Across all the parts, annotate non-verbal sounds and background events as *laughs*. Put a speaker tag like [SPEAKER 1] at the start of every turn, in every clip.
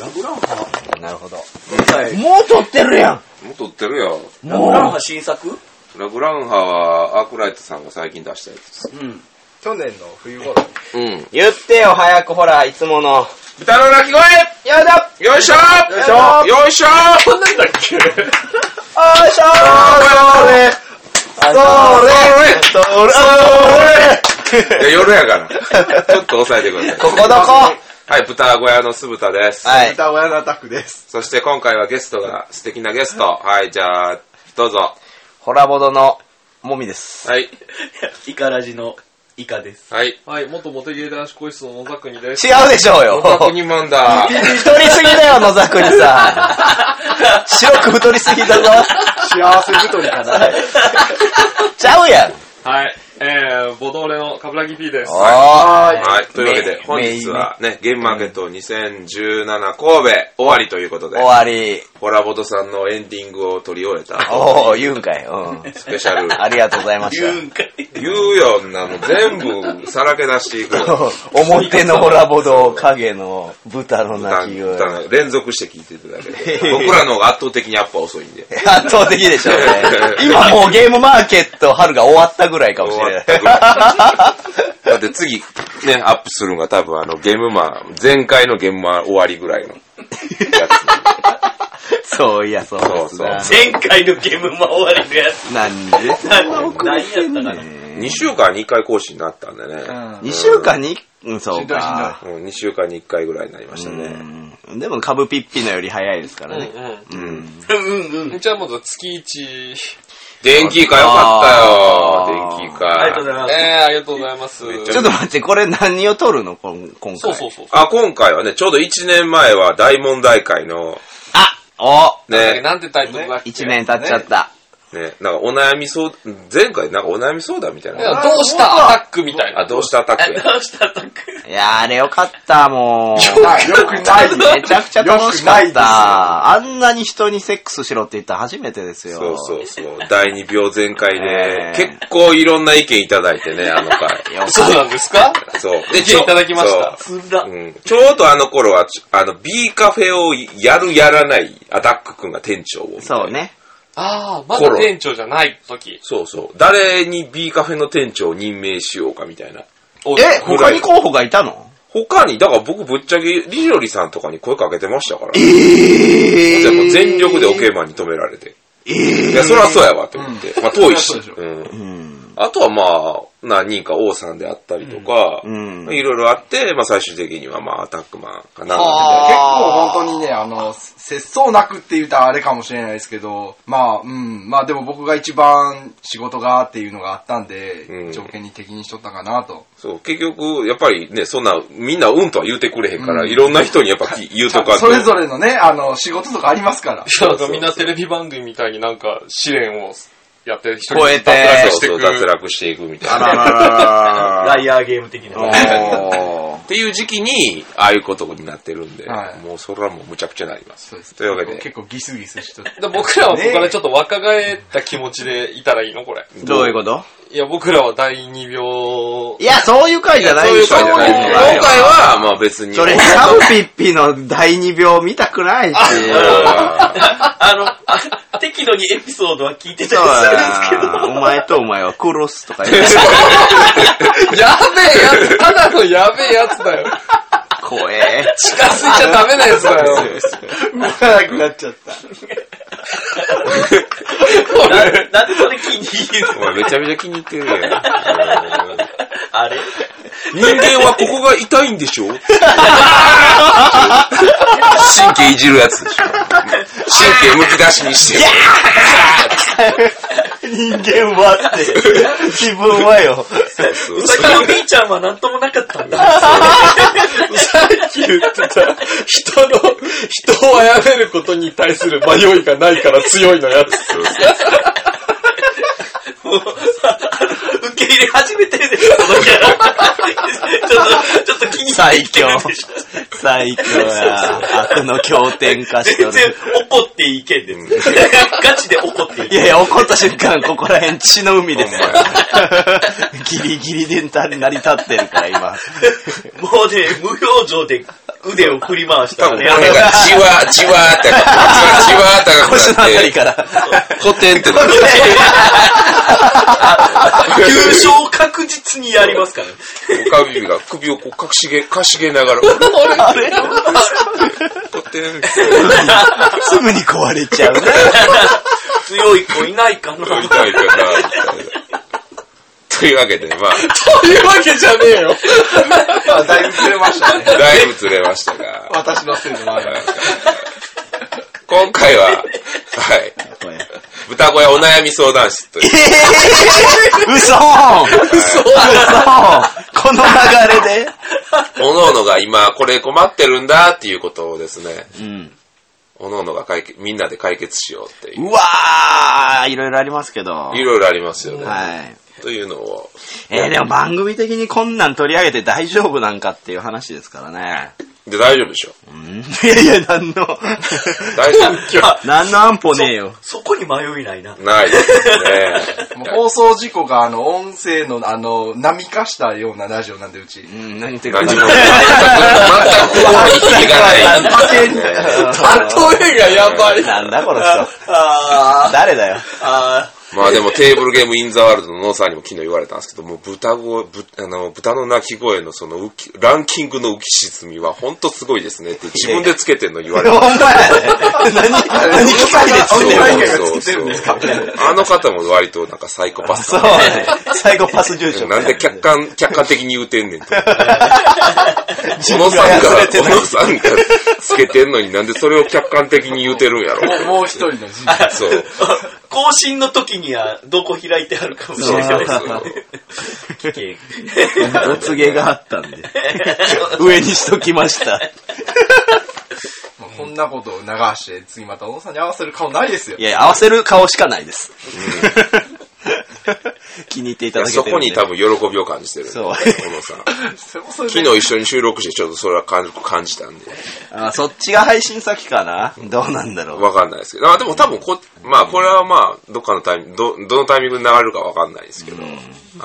[SPEAKER 1] ラグランハ
[SPEAKER 2] なるほど。
[SPEAKER 1] はい。
[SPEAKER 3] もう撮ってるや
[SPEAKER 4] もう撮ってるよ。
[SPEAKER 3] ん
[SPEAKER 1] ラグラン
[SPEAKER 3] も
[SPEAKER 1] ハ新作
[SPEAKER 4] ラグランハはアークライトさんが最近出したやつです。
[SPEAKER 1] うん。
[SPEAKER 5] 去年の冬頃。
[SPEAKER 4] うん。
[SPEAKER 2] 言ってよ、早く、ほら、いつもの。
[SPEAKER 4] 豚の鳴き
[SPEAKER 2] よい
[SPEAKER 4] 声
[SPEAKER 2] だ
[SPEAKER 4] よいし
[SPEAKER 2] よいし
[SPEAKER 4] ょ
[SPEAKER 2] ょ
[SPEAKER 4] よいしょ
[SPEAKER 1] こんなんだっけ
[SPEAKER 2] おいしょーそれそれそれ
[SPEAKER 4] いや夜やから。ちょっと抑えてくださ
[SPEAKER 2] ここどこ
[SPEAKER 4] い。はい、豚小屋の酢豚です。
[SPEAKER 2] はい。
[SPEAKER 5] 歌親のアタックです。
[SPEAKER 4] そして今回はゲストが、素敵なゲスト。はい、じゃあ、どうぞ。
[SPEAKER 2] ホラボドのもみです。
[SPEAKER 4] はい。
[SPEAKER 1] イカラジのイカです。
[SPEAKER 4] はい。
[SPEAKER 6] はい、元モテゲー男子更衣室の野田国です。
[SPEAKER 2] 違うでしょうよ。
[SPEAKER 4] 確認マンだ。
[SPEAKER 2] 太りすぎだよ、野沢国さ *laughs* ん。白く太りすぎだぞ。
[SPEAKER 5] 幸せ太りかな。
[SPEAKER 2] ちゃうやん。
[SPEAKER 6] はい、えー、ボドーレのカブラギ P です。
[SPEAKER 2] おー
[SPEAKER 4] はい。というわけで、本日はね、ゲームマーケット2017神戸終わりということで
[SPEAKER 2] 終、わり。
[SPEAKER 4] ホラボトさんのエンディングを取り終えた
[SPEAKER 2] おー、言うんかい。うん。
[SPEAKER 4] スペシャル。
[SPEAKER 2] ありがとうございまし
[SPEAKER 1] 言うんかい。
[SPEAKER 4] 言うよ、んなの。全部さらけ出していくよ。
[SPEAKER 2] た。表のホラボド、影の豚の鳴き声。
[SPEAKER 4] 連続して聞いていただけで。僕らの方が圧倒的にアップは遅いんで。
[SPEAKER 2] 圧倒的でしょうね。今もうゲームマーケット春が終わったぐらいかもしれない。
[SPEAKER 4] 終わだって次、ね、アップするのが多分あの、ゲームマン、前回のゲームマン終わりぐらいのやつ。
[SPEAKER 2] そういや、そうですな。
[SPEAKER 4] そ
[SPEAKER 1] 前回のゲームも終わりのやつ。
[SPEAKER 2] なんで
[SPEAKER 1] 何やったかな。
[SPEAKER 4] 2週間に1回更新になったんでね。
[SPEAKER 2] ?2 週間に、うん、そう
[SPEAKER 5] しんどい
[SPEAKER 2] か。
[SPEAKER 4] うん、2週間に1回ぐらいになりましたね。
[SPEAKER 2] うんでも、カブピッピのより早いですからね。
[SPEAKER 6] う
[SPEAKER 4] うん。
[SPEAKER 1] うんうん
[SPEAKER 6] ん。。じゃあまずは月1。
[SPEAKER 4] 電気かよかったよ。電気か。
[SPEAKER 1] ありがとうございます。
[SPEAKER 6] えー、ありがとうございます。
[SPEAKER 4] めっ
[SPEAKER 2] ちょっと待って、これ何を撮るのこん今回。
[SPEAKER 6] そうそうそう。
[SPEAKER 4] あ、今回はね、ちょうど1年前は大問題会の、
[SPEAKER 2] あ
[SPEAKER 4] ね、
[SPEAKER 6] なんてタイトルだっ
[SPEAKER 2] お
[SPEAKER 6] け
[SPEAKER 2] !1 年経っちゃった。
[SPEAKER 4] ね、なんかお悩み相談、前回なんかお悩み相談みたい
[SPEAKER 6] いや
[SPEAKER 4] な。
[SPEAKER 6] どうしたアタックみたいな。
[SPEAKER 4] あ、どうしたアタッ
[SPEAKER 1] あ、
[SPEAKER 4] クや。
[SPEAKER 1] どうしたとく
[SPEAKER 2] いやー、あれよかった、もう。
[SPEAKER 5] よくない。
[SPEAKER 2] めちゃくちゃ楽しか
[SPEAKER 5] よ
[SPEAKER 2] っ
[SPEAKER 5] くない
[SPEAKER 2] た。あんなに人にセックスしろって言ったの初めてですよ。
[SPEAKER 4] そうそうそう。第2秒全開
[SPEAKER 2] ね
[SPEAKER 4] で、結構いろんな意見いただいてね、あの回。
[SPEAKER 2] いや
[SPEAKER 6] そうなんですか
[SPEAKER 4] そう。
[SPEAKER 6] 意見いただきました
[SPEAKER 4] そ
[SPEAKER 1] つんだ
[SPEAKER 4] う。うん、ちょうどあの頃は、ちあの、B カフェをやるやらないアタック君が店長を。
[SPEAKER 2] そう。ね。
[SPEAKER 6] あー、まだ店長じゃない時。
[SPEAKER 4] そうそう。誰に B カフェの店長を任命しようかみたいな。
[SPEAKER 2] え、他に候補がいたの
[SPEAKER 4] 他に、だから僕ぶっちゃけ、リロリさんとかに声かけてましたから。
[SPEAKER 2] え
[SPEAKER 4] じゃあもう全力でオケーマンに止められて。いや、そりゃそうやわ、と思って。まあ、遠いし。うん
[SPEAKER 2] うん。
[SPEAKER 4] あとはまあ、何人か王さんであったりとか、
[SPEAKER 2] うん
[SPEAKER 4] いろいろあって、まあ最終的にはまあアタックマンかな。
[SPEAKER 5] 結
[SPEAKER 2] あ
[SPEAKER 5] 構
[SPEAKER 2] ー
[SPEAKER 5] 本当にね、あの、節操なくって言うたらあれかもしれないですけど、まあ、うん、まあでも僕が一番仕事がっていうのがあったんで、
[SPEAKER 4] うん
[SPEAKER 5] 条件に適任しとったかなと。
[SPEAKER 4] そう、結局、やっぱりね、そんな、みんなうんとは言うてくれへんから、いろんな人にやっぱき言うとか
[SPEAKER 5] それぞれのね、あの、仕事とかありますから。
[SPEAKER 6] なんかみんなテレビ番組みたいになんか試練をやって一人
[SPEAKER 2] 超えて
[SPEAKER 6] 脱落し
[SPEAKER 4] そう
[SPEAKER 6] て
[SPEAKER 4] そ
[SPEAKER 6] く
[SPEAKER 4] う、脱落していくみた
[SPEAKER 2] あ
[SPEAKER 4] いな。
[SPEAKER 2] らららら
[SPEAKER 1] ライアーゲーム的な。
[SPEAKER 2] ら。
[SPEAKER 4] っていう時期に、ああいうことになってるんで、
[SPEAKER 5] はい
[SPEAKER 4] もうそれはもうむちゃくちゃになります。
[SPEAKER 5] そうです。
[SPEAKER 4] というわけで
[SPEAKER 5] 結構ギスギスしとって。
[SPEAKER 6] で僕らはここからちょっと若返った気持ちでいたらいいのこれ。
[SPEAKER 2] どういうこと
[SPEAKER 6] いや、僕らは第2秒
[SPEAKER 2] いや、そういう回じゃない
[SPEAKER 4] そうい
[SPEAKER 2] で
[SPEAKER 4] う
[SPEAKER 2] しょ。
[SPEAKER 4] 感じじゃない
[SPEAKER 2] そういう
[SPEAKER 4] 今
[SPEAKER 2] 回
[SPEAKER 4] 回
[SPEAKER 2] は
[SPEAKER 4] は、 *laughs* まあ別に。
[SPEAKER 2] それ、サブピッピの第2秒見たくないし。
[SPEAKER 4] うん
[SPEAKER 1] あの、あ適度にエピソードは聞いてた
[SPEAKER 2] そ
[SPEAKER 1] り
[SPEAKER 2] う
[SPEAKER 1] するんですけど。
[SPEAKER 2] やお前とお前は殺すとか言って、
[SPEAKER 6] やべえやつ、ただのやべえやつだよ。
[SPEAKER 2] 怖え。
[SPEAKER 6] 近づいちゃダメなやつだよ。
[SPEAKER 5] 動かなくなっちゃった。
[SPEAKER 1] ななんでそれ気に入る
[SPEAKER 4] お前めちゃめちゃ気に入って *laughs* るやん。うん
[SPEAKER 1] あれ
[SPEAKER 4] 人間はここが痛いんでしょ神経いじるやつでしょ神経むき出しにして。
[SPEAKER 2] 人間は
[SPEAKER 4] *laughs*
[SPEAKER 2] って、自分はよ。
[SPEAKER 4] そう
[SPEAKER 1] うさぎの兄ちゃんはなんともなかったんだ。 *laughs*
[SPEAKER 6] さっき言ってた、 *laughs* 人の、人を殺めることに対する迷いがないから強いのやつ。
[SPEAKER 1] もう、受け入れ始めてるでしょ、そのキャラ。ちょっと、ちょっと気に入
[SPEAKER 2] 最
[SPEAKER 1] って
[SPEAKER 2] 強
[SPEAKER 1] るでしょ。。
[SPEAKER 2] 最強や。悪の経典化しと
[SPEAKER 1] 全然
[SPEAKER 2] る。
[SPEAKER 1] 怒っていけんです。ガチで怒ってい
[SPEAKER 2] い
[SPEAKER 1] けん。
[SPEAKER 2] やいや、怒った瞬間、ここら辺血の海ですよ。
[SPEAKER 4] *laughs*
[SPEAKER 2] ギリギリで成り立ってるから、今。
[SPEAKER 1] もうね、無表情で腕を振り回した
[SPEAKER 4] 多
[SPEAKER 1] ら
[SPEAKER 4] 分
[SPEAKER 1] ね、
[SPEAKER 4] これがチワ、チワーって、チワって高く
[SPEAKER 2] 腰のあ
[SPEAKER 4] なった *laughs* て
[SPEAKER 2] り、から。
[SPEAKER 4] コテンってなる。
[SPEAKER 1] 優勝確実にやりますからね。 *laughs*
[SPEAKER 4] おかみが首をこうかしげ、かしげながら、あれコテンって。
[SPEAKER 2] すぐに壊れちゃうな。
[SPEAKER 1] 強い子いないかな。
[SPEAKER 4] 痛いかな、みたいな。というわけでね、まあ、
[SPEAKER 6] というわけじゃねえよ。
[SPEAKER 5] まあ、だいぶ釣れました *laughs* ね。
[SPEAKER 4] だいぶ釣れましたが、
[SPEAKER 5] 私のせいでない。
[SPEAKER 4] 今回は、はい、豚小屋お悩み相談室という、
[SPEAKER 2] 嘘嘘この流れで
[SPEAKER 4] 各々が今これ困ってるんだっていうことをですね、
[SPEAKER 2] うん。
[SPEAKER 4] 各々が解決、みんなで解決しようっていう、
[SPEAKER 2] うわー、いろいろありますけど。
[SPEAKER 4] いろいろありますよね。
[SPEAKER 2] はい。
[SPEAKER 4] というのを、
[SPEAKER 2] えー、でも番組的にこんなん取り上げて大丈夫なんかっていう話ですからね。
[SPEAKER 4] で、大丈夫でしょ
[SPEAKER 2] うんいやいや、なんの、
[SPEAKER 4] 大丈夫
[SPEAKER 2] なんの安保ねえよ。
[SPEAKER 1] そこに迷いないな。
[SPEAKER 4] ないですね。
[SPEAKER 5] もう放送事故が、あの、音声の、あの、波化したようなラジオなんで、うち
[SPEAKER 2] う。ん、何言ってるか
[SPEAKER 4] 何も、全く、全く意味がない。
[SPEAKER 6] 例えがやばい。
[SPEAKER 2] なんだこの人。誰だよ。
[SPEAKER 1] あ
[SPEAKER 4] まあでもテーブルゲームインザワールドのノーさんにも昨日言われたんですけど、もう豚声、ぶあの豚の鳴き声のその浮き、ランキングの浮き沈みは本当すごいですねって自分でつけてんの言われ
[SPEAKER 2] お
[SPEAKER 4] て。
[SPEAKER 2] 前、何、何機械で
[SPEAKER 4] そう
[SPEAKER 2] 作ってる
[SPEAKER 4] そうそうあの方も割となんかサイコパス
[SPEAKER 2] そう
[SPEAKER 4] だ
[SPEAKER 2] ね。最後パス住所。
[SPEAKER 4] なんで客観、客観的に言うてんねん
[SPEAKER 2] *laughs*
[SPEAKER 4] と。小
[SPEAKER 2] 分
[SPEAKER 4] 野さ
[SPEAKER 2] が
[SPEAKER 4] んが、
[SPEAKER 2] 忘れて
[SPEAKER 4] 小
[SPEAKER 2] ない
[SPEAKER 4] 野さんがつけてんのになんでそれを客観的に言うてるんやろ。
[SPEAKER 5] もう一人の人
[SPEAKER 1] あ。
[SPEAKER 4] そう。
[SPEAKER 1] 更新の時には、どこ開いてあるかもしれないです
[SPEAKER 4] そう
[SPEAKER 1] 危険。
[SPEAKER 2] お告げがあったんで。上にしときました。
[SPEAKER 5] まあこんなことを流して、次また小野さんに合わせる顔ないですよ
[SPEAKER 2] い。や、合わせる顔しかないです。気に入っていただけてる
[SPEAKER 4] そ
[SPEAKER 2] んで
[SPEAKER 4] こに多分喜びを感じてる。
[SPEAKER 2] そう
[SPEAKER 4] 小野さん。
[SPEAKER 5] それもそれで
[SPEAKER 4] 昨日一緒に収録してちょっとそれは感感じたんで。
[SPEAKER 2] あ、そっちが配信先かなどうなんだろう。
[SPEAKER 4] わかんないですけど。あ、でも多分こ、まあこれはまあ、どっかのタイミング、ど、どのタイミングで流れるかわかんないですけど。は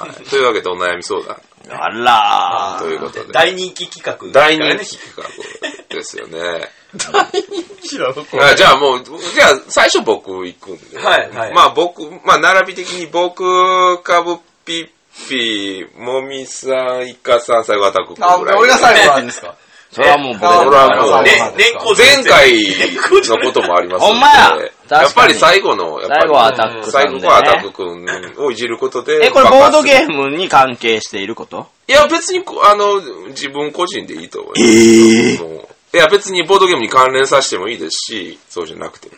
[SPEAKER 4] い。というわけでお悩み相談
[SPEAKER 2] あら
[SPEAKER 4] ということで。
[SPEAKER 1] 大人気企画。
[SPEAKER 4] 大人気企画ですよね。
[SPEAKER 1] 気なの
[SPEAKER 4] あじゃあもう、じゃあ最初僕行くんで。
[SPEAKER 1] はいはい
[SPEAKER 4] まあ僕、まあ並び的に僕、かぶっぴっぴ、もみさん、いかさん、最後アタック
[SPEAKER 5] なん
[SPEAKER 4] ぐ
[SPEAKER 5] で
[SPEAKER 4] らい。
[SPEAKER 5] 俺が最後なんですか
[SPEAKER 2] それはもう僕
[SPEAKER 5] あ
[SPEAKER 4] 俺はもう
[SPEAKER 5] 俺
[SPEAKER 1] ね、年功
[SPEAKER 4] 前
[SPEAKER 1] 序列
[SPEAKER 4] 回のこともあります
[SPEAKER 2] ほんまや
[SPEAKER 4] やっぱり最後の、やっぱり
[SPEAKER 2] 最後はアタックさん
[SPEAKER 4] 最
[SPEAKER 2] で、ね。
[SPEAKER 4] 後はアタック君をいじることで。
[SPEAKER 2] え、これボードゲ
[SPEAKER 4] ム
[SPEAKER 2] ームに関係していること
[SPEAKER 4] いや、別にこ、あの、自分個人でいいと思います。
[SPEAKER 2] え
[SPEAKER 4] もういや、別にボードゲームに関連させてもいいですし、そうじゃなくても。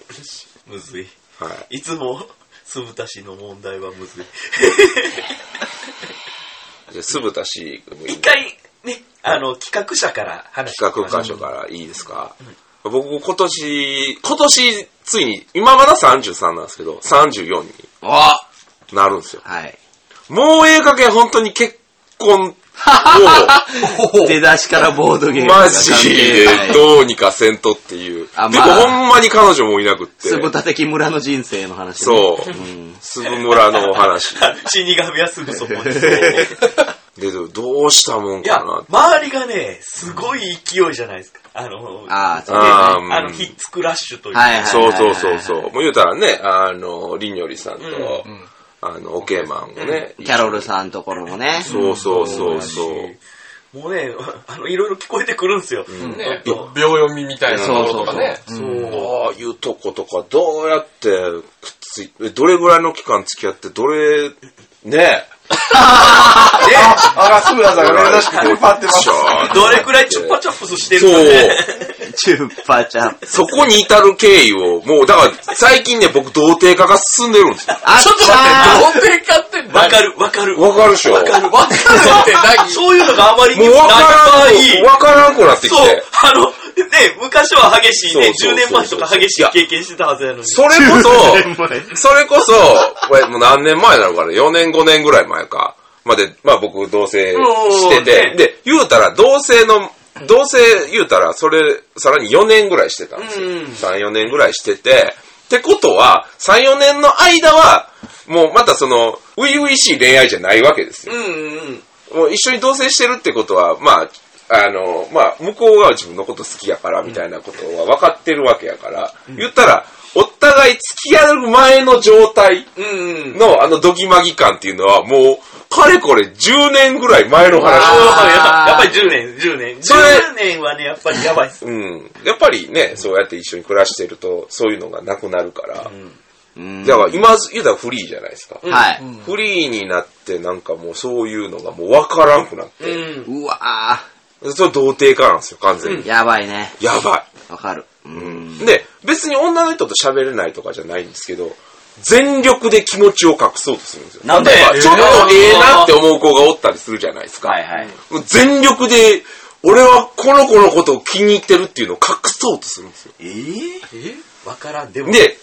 [SPEAKER 1] むずい。
[SPEAKER 4] はい。
[SPEAKER 1] いつも、酢豚氏の問題はむずい。 *laughs*
[SPEAKER 4] じゃあ、酢豚氏もいい
[SPEAKER 1] 一回、ね、あの、企画者から話して
[SPEAKER 4] 企画箇所からいいですか、僕、今年、今年、ついに、今まだ33なんですけど、34に
[SPEAKER 2] おは
[SPEAKER 4] なるんですよ。
[SPEAKER 2] い。
[SPEAKER 4] もうええかげん、本当に結婚
[SPEAKER 2] *laughs*
[SPEAKER 4] を、
[SPEAKER 2] 出だしからボードゲームが
[SPEAKER 4] マ
[SPEAKER 2] 関
[SPEAKER 4] ジ
[SPEAKER 2] 係
[SPEAKER 4] で
[SPEAKER 2] ない。
[SPEAKER 4] *laughs* どうにかせんとっていう。
[SPEAKER 2] あ
[SPEAKER 4] で
[SPEAKER 2] まあ
[SPEAKER 4] もほんまに彼女もいなくって。
[SPEAKER 2] 酢豚的村の人生の話、ね。
[SPEAKER 4] そう。すぶ村のお話。
[SPEAKER 1] *laughs* 死神はすぐ
[SPEAKER 4] *laughs*
[SPEAKER 1] そこに。
[SPEAKER 4] で、どどうしたもん
[SPEAKER 1] いや
[SPEAKER 4] かな、。
[SPEAKER 1] 周りがね、すごい勢いじゃないですか。あの、
[SPEAKER 2] ああ、そう
[SPEAKER 1] ね
[SPEAKER 4] あーうん
[SPEAKER 1] あの、ヒッツクラッシュという
[SPEAKER 2] はいはい
[SPEAKER 4] そうそうそうそう。もう言うたらね、あの、りんよりさんと、あの、オケーマンをね。
[SPEAKER 2] キャロルさんところもね。
[SPEAKER 4] そうそうそうそう。
[SPEAKER 1] もうね、 *laughs* あの、いろいろ聞こえてくるんですよ。
[SPEAKER 6] ね、秒読みみたいなものとかね。
[SPEAKER 4] そう、ああいうとことか、どうやってくっついて、どれぐらいの期間付き合って、どれ、ねえ。
[SPEAKER 5] あら、すぐださんが珍しく引っ張ってます。
[SPEAKER 1] どれくらいチュッパチャップスしてる
[SPEAKER 4] そ
[SPEAKER 1] か
[SPEAKER 4] う。
[SPEAKER 1] ね。
[SPEAKER 2] チューパーちゃん。
[SPEAKER 4] そこに至る経緯を、もう、だから、最近ね、僕、童貞化が進んでるんですよ。
[SPEAKER 2] あっちゃ
[SPEAKER 6] 童貞化って何
[SPEAKER 1] わかる、わかる。
[SPEAKER 4] わかるでしょ
[SPEAKER 6] わかるって何
[SPEAKER 1] そういうのがあまり
[SPEAKER 4] も
[SPEAKER 1] な
[SPEAKER 4] う
[SPEAKER 1] い
[SPEAKER 4] わ
[SPEAKER 1] 場
[SPEAKER 4] からん、
[SPEAKER 1] 合、
[SPEAKER 4] わからんくなってき
[SPEAKER 1] そう
[SPEAKER 4] て。、
[SPEAKER 1] あの、ね、昔は激しいね、
[SPEAKER 4] そ
[SPEAKER 1] 10
[SPEAKER 4] うそうそう
[SPEAKER 1] 年前とか激しい経験してたはずやのに。
[SPEAKER 4] それ
[SPEAKER 1] *laughs*
[SPEAKER 4] こそ、それこそ、これもう何年前なのかな ?4 年5年ぐらい前か。まで、まあ僕同棲して
[SPEAKER 1] う
[SPEAKER 4] て、
[SPEAKER 1] ん
[SPEAKER 4] で、言うたら同棲の、同棲言うたらそれ、さらに4年ぐらいしてたんですよ。
[SPEAKER 1] うん
[SPEAKER 4] 3、4年ぐらいしてて、ってことは、3、4年の間は、もうまたその、初々しい恋愛じゃないわけですよ。
[SPEAKER 1] うんうん。
[SPEAKER 4] もう一緒に同棲してるってことは、まあ、あの、まあ、向こうが自分のこと好きやから、みたいなことは分かってるわけやから、言ったら、お互い付き合う前の状態
[SPEAKER 6] うん。
[SPEAKER 4] のあのドギマギ感っていうのは、もう、かれこれ10年ぐらい前の話。
[SPEAKER 1] やっぱり10年、10年。
[SPEAKER 4] それ
[SPEAKER 1] 10年はね、やっぱりやばいっす。
[SPEAKER 4] うん。やっぱりね、そうやって一緒に暮らしてると、そういうのがなくなるから。
[SPEAKER 2] うん
[SPEAKER 4] だから今、言うたらフリーじゃないですか。
[SPEAKER 2] はい。
[SPEAKER 4] フリーになってなんかもうそういうのがもう分からんくなって。
[SPEAKER 6] うん。
[SPEAKER 2] うわ
[SPEAKER 4] それ童貞化なんですよ、完全に。
[SPEAKER 2] ーやばいね。
[SPEAKER 4] やばい。
[SPEAKER 2] わかる。うん。
[SPEAKER 4] で、別に女の人と喋れないとかじゃないんですけど、全力で気持ちを隠そうとするんですよ。
[SPEAKER 2] なんで
[SPEAKER 4] 例えばちょっとええなって思う子がおったりするじゃないですか。
[SPEAKER 2] はいはい。
[SPEAKER 4] もう全力で、俺はこの子のことを気に入ってるっていうのを隠そうとするんですよ。
[SPEAKER 2] えぇ
[SPEAKER 1] わからん。でも、
[SPEAKER 4] で、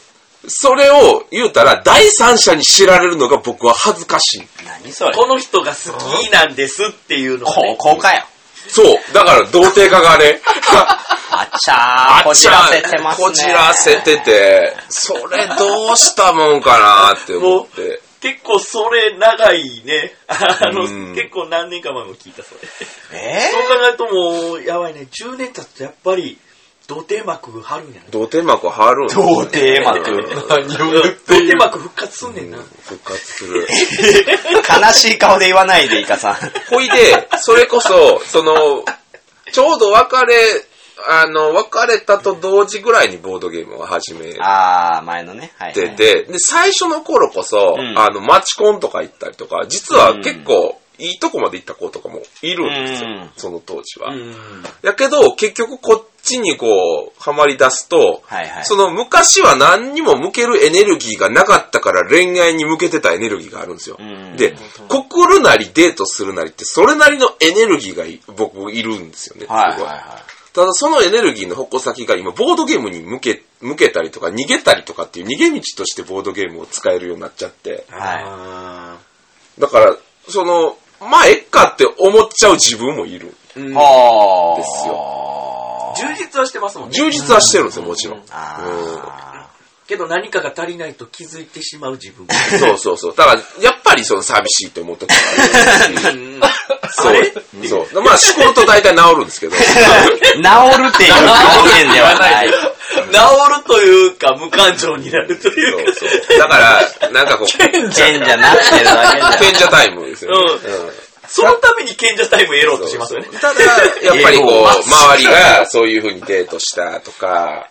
[SPEAKER 4] それを言うたら、第三者に知られるのが僕は恥ずかしい。
[SPEAKER 2] 何それ
[SPEAKER 1] この人が好きなんですっていうのをね
[SPEAKER 2] 高校かよ。
[SPEAKER 4] そう。だから、童貞化
[SPEAKER 2] *laughs*
[SPEAKER 4] がね、
[SPEAKER 2] あっちゃー、こじらせてますね。
[SPEAKER 4] こじらせてて、それどうしたもんかなって思って。
[SPEAKER 1] 結構それ長いね。あの
[SPEAKER 4] うん、
[SPEAKER 1] 結構何年か前も聞いた、それ。
[SPEAKER 2] え
[SPEAKER 1] そう考えるともう、やばいね。10年経つとやっぱり、土手幕張るんやな。
[SPEAKER 4] 童貞幕張るんですよ
[SPEAKER 2] 童貞幕
[SPEAKER 6] 何を言っ
[SPEAKER 1] 土
[SPEAKER 6] てい
[SPEAKER 1] 手
[SPEAKER 6] る
[SPEAKER 1] 幕復活すんねんな。
[SPEAKER 4] 復活する。
[SPEAKER 2] ー、悲しい顔で言わないで、イカさん。
[SPEAKER 4] *laughs* ほいで、それこそ、その、ちょうど別れ、あの、別れたと同時ぐらいにボードゲームを始め
[SPEAKER 2] *laughs* あー、前のね。はい、
[SPEAKER 4] てて、で、最初の頃こそ、
[SPEAKER 2] うん
[SPEAKER 4] あの、マチコンとか行ったりとか、実は結構、いいとこまで行った子とかもいるんですよ、
[SPEAKER 2] うん
[SPEAKER 4] その当時は。
[SPEAKER 1] うん。
[SPEAKER 4] やけど、結局こっちにこう、はまり出すと、
[SPEAKER 2] はいはい。
[SPEAKER 4] その昔は何にも向けるエネルギーがなかったから恋愛に向けてたエネルギーがあるんですよ。
[SPEAKER 2] うん
[SPEAKER 4] で、告るなりデートするなりってそれなりのエネルギーがい僕いるんですよね。
[SPEAKER 2] はいはい
[SPEAKER 4] 僕
[SPEAKER 2] は
[SPEAKER 4] ただそのエネルギーの矛先が今ボードゲームに向け、向けたりとか逃げたりとかっていう逃げ道としてボードゲームを使えるようになっちゃって。
[SPEAKER 2] い。
[SPEAKER 1] あ
[SPEAKER 2] は
[SPEAKER 4] だから、その、まあ、えっかって思っちゃう自分もいる。
[SPEAKER 2] い。はー。
[SPEAKER 1] ー
[SPEAKER 4] です
[SPEAKER 1] 充実はしてますもんね。
[SPEAKER 4] 充実はしてるんですよ、もちろん。
[SPEAKER 2] あ
[SPEAKER 1] けど何かが足りないと気づいてしまう自分。
[SPEAKER 4] そうそうそう。だから、やっぱりその寂しいと思った時があるし
[SPEAKER 1] あれ
[SPEAKER 4] そう。そう。まあ思考と大体治るんですけど。
[SPEAKER 2] ー。 *laughs* 治るっていう表現では *laughs* ない。
[SPEAKER 1] 治るというか、無感情になるというか。
[SPEAKER 4] そうそう。だから、なん
[SPEAKER 2] *laughs*
[SPEAKER 4] かこう、
[SPEAKER 2] 賢者なってるだけだ。
[SPEAKER 4] 賢者タイムですよね。
[SPEAKER 1] うんそのために賢者タイム得ろうとしますよね。
[SPEAKER 4] ただ、やっぱりこう、周りがそういう風にデートしたとか、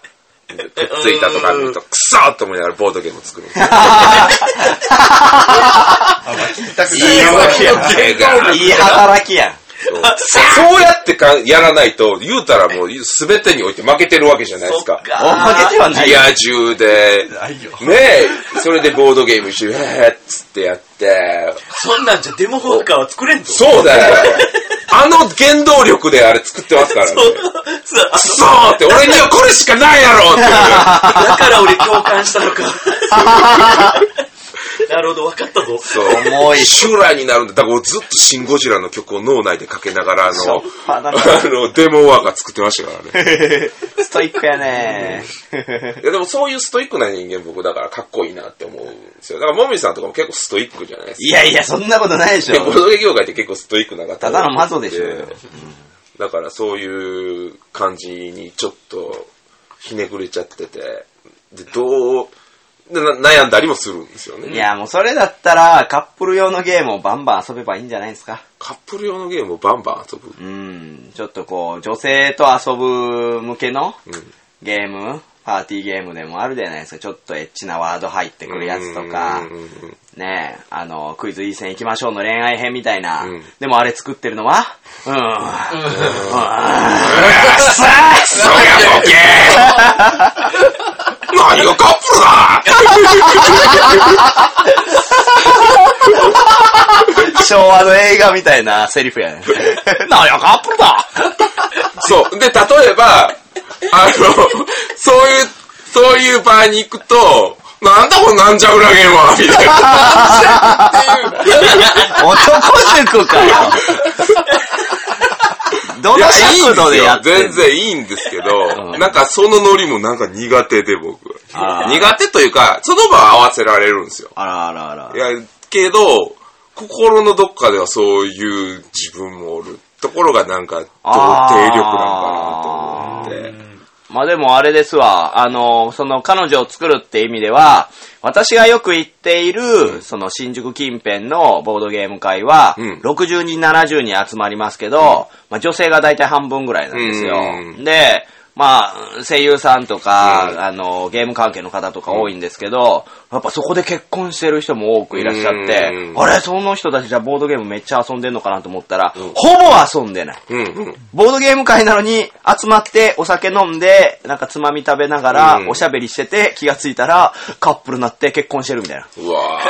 [SPEAKER 4] くっついたとか見ると、くそーと思いながらボードゲーム作るんですよ。
[SPEAKER 5] 痛くない
[SPEAKER 2] いいわけやな
[SPEAKER 4] そ
[SPEAKER 2] *laughs*
[SPEAKER 4] う
[SPEAKER 2] いい働きやん。
[SPEAKER 4] そうやってかやらないと、言うたらもう全てにおいて負けてるわけじゃないですか。
[SPEAKER 2] おまけではない
[SPEAKER 4] リ。ア充で、
[SPEAKER 5] ないよ。
[SPEAKER 4] ねえ、それでボードゲームして、えーっつってやって、
[SPEAKER 1] そんなんじゃデモフォーカーは作れんぞ。
[SPEAKER 4] そうだよ。あの原動力であれ作ってますからね。
[SPEAKER 1] そう
[SPEAKER 4] くそーって、俺にはこれしかないやろっていう。
[SPEAKER 1] あだから俺共感したのか。なるほど、分かったぞ。 *laughs*
[SPEAKER 4] そう。
[SPEAKER 2] 重い
[SPEAKER 4] 将来になるんだ。だから俺ずっとシン・ゴジラの曲を脳内でかけながら、あ
[SPEAKER 2] しょ *laughs* っ、
[SPEAKER 4] の
[SPEAKER 2] ぱな
[SPEAKER 4] あの、デモワーカー作ってましたからね。
[SPEAKER 2] ストイックやね
[SPEAKER 4] いやでもそういうストイックな人間僕だからかっこいいなって思うんですよ。だからもみさんとかも結構ストイックじゃないですか。
[SPEAKER 2] いやいや、そんなことないでし
[SPEAKER 4] でボ
[SPEAKER 2] ょ。
[SPEAKER 4] ードゲーム業界って結構ストイックな方
[SPEAKER 2] ただのマゾでしょ。
[SPEAKER 4] だからそういう感じにちょっとひねくれちゃってて、で、どう、な悩んだりもするんですよね。
[SPEAKER 2] いや、もうそれだったら、カップル用のゲームをバンバン遊べばいいんじゃないですか。
[SPEAKER 4] カップル用のゲームをバンバン遊ぶ。
[SPEAKER 2] うん、ちょっとこう、女性と遊ぶ向けの
[SPEAKER 4] うん
[SPEAKER 2] ゲーム、パーティーゲームでもあるじゃないですか。ちょっとエッチなワード入ってくるやつとか
[SPEAKER 4] うん、うんうん
[SPEAKER 2] ねえ、あの、クイズいい線行きましょうの恋愛編みたいな。
[SPEAKER 4] うん
[SPEAKER 2] でもあれ作ってるのは、 *laughs* うん。うん。
[SPEAKER 4] そりゃボケー何がカップルだ
[SPEAKER 2] *laughs* 昭和の映画みたいなセリフやね。
[SPEAKER 4] *laughs*
[SPEAKER 2] なんや、カップルだ
[SPEAKER 4] そう。で、例えば、あの、そういう、そういう場合に行くと、なんだこのなんじゃ裏ゲームはみたいな。
[SPEAKER 2] *laughs* 男塾かよ。ど
[SPEAKER 4] い
[SPEAKER 2] の
[SPEAKER 4] や、いいん
[SPEAKER 2] 尺度
[SPEAKER 4] です
[SPEAKER 2] でや
[SPEAKER 4] よ
[SPEAKER 2] っ。てんの
[SPEAKER 4] 全然いいんですけど、
[SPEAKER 2] うん
[SPEAKER 4] なんかそのノリもなんか苦手で僕。
[SPEAKER 2] あー
[SPEAKER 4] 苦手というか、その場は合わせられるんですよ。
[SPEAKER 2] あらあらあら
[SPEAKER 4] い。や、けど、心のどっかではそういう自分もおるっところがなんか、どう
[SPEAKER 2] あー
[SPEAKER 4] 低力なんかなと思って。
[SPEAKER 2] まあでもあれですわ、あの、その彼女を作るって意味では、私がよく行っている、その新宿近辺のボードゲーム会は、
[SPEAKER 4] うん
[SPEAKER 2] 60人、70人集まりますけど、まあ女性が大体半分ぐらいなんですよ。
[SPEAKER 4] う
[SPEAKER 2] で、まあ、声優さんとか、あの、ゲーム関係の方とか多いんですけど、やっぱそこで結婚してる人も多くいらっしゃって、
[SPEAKER 4] うん
[SPEAKER 2] あれ、その人たちじゃあボードゲームめっちゃ遊んでんのかなと思ったら、
[SPEAKER 4] ん
[SPEAKER 2] ほぼ遊んでない。
[SPEAKER 4] うんうん。
[SPEAKER 2] ボードゲーム会なのに、集まって、お酒飲んで、なんかつまみ食べながら
[SPEAKER 4] う、ん
[SPEAKER 2] おしゃべりしてて、気がついたら、カップルになって結婚してるみた
[SPEAKER 4] *laughs*
[SPEAKER 2] いな。
[SPEAKER 4] うわぁ。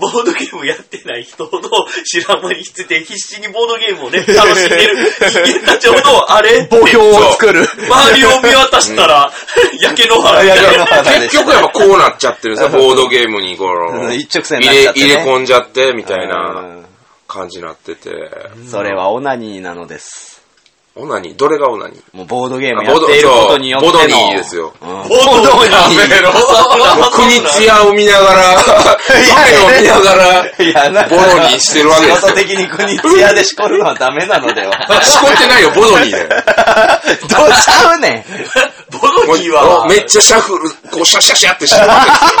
[SPEAKER 1] ボードゲームやってない人ほど知らん間について必死にボードゲームをね、楽しんでる人間たちほど、あれ
[SPEAKER 2] 墓標を作る。
[SPEAKER 1] 周りを見渡したら、焼け野原みたいな。
[SPEAKER 4] 結局やっぱこうなっちゃっ
[SPEAKER 2] *laughs*
[SPEAKER 4] てるさ、ボードゲームにこ
[SPEAKER 2] う
[SPEAKER 4] の、
[SPEAKER 2] ん一直線に
[SPEAKER 4] 入
[SPEAKER 2] なっちゃ
[SPEAKER 4] れ
[SPEAKER 2] ってね
[SPEAKER 4] 入れ込んじゃって、みたいな
[SPEAKER 2] う
[SPEAKER 4] 感じになってて。
[SPEAKER 2] んそれはオナニーなのです。
[SPEAKER 4] オナニーどれがオナニー
[SPEAKER 2] もうボードゲーム
[SPEAKER 4] あ
[SPEAKER 2] やっ
[SPEAKER 4] ボード
[SPEAKER 2] ていることによっての。
[SPEAKER 4] ボードニーですよ
[SPEAKER 2] うん。
[SPEAKER 1] ボードゲーム
[SPEAKER 4] やめろ
[SPEAKER 1] そう
[SPEAKER 4] 国津屋を見ながら、彼を見ながら、
[SPEAKER 2] いや、なんか
[SPEAKER 4] ボロニーしてるわけで
[SPEAKER 2] 仕
[SPEAKER 4] すよ
[SPEAKER 2] 事的に国津屋でしこるのはダメなので
[SPEAKER 4] *laughs*
[SPEAKER 2] は。
[SPEAKER 4] しこってないよ、ボドニーで。
[SPEAKER 2] どうちゃうねん。
[SPEAKER 1] ボロニーは、
[SPEAKER 4] めっちゃシャッフル、こうシャシャシャってしてるわけですよ。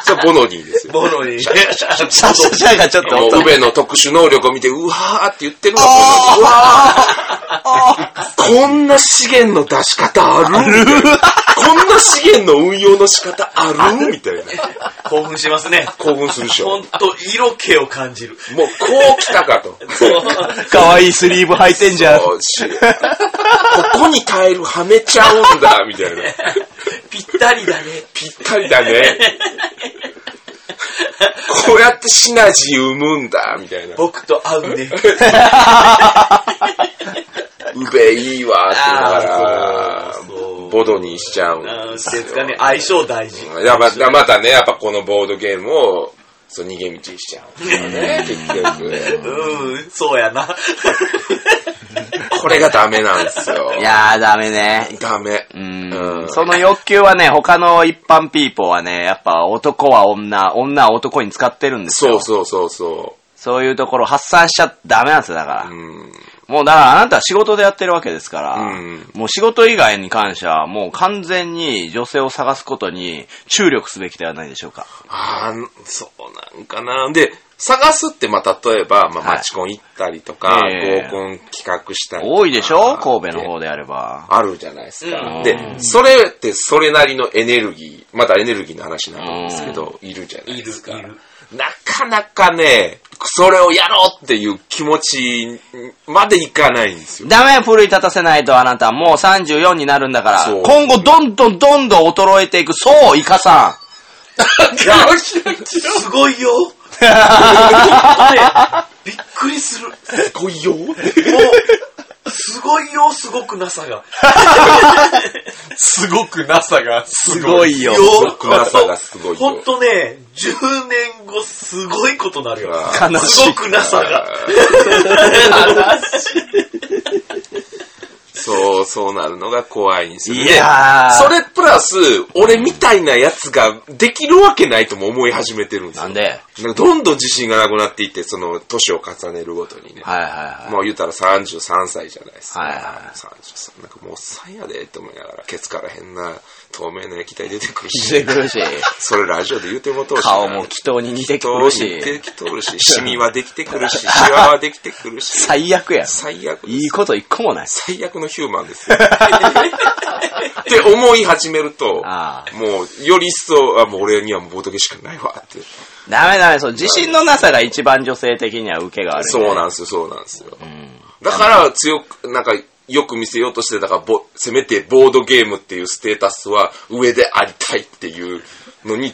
[SPEAKER 4] それボドニーですよ。
[SPEAKER 1] ボロニー。
[SPEAKER 2] シャシャシャがちょっと
[SPEAKER 4] もう、
[SPEAKER 2] 音
[SPEAKER 4] ウベの特殊能力を見て、うわーって言ってるのはボドニーうわーこんな資源の出し方あるこんな資源の運用の仕方あるみたいな。
[SPEAKER 1] 興奮しますね。
[SPEAKER 4] 興奮するでしょ。も
[SPEAKER 1] ほ
[SPEAKER 4] うん
[SPEAKER 1] と、色気を感じる。
[SPEAKER 4] こう来たかと。
[SPEAKER 1] そう。
[SPEAKER 2] 可愛いスリーブ履いてんじゃん。
[SPEAKER 4] よしここに耐えるはめちゃうんだ、みたいな。
[SPEAKER 1] ぴったりだね。
[SPEAKER 4] ぴったりだね。こうやってシナジー生むんだ、みたいな。
[SPEAKER 1] 僕と合うね。
[SPEAKER 4] うべいいわ、って言いなが
[SPEAKER 1] あーそうそう
[SPEAKER 4] ら、ボドにしちゃうん
[SPEAKER 1] なん
[SPEAKER 4] です
[SPEAKER 1] ていうんで
[SPEAKER 4] よ
[SPEAKER 1] すかね、相性大事。
[SPEAKER 4] やっぱまたね、やっぱこのボードゲームを、そう、逃げ道にしちゃうんですよね、結局。
[SPEAKER 1] うん、そうやな。
[SPEAKER 4] これがダメなんですよ。
[SPEAKER 2] いやー、ダメね。
[SPEAKER 4] ダメ。
[SPEAKER 2] うん
[SPEAKER 4] うん
[SPEAKER 2] その欲求は
[SPEAKER 4] *laughs*
[SPEAKER 2] ね、他の一般ピーポーはね、やっぱ男は女、女は男に使ってるんですよ。
[SPEAKER 4] そうそうそうそ
[SPEAKER 2] そういうところ発散しちゃダメなんですよ、だから。
[SPEAKER 4] う。うん。
[SPEAKER 2] もうだからあなたは仕事でやってるわけですから、
[SPEAKER 4] うん
[SPEAKER 2] もう仕事以外に関しては、もう完全に女性を探すことに注力すべきではないでしょうか。
[SPEAKER 4] ああ、そうなんかな。で、探すって、まあ、例えば、まあ、
[SPEAKER 2] はい
[SPEAKER 4] マチコン行ったりとか、
[SPEAKER 2] ええ
[SPEAKER 4] 合コン企画したりとか
[SPEAKER 2] 多いでしょ神戸の方であれば。
[SPEAKER 4] あるじゃないです
[SPEAKER 2] う
[SPEAKER 4] か
[SPEAKER 2] ん。
[SPEAKER 4] で、それってそれなりのエネルギー、まだエネルギーの話なんですけど、いるじゃな
[SPEAKER 1] い
[SPEAKER 4] いで
[SPEAKER 1] る
[SPEAKER 4] す、か。
[SPEAKER 1] いる。
[SPEAKER 4] なかなかね、それをやろうっていう気持ちまでいかないんです
[SPEAKER 2] *laughs*
[SPEAKER 4] よ。
[SPEAKER 2] ダメ奮い立たせないとあなたもう34になるんだから
[SPEAKER 4] そう、
[SPEAKER 2] 今後どんどんどんどん衰えていく、そう、イカさん。
[SPEAKER 1] すごいよ。びっくりする。も
[SPEAKER 4] すごいよ。
[SPEAKER 1] う、すごいよ、すごくなさが。
[SPEAKER 6] すごく NASA がす
[SPEAKER 2] すごいよ。
[SPEAKER 4] ごくなさがすごいよ
[SPEAKER 1] ほんとね、10年後すごいことなるよ。
[SPEAKER 4] あ
[SPEAKER 2] 悲
[SPEAKER 1] す
[SPEAKER 2] し
[SPEAKER 1] ご。
[SPEAKER 2] い
[SPEAKER 1] くなさが。
[SPEAKER 4] そう、そうなるのが怖いんですよね。
[SPEAKER 2] いやー
[SPEAKER 4] それプラス、俺みたいなやつができるわけないとも思い始めてるんですよ。
[SPEAKER 2] なんではい
[SPEAKER 4] なんかどんどん自信がなくなっていって、その、年を重ねるごとにね。
[SPEAKER 2] はいはい。
[SPEAKER 4] もう言うたら33歳じゃないですか。
[SPEAKER 2] はいはいはい
[SPEAKER 4] 33。なんかもうおっさんやでって思いながら、ケツから変な透明な液体出てくる
[SPEAKER 2] 出て *laughs*
[SPEAKER 4] し、
[SPEAKER 2] くるし、
[SPEAKER 4] それラジオで言うてもとうしな
[SPEAKER 2] 顔も祈祷に似てくる
[SPEAKER 4] 似て
[SPEAKER 2] し、
[SPEAKER 4] きとるし、シミはできて
[SPEAKER 2] *laughs*
[SPEAKER 4] くるし、シワはできてくるし、
[SPEAKER 2] 最悪や。
[SPEAKER 4] 最悪です
[SPEAKER 2] いいこと一個もない。
[SPEAKER 4] 最悪のヒューマンですよ。 *laughs* って思い始めると、
[SPEAKER 2] あ
[SPEAKER 4] もう、より一層、あ、もう俺にはもうボトゲしかないわって。
[SPEAKER 2] ダメダメ、そう、自信のなさが一番女性的には受けがある。。
[SPEAKER 4] そうなんんですよ、そうなんですよ。だから、強く、なんか、よく見せようとして、だからぼ、せめてボードゲームっていうステータスは上でありたいっていうのに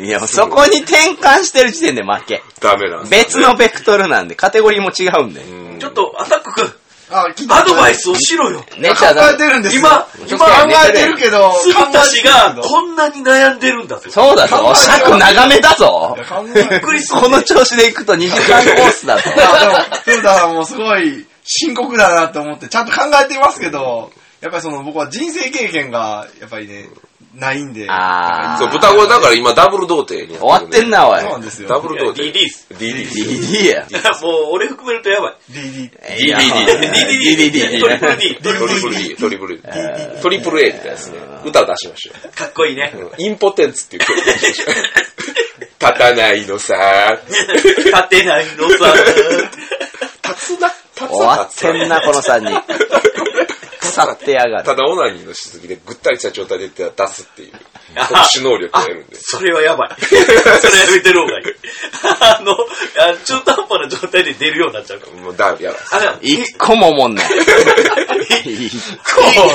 [SPEAKER 2] いや、そこに転換してる時点で負け。
[SPEAKER 4] ダメなんです
[SPEAKER 2] 別
[SPEAKER 4] よ。
[SPEAKER 2] のベクトルなんで、カテゴリーも違うんで。
[SPEAKER 1] ちょっと、アタック君、
[SPEAKER 5] あ、聞い
[SPEAKER 1] アドバイスをしろよ。
[SPEAKER 2] ね
[SPEAKER 5] 考えてるんですよ
[SPEAKER 1] 今、
[SPEAKER 5] 今
[SPEAKER 1] 今、
[SPEAKER 5] 考えてるけど、考
[SPEAKER 1] 杉田
[SPEAKER 5] え
[SPEAKER 1] 氏がこんなに悩んでるんだぞ。
[SPEAKER 2] そうだぞ、尺長めだぞ。
[SPEAKER 5] てるけど。考え
[SPEAKER 1] びっくりする
[SPEAKER 2] この調子で行くと2時間コースだぞ。
[SPEAKER 5] あでも、古田さんもすごい深刻だなと思って、ちゃんと考えてますけど、やっぱりその僕は人生経験が、やっぱりね、ないんで。
[SPEAKER 2] あー
[SPEAKER 4] そう、豚声だから今ダブル童貞に
[SPEAKER 2] 終わってんな、おい
[SPEAKER 5] そう。なんですよ。
[SPEAKER 4] ダブル童貞。
[SPEAKER 1] DD っす。
[SPEAKER 4] DD。
[SPEAKER 2] DD や。
[SPEAKER 1] *laughs* もう、俺含めるとやばい。
[SPEAKER 5] DD。
[SPEAKER 2] いや
[SPEAKER 1] DDD。トリプル D。
[SPEAKER 4] トリプル D、トリプル D。トリプル A みたいなやつね。歌を出しましょう。
[SPEAKER 1] かっこいいね。
[SPEAKER 4] インポテンツっていう *laughs* 曲を出しましょう。立たないのさ
[SPEAKER 1] *laughs* 勝てないのさ。
[SPEAKER 4] 立つな、立つ
[SPEAKER 2] 終わ
[SPEAKER 4] な
[SPEAKER 2] っ、
[SPEAKER 4] 立つな。
[SPEAKER 2] てんな、この3人。腐ってやがる。
[SPEAKER 4] ただオナニーのしすぎでぐったりした状態で出すっていう
[SPEAKER 1] あ
[SPEAKER 4] 特殊能力を得るんで。
[SPEAKER 1] それはやばい。 *laughs* それはやめてる方がいい。あの、あ中途半端な状態で出るようになっちゃうから。
[SPEAKER 4] もうだいぶやばい。
[SPEAKER 1] あれ、
[SPEAKER 2] 一個もおもん
[SPEAKER 6] *laughs*
[SPEAKER 2] ない。一個も。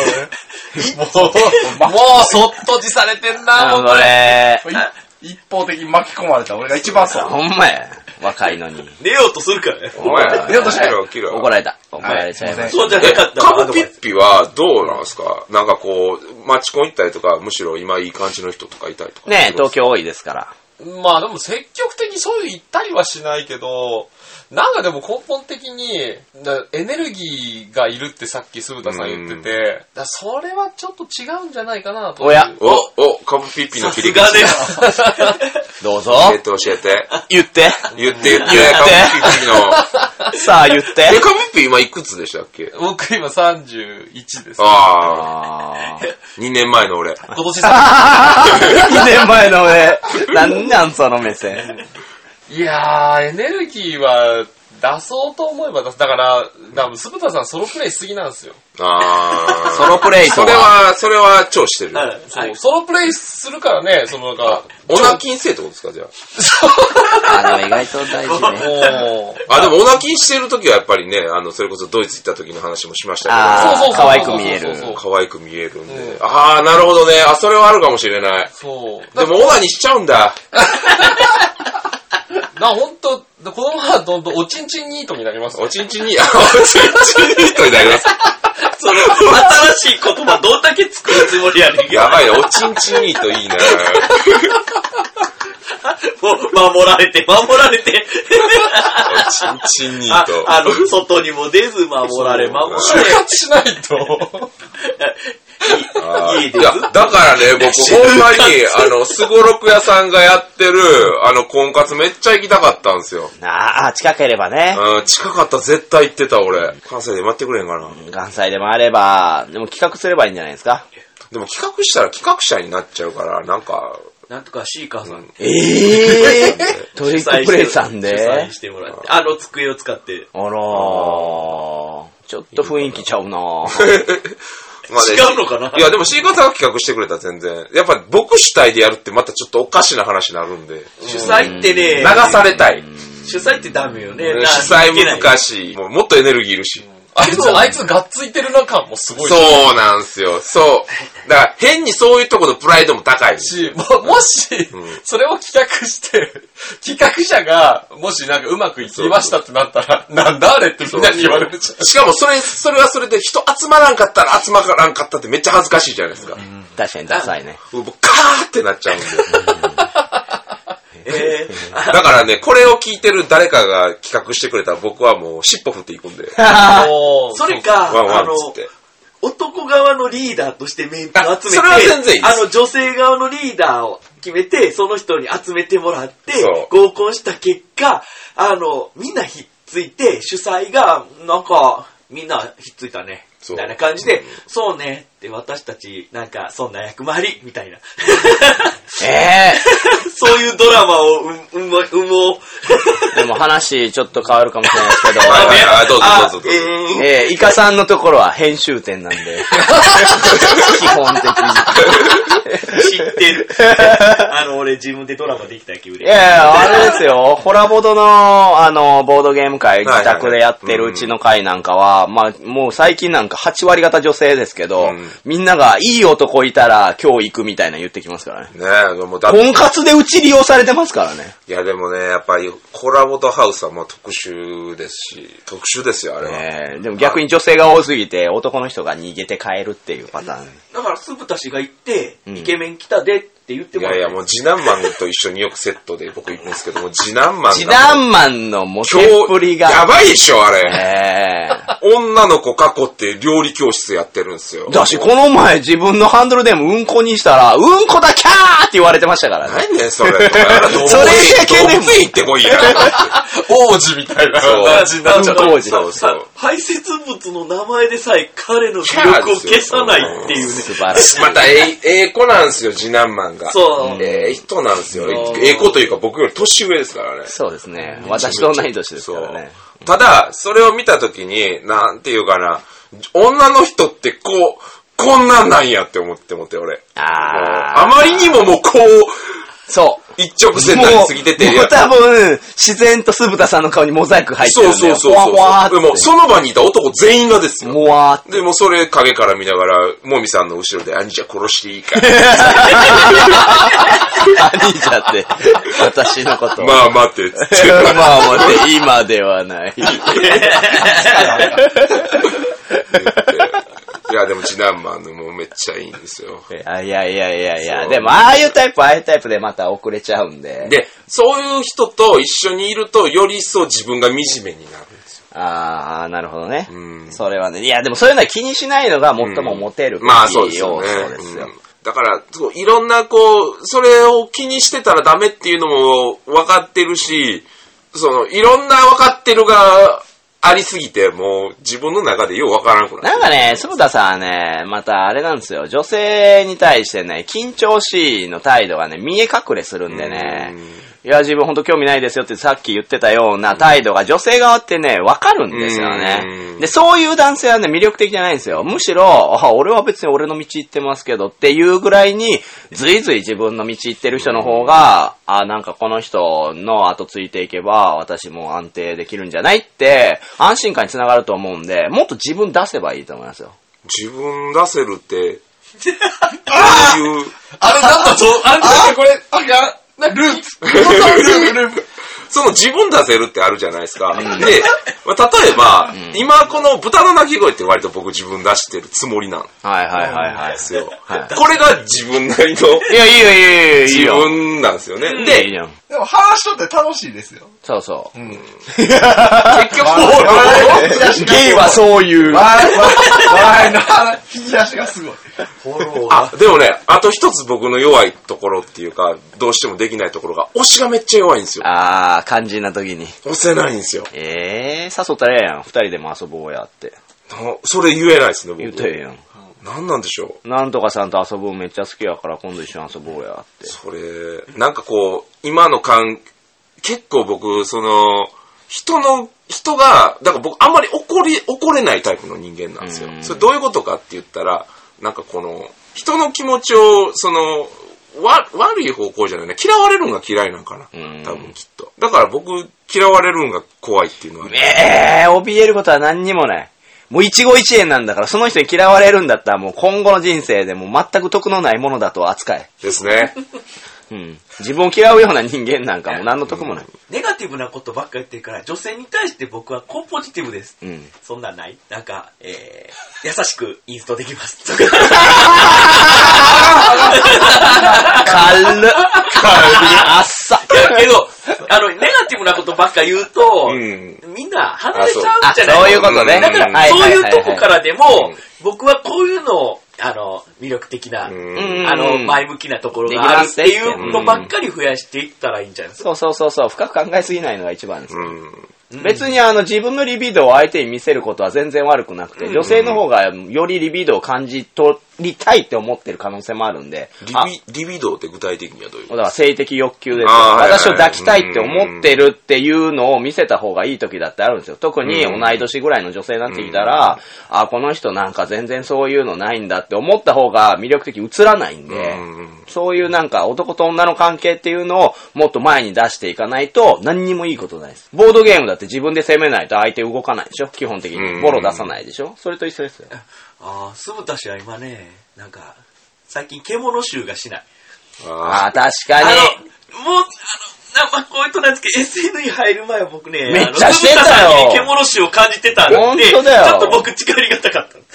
[SPEAKER 6] もう、もう、そっとじされてんな、
[SPEAKER 2] あ
[SPEAKER 6] もう。
[SPEAKER 2] のね、
[SPEAKER 5] い一方的に巻き込まれた俺が一番そう。
[SPEAKER 2] ほんまや。若いのに。
[SPEAKER 1] 寝ようとするからね。
[SPEAKER 4] お前
[SPEAKER 2] おい
[SPEAKER 5] 寝ようとしない
[SPEAKER 4] 起きろ
[SPEAKER 2] 怒られた。怒られちゃいま
[SPEAKER 5] はい
[SPEAKER 2] し
[SPEAKER 5] す
[SPEAKER 2] た。
[SPEAKER 1] そうじゃな
[SPEAKER 4] え、
[SPEAKER 1] かった
[SPEAKER 4] カ
[SPEAKER 1] アド
[SPEAKER 4] ブ
[SPEAKER 1] バ
[SPEAKER 4] ピ
[SPEAKER 1] イス
[SPEAKER 4] ッピはどうなんですかなんかこう、マチコン行ったりとか、むしろ今いい感じの人とかいたりとか。
[SPEAKER 2] ねえ、東京多いですから。
[SPEAKER 6] まあでも積極的にそういう行ったりはしないけど、なんかでも根本的になエネルギーがいるってさっき鈴田さん言ってて、だからそれはちょっと違うんじゃないかなと。
[SPEAKER 2] おや
[SPEAKER 4] お、お、カブピッピの切り口。
[SPEAKER 1] さ
[SPEAKER 4] 教
[SPEAKER 1] すがね。
[SPEAKER 2] どうぞ。
[SPEAKER 4] えて教えて。
[SPEAKER 2] 言って。
[SPEAKER 4] 言って言
[SPEAKER 2] 言って
[SPEAKER 4] って、カブピッピの。
[SPEAKER 2] さあ、言って
[SPEAKER 4] え、。カブピッピ今いくつでしたっけ
[SPEAKER 6] 僕今31です。
[SPEAKER 4] ああ、
[SPEAKER 2] あー
[SPEAKER 4] 2年前の俺。
[SPEAKER 6] 今年さ
[SPEAKER 2] 2年前の俺、なんなんその目線。
[SPEAKER 4] *laughs*
[SPEAKER 6] いやー、エネルギーは出そうと思えば出す。だから、多分鈴田さんソロプレイしすぎなんですよ。
[SPEAKER 4] あ
[SPEAKER 2] ソロプレイ
[SPEAKER 4] あ、
[SPEAKER 2] と
[SPEAKER 4] それは、それは超してる。
[SPEAKER 1] はい
[SPEAKER 6] そうソロプレイするからね、そのなんか、
[SPEAKER 4] オナキン制ってことですか、じゃ
[SPEAKER 2] あの、意外と大事ね。
[SPEAKER 6] もう、
[SPEAKER 4] あ。あ、でもオナキンしてる時はやっぱりね、あの、それこそドイツ行った時の話もしましたけど。
[SPEAKER 2] あ
[SPEAKER 6] そうそうそうそうそう
[SPEAKER 2] ー、可愛く見える。
[SPEAKER 4] 可愛く見えるんで。
[SPEAKER 6] うん
[SPEAKER 4] ああ、なるほどね。あ、それはあるかもしれない。
[SPEAKER 6] そう。
[SPEAKER 4] でも、オナにしちゃうんだ。 *laughs*
[SPEAKER 6] な、ほんと、このままどんどんおちんちんニートになりますね
[SPEAKER 4] おちんちんに、あ、おちんちんにとになります。
[SPEAKER 1] その、新しい言葉どんだけ作るつもりやねんけど。
[SPEAKER 4] やばいな、おちんちんにといいな。
[SPEAKER 1] もう、守られて、守られて。
[SPEAKER 4] おちんちんに
[SPEAKER 1] あ
[SPEAKER 4] と。
[SPEAKER 1] あの、外にも出ず、守られ、守られ。
[SPEAKER 6] 就活しないと。
[SPEAKER 4] あー
[SPEAKER 1] いいです
[SPEAKER 4] や、だからね、僕、ほんまに、あの、すごろく屋さんがやってる、あの、婚活めっちゃ行きたかったんですよ。
[SPEAKER 2] ああ、近ければね。
[SPEAKER 4] うん、近かった、絶対行ってた、俺。関西で待ってくれへんかな。
[SPEAKER 2] 関西でもあれば、でも企画すればいいんじゃないですか。
[SPEAKER 4] でも企画したら企画者になっちゃうから、なんか、
[SPEAKER 1] なんとかシーカーさん
[SPEAKER 2] *laughs* ええー、トリックプレイさん
[SPEAKER 1] 主
[SPEAKER 2] で
[SPEAKER 1] 催。してもらって。あの机を使って。
[SPEAKER 2] あらー。ちょっと雰囲気ちゃうなー
[SPEAKER 4] まあね
[SPEAKER 1] 違うのかない
[SPEAKER 4] や、でも C 型が企画してくれた、全然。やっぱ、僕主体でやるってまたちょっとおかしな話になるんで。
[SPEAKER 1] 主催ってね
[SPEAKER 4] 流、されたい。
[SPEAKER 1] 主催ってダメよね。な
[SPEAKER 4] 主催
[SPEAKER 1] いけない
[SPEAKER 4] 難しい。もうもっとエネルギーいるし。
[SPEAKER 6] あいつ、あいつがっついてるな感もすごいし
[SPEAKER 4] そうなんすよ。そう。だから、変にそういうとこのプライドも高いし。
[SPEAKER 6] し、ももし、それを企画して、企画者が、もしなんかうまくいきましたってなったら、なんだあれってみんなに言われるじゃん。
[SPEAKER 4] しかも、それ、それはそれで人集まらんかったら集まらんかったってめっちゃ恥ずかしいじゃないですか。
[SPEAKER 2] *laughs* 確かにダサいね。
[SPEAKER 4] もうカーってなっちゃうんで。
[SPEAKER 1] えー
[SPEAKER 4] だからね、これを聞いてる誰かが企画してくれたら僕はもう尻尾振っていくんで。
[SPEAKER 6] も
[SPEAKER 1] *laughs*
[SPEAKER 6] う
[SPEAKER 1] それ
[SPEAKER 4] ワ
[SPEAKER 1] か、
[SPEAKER 4] ンワ
[SPEAKER 1] あ
[SPEAKER 4] ンっ
[SPEAKER 1] の、
[SPEAKER 4] つって。
[SPEAKER 1] 男側のリーダーとしてメンバーを集めて、
[SPEAKER 4] あそれは全然いいです
[SPEAKER 1] あの女性側のリーダーを決めて、その人に集めてもらって
[SPEAKER 4] そう、
[SPEAKER 1] 合コンした結果、あの、みんなひっついて、主催が、なんか、みんなひっついたね。
[SPEAKER 4] そう
[SPEAKER 1] みたいな感じで、そうねって私たち、なんか、そんな役回り、みたいな。 *laughs*
[SPEAKER 2] え
[SPEAKER 1] そういうドラマをうん、うんも、うんも、
[SPEAKER 2] えー。でも話ちょっと変わるかもしれないですけど。 *laughs*
[SPEAKER 4] はいはいはいどうぞ
[SPEAKER 1] あ
[SPEAKER 4] どうぞどうぞ。
[SPEAKER 1] えー
[SPEAKER 2] えー、イカさんのところは編集点なん *laughs* で。基本的に。
[SPEAKER 4] *laughs*
[SPEAKER 1] 知ってる。あの、俺自分でドラマできた気分
[SPEAKER 2] い
[SPEAKER 1] で。
[SPEAKER 2] やいや、あれですよ。ホラボドの、あの、ボードゲーム会、
[SPEAKER 4] はい
[SPEAKER 2] 自宅でやってるうちの会なんかは、まあ、もう最近なんか8割方女性ですけど、
[SPEAKER 4] うん
[SPEAKER 2] みんながいい男いたら今日行くみたいな言ってきますからね。
[SPEAKER 4] ねえ、もうだって
[SPEAKER 2] 婚活でうち利用されてますからね。
[SPEAKER 4] いやでもね、やっぱりコラボとハウスはもう特殊ですし、特殊ですよ、あれは。
[SPEAKER 2] えーでも逆に女性が多すぎて男の人が逃げて帰るっていうパターン。
[SPEAKER 1] だから、すぶたしが行って、
[SPEAKER 2] うん
[SPEAKER 1] イケメン来たでってって言って
[SPEAKER 4] い
[SPEAKER 1] もらっ
[SPEAKER 4] や
[SPEAKER 1] て
[SPEAKER 4] いや、もう次男マンと一緒によくセットで僕行くんですけども、次男マンが。
[SPEAKER 2] 次男マンのモテ
[SPEAKER 4] 今
[SPEAKER 2] っぷり
[SPEAKER 4] 日、や
[SPEAKER 2] が。
[SPEAKER 4] ばいでしょ、あれ。
[SPEAKER 2] ええ
[SPEAKER 4] 女の子過去って料理教室やってるんです
[SPEAKER 2] *laughs*
[SPEAKER 4] よ。
[SPEAKER 2] だし、この前自分のハンドルネームうんこにしたら、うんこだキャーって言われてましたからね。
[SPEAKER 4] 何ね、それ。お前ら動物園
[SPEAKER 2] それだけでも
[SPEAKER 4] 動物園行ってこいや。
[SPEAKER 6] 王子みたいな
[SPEAKER 4] そう
[SPEAKER 6] 感じになっちゃった。
[SPEAKER 2] うんこ王子
[SPEAKER 4] そうそう。
[SPEAKER 1] 排泄物の名前でさえ彼の魅力を消さないっていうね。
[SPEAKER 2] 素晴らしい。
[SPEAKER 4] またええ、ええ子なんですよ、次男マンが。
[SPEAKER 1] そう。
[SPEAKER 4] ええ人なんですよ
[SPEAKER 1] そ。う
[SPEAKER 4] ええ子というか僕より年上ですからね。
[SPEAKER 2] そうですね。私と同い年ですからね。
[SPEAKER 4] そう。ただ、それを見たときに、なんていうかな、女の人ってこう、こんなんなんやって思ってもって、俺。
[SPEAKER 2] ああ、
[SPEAKER 4] あまりにももうこう、
[SPEAKER 2] そう。
[SPEAKER 4] 一直線になり
[SPEAKER 2] も
[SPEAKER 4] すぎてて。
[SPEAKER 2] う、もう多分、自然と酢豚さんの顔にモザイク入ってる
[SPEAKER 4] そ
[SPEAKER 2] ん
[SPEAKER 4] う
[SPEAKER 2] で。
[SPEAKER 4] そうそうそう。
[SPEAKER 2] ふわふ
[SPEAKER 4] でも、その場にいた男全員がですよ。
[SPEAKER 2] もわーって。
[SPEAKER 4] でも、それ影から見ながら、もみさんの後ろで、兄ちゃん殺していいか。
[SPEAKER 2] 兄
[SPEAKER 4] *laughs*
[SPEAKER 2] ちゃんって、私のことを。
[SPEAKER 4] まあ待って、つって。
[SPEAKER 2] まあ待って、今では
[SPEAKER 4] *laughs*
[SPEAKER 2] ない。
[SPEAKER 4] いや、でも、次男マンのもめっちゃいいんですよ。
[SPEAKER 2] いやいやいやいやい
[SPEAKER 4] そ
[SPEAKER 2] や、
[SPEAKER 4] う
[SPEAKER 2] でも、ああいうタイプ、ああいうタイプでまた遅れちゃうんで。
[SPEAKER 4] で、そういう人と一緒にいると、より一層自分が惨めになるんですよ。
[SPEAKER 2] ああ、なるほどね。
[SPEAKER 4] うん
[SPEAKER 2] それはね。いや、でもそういうのは気にしないのが最もモテるべき
[SPEAKER 4] まあ、そう
[SPEAKER 2] 要
[SPEAKER 4] ですよ
[SPEAKER 2] 素
[SPEAKER 4] ね
[SPEAKER 2] です。よ
[SPEAKER 4] うん。だから、そういろんな、こう、それを気にしてたらダメっていうのも分かってるし、その、いろんな分かってるがありすぎて、もう自分の中でよう分からなくなる。
[SPEAKER 2] なんかね、鈴田さんはね、またあれなんですよ。女性に対してね、緊張しいの態度がね、見え隠れするんでね。いや、自分ほんと興味ないですよってさっき言ってたような態度が女性側ってね、わかるんですよ
[SPEAKER 4] う
[SPEAKER 2] ね
[SPEAKER 4] ん。
[SPEAKER 2] で、そういう男性はね、魅力的じゃないんですよ。むしろ、あ俺は別に俺の道行ってますけどっていうぐらいに、ずいずい自分の道行ってる人の方が、あ、なんかこの人の後ついていけば、私も安定できるんじゃないって、安心感につながると思うんで、もっと自分出せばいいと思いますよ。
[SPEAKER 4] 自分出せる
[SPEAKER 2] *laughs*
[SPEAKER 4] って、そういう、
[SPEAKER 6] あれなんだぞ、あれなんだこれ、あ、なループ。ループ。
[SPEAKER 4] その自分出せるってあるじゃないですか。で、まあ、例えば、今この豚の鳴き声って割と僕自分出してるつもりなんで
[SPEAKER 2] はいはいはいはい。
[SPEAKER 4] すよ。
[SPEAKER 2] はい
[SPEAKER 4] これが自分なりの
[SPEAKER 2] いや、いいよいいよいいよ。
[SPEAKER 4] 自
[SPEAKER 2] いいよ
[SPEAKER 4] 分なんですよね。
[SPEAKER 2] いい
[SPEAKER 4] で、
[SPEAKER 2] じゃん。
[SPEAKER 5] でも話しとって楽しいですよ。 *laughs*
[SPEAKER 2] そうそう。
[SPEAKER 4] 結局、
[SPEAKER 2] *laughs* ゲイはそういう。
[SPEAKER 5] 笑い、笑いの話、引き出しがすごい。
[SPEAKER 4] あ、でもね、あと一つ僕の弱いところっていうか、どうしてもできないところが、推しがめっちゃ弱いんですよ。
[SPEAKER 2] あー、肝心な時に。
[SPEAKER 4] 推せないんですよ。
[SPEAKER 2] えー、誘ったらええやん。二人でも遊ぼうやって。
[SPEAKER 4] なそれ言えないですね、
[SPEAKER 2] 言うとえ
[SPEAKER 4] 僕。
[SPEAKER 2] えやん。
[SPEAKER 4] なんなんでしょう。
[SPEAKER 2] なんとかさんと遊ぶんめっちゃ好きやから今度一緒に遊ぼうやって。
[SPEAKER 4] それ、なんかこう、今の感、結構僕、その、人の、人が、だから僕、あんまり怒り、怒れないタイプの人間なんですよ
[SPEAKER 2] う。ん
[SPEAKER 4] それどういうことかって言ったら、なんかこの、人の気持ちを、その、わ、悪い方向じゃないね。嫌われるんが嫌いなんかな。
[SPEAKER 2] うん
[SPEAKER 4] 多分きっと。だから僕、嫌われるんが怖いっていうのは、
[SPEAKER 2] えー、怯えることは何にもない。もう一期一会なんだから、その人に嫌われるんだったらもう今後の人生でもう全く得のないものだと扱え。
[SPEAKER 4] ですね。
[SPEAKER 2] うん。自分を嫌うような人間なんかもう何の得もない。
[SPEAKER 1] ネガティブなことばっか言ってるから、女性に対して僕はコンポジティブです。
[SPEAKER 2] うん。
[SPEAKER 1] そんなんないなんか、えー、優しくインストできます。とか
[SPEAKER 2] 軽っ。軽っ。 *laughs* あっさ。
[SPEAKER 1] けど、あの、ネガティブなことばっか言うと、
[SPEAKER 4] うん。
[SPEAKER 1] みんな離れちゃうんじゃ
[SPEAKER 2] あ
[SPEAKER 1] ない
[SPEAKER 2] そういうことね
[SPEAKER 1] だか
[SPEAKER 4] う
[SPEAKER 1] ら、
[SPEAKER 4] ん
[SPEAKER 2] はい
[SPEAKER 1] そう
[SPEAKER 2] はい
[SPEAKER 1] い
[SPEAKER 2] はいうはい
[SPEAKER 1] とこからでも、
[SPEAKER 4] うん
[SPEAKER 1] 僕はこういうのを、あの、魅力的な、
[SPEAKER 4] うん
[SPEAKER 1] あの、前向きなところがあるっていうのばっかり増やしていったらいいんじゃないですか。
[SPEAKER 2] そうそうそうそう、深く考えすぎないのが一番です。
[SPEAKER 4] うん。
[SPEAKER 2] 別にあの自分のリビドーを相手に見せることは全然悪くなくて、女性の方がよりリビドーを感じ取りたいって思ってる可能性もあるんで、
[SPEAKER 4] リ
[SPEAKER 2] あ
[SPEAKER 4] ビ、リビドーって具体的にはどういうこ
[SPEAKER 2] だから性的欲求ですよ。
[SPEAKER 4] あーはいはいはい
[SPEAKER 2] 私を抱きたいって思ってるっていうのを見せた方がいい時だってあるんですよ。特に
[SPEAKER 4] うん
[SPEAKER 2] 同い年ぐらいの女性になってきたら、あ、この人なんか全然そういうのないんだって思った方が魅力的に映らないん
[SPEAKER 4] と
[SPEAKER 2] で、
[SPEAKER 4] うん
[SPEAKER 2] そういうなんか男と女の関係っていうのをもっと前に出していかないと何にもいいことないです。ボードゲームだって自分で攻めないと相手動かないでしょ基本的
[SPEAKER 4] う
[SPEAKER 2] に。
[SPEAKER 4] ん
[SPEAKER 2] ボロ出さないでしょそれと一緒ですよ。
[SPEAKER 1] ああ、酢豚氏は今ね、なんか、最近獣臭がしない。
[SPEAKER 4] あ
[SPEAKER 2] ああ、確
[SPEAKER 1] あ
[SPEAKER 2] かに。
[SPEAKER 1] の、もう、あの、なまあ、こういうとなんですけど、SN に入る前は僕ね、
[SPEAKER 2] めっちゃしてたよ
[SPEAKER 1] あの酢豚さんに獣臭を感じてたんで、
[SPEAKER 2] 本当だよ
[SPEAKER 1] ちょっと僕力がたかった。 *laughs*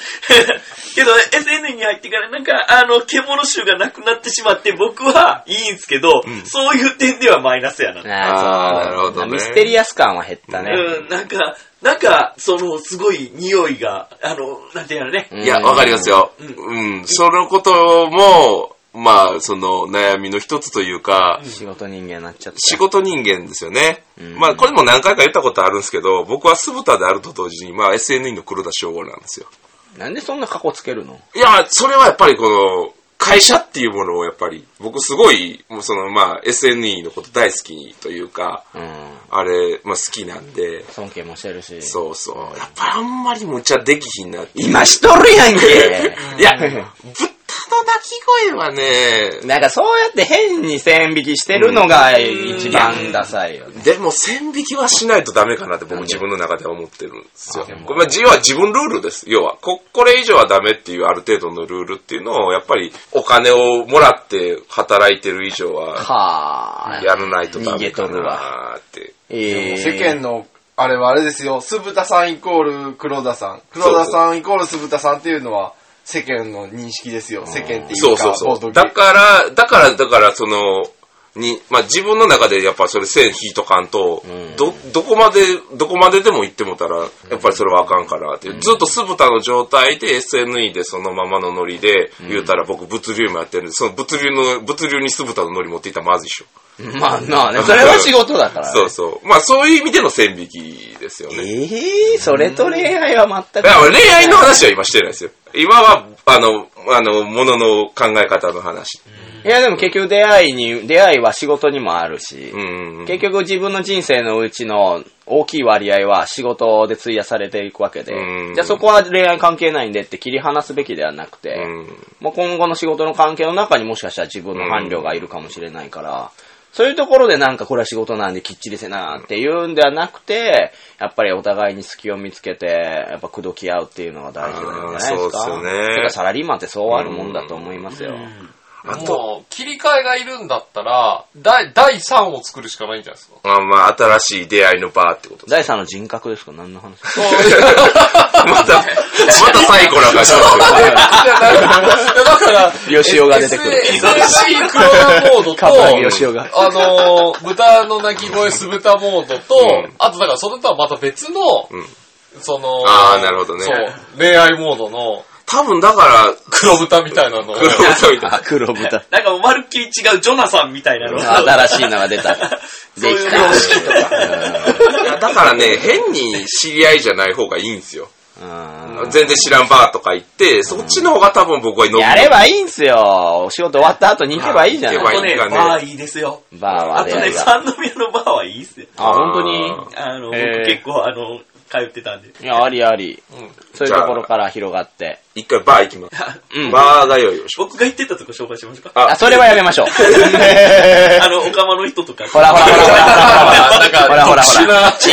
[SPEAKER 1] けど、SN に入ってからなんか、あの、獣臭がなくなってしまって、僕はいいんすけど、そういう点ではマイナスやな。
[SPEAKER 4] あー
[SPEAKER 2] そう
[SPEAKER 4] なるほどね
[SPEAKER 2] ミステリアス感は減ったね。
[SPEAKER 1] うん、なんか、なんか、その、すごい匂いが、あの、なんていうのね。
[SPEAKER 2] うん
[SPEAKER 4] いや、わかります。よ。うん。そのことも、まあ、その悩みの一つというか、
[SPEAKER 2] 仕事人間になっちゃった。
[SPEAKER 4] 仕事人間ですよね。
[SPEAKER 2] ん
[SPEAKER 4] まあ、これも何回か言ったことあるんですけど、僕は酢豚であると同時に、まあ、SNE の黒田称号なんですよ。
[SPEAKER 2] なんでそんな過去つけるの
[SPEAKER 4] いや、それはやっぱりこの、会社っていうものをやっぱり、僕すごい、もうその、まあ、SNE のこと大好きというか、
[SPEAKER 2] うん。
[SPEAKER 4] あれ、まあ、好きなんで、
[SPEAKER 2] 尊敬もしてるし。
[SPEAKER 4] そうそう。やっぱりあんまり無茶できひんなっていう
[SPEAKER 2] 今しとるやん
[SPEAKER 4] *laughs*
[SPEAKER 2] け
[SPEAKER 4] いや、豚の鳴き声はね、
[SPEAKER 2] なんかそうやって変に線引きしてるのが一番ダサいよね。
[SPEAKER 4] でも線引きはしないとダメかなって僕自分の中では思ってるんですよ
[SPEAKER 2] あで。も
[SPEAKER 4] これまあ要は自分ルールです。要はこ、これ以上はダメっていうある程度のルールっていうのを、やっぱりお金をもらって働いてる以上は、
[SPEAKER 2] はぁ。
[SPEAKER 4] やらないと
[SPEAKER 2] 逃
[SPEAKER 4] ダメ
[SPEAKER 2] げ
[SPEAKER 4] か
[SPEAKER 2] とるわ。
[SPEAKER 4] なって。
[SPEAKER 2] えー
[SPEAKER 5] 世間の、あれはあれですよ、酢豚さんイコール黒田さん、黒田さんイコール酢豚さんっていうのは、世間の認識ですよ、世間ってい
[SPEAKER 4] そう
[SPEAKER 5] う
[SPEAKER 4] そ
[SPEAKER 5] か、
[SPEAKER 4] うそ
[SPEAKER 5] ボード
[SPEAKER 4] う。
[SPEAKER 5] ゲー
[SPEAKER 4] だから、だから、だから、その、に、まあ、自分の中でやっぱそれ線引いとかんと、ど、どこまで、どこまででも行ってもたら、やっぱりそれはあかんからっていう、ずっと酢豚の状態で SNE でそのままのノリで、言うたら僕物流もやってるんで、その物流の、物流に酢豚のノリ持っていったらまずいっしょ。
[SPEAKER 2] *laughs* まあなあね、それは仕事だからね。
[SPEAKER 4] そうそう。まあ、そういう意味での線引きですよね。
[SPEAKER 2] ええそれと恋愛は全く
[SPEAKER 4] い。や、俺恋愛の話は今してないですよ。今は、あの、あの、ものの考え方の話。
[SPEAKER 2] いや、でも結局出会いに、出会いは仕事にもあるし、
[SPEAKER 4] うんうんうん。
[SPEAKER 2] 結局自分の人生のうちの大きい割合は仕事で費やされていくわけで
[SPEAKER 4] う、ん
[SPEAKER 2] じゃあそこは恋愛関係ないんでって切り離すべきではなくて、
[SPEAKER 4] うん
[SPEAKER 2] もう今後の仕事の関係の中にもしかしたら自分の伴侶がいるかもしれないから、そういうところでなんかこれは仕事なんできっちりせなっていうんではなくて、やっぱりお互いに隙を見つけて、やっぱ口説き合うっていうのが大事なんじゃないですか。
[SPEAKER 4] あーそうですよね
[SPEAKER 2] てかサラリーマンってそうあるもんだと思いますよ。
[SPEAKER 4] あと
[SPEAKER 6] もう、切り替えがいるんだったら、第、第3を作るしかないんじゃないですか。
[SPEAKER 4] あまあ、新しい出会いの場ってこと
[SPEAKER 2] 第三の人格ですか何の話
[SPEAKER 4] *laughs* また、また最高な感じです
[SPEAKER 6] だから、
[SPEAKER 2] よし
[SPEAKER 4] *laughs*
[SPEAKER 2] おが出てくる。
[SPEAKER 6] SSC クローモードと、
[SPEAKER 2] カブラギヨシオが
[SPEAKER 6] あのー、豚の鳴き声酢豚モードと、
[SPEAKER 4] うん
[SPEAKER 6] あとだからそれとはまた別の、
[SPEAKER 4] ん
[SPEAKER 6] その、
[SPEAKER 4] あーなるほどね
[SPEAKER 6] そう、恋愛モードの
[SPEAKER 4] 多分だから、
[SPEAKER 6] 黒豚みたいなのを、
[SPEAKER 4] 黒豚みたいな
[SPEAKER 2] あ、黒豚。
[SPEAKER 1] なんか、まるっきり違うジョナサンみたいなのが。
[SPEAKER 2] 新しいのが出た。できた。
[SPEAKER 4] い *laughs* やだからね、変に知り合いじゃない方がいいんですよ。
[SPEAKER 2] うん
[SPEAKER 4] 全然知らんバーとか行って、そっちの方が多分僕は伸び
[SPEAKER 2] やればいいんすよ。お仕事終わった後に行けばいいじゃ
[SPEAKER 4] 行けば
[SPEAKER 2] ない。
[SPEAKER 1] とね、
[SPEAKER 4] なんかね
[SPEAKER 1] バーいいですよ。
[SPEAKER 2] バーは
[SPEAKER 1] あとね、
[SPEAKER 2] 出会いが
[SPEAKER 1] 三宮のバーはいいっすよ。
[SPEAKER 2] あ、本当に
[SPEAKER 1] あの、
[SPEAKER 2] へー
[SPEAKER 1] 僕結構、あの、通ってたんで。
[SPEAKER 2] いや、ありあり。そういうところから広がって。
[SPEAKER 4] 一回バー行きます。 *laughs*
[SPEAKER 2] うん。
[SPEAKER 4] バーがよいよ。
[SPEAKER 1] 僕が行ってたとこ紹介しますか
[SPEAKER 2] あ、それはやめまし *laughs* ょ
[SPEAKER 1] あ
[SPEAKER 2] う。
[SPEAKER 1] の、オカマの人とか。
[SPEAKER 2] ほらほらほらほら
[SPEAKER 6] なんか
[SPEAKER 2] ほらほらほら
[SPEAKER 6] 特殊
[SPEAKER 2] 違
[SPEAKER 6] な
[SPEAKER 2] う。そ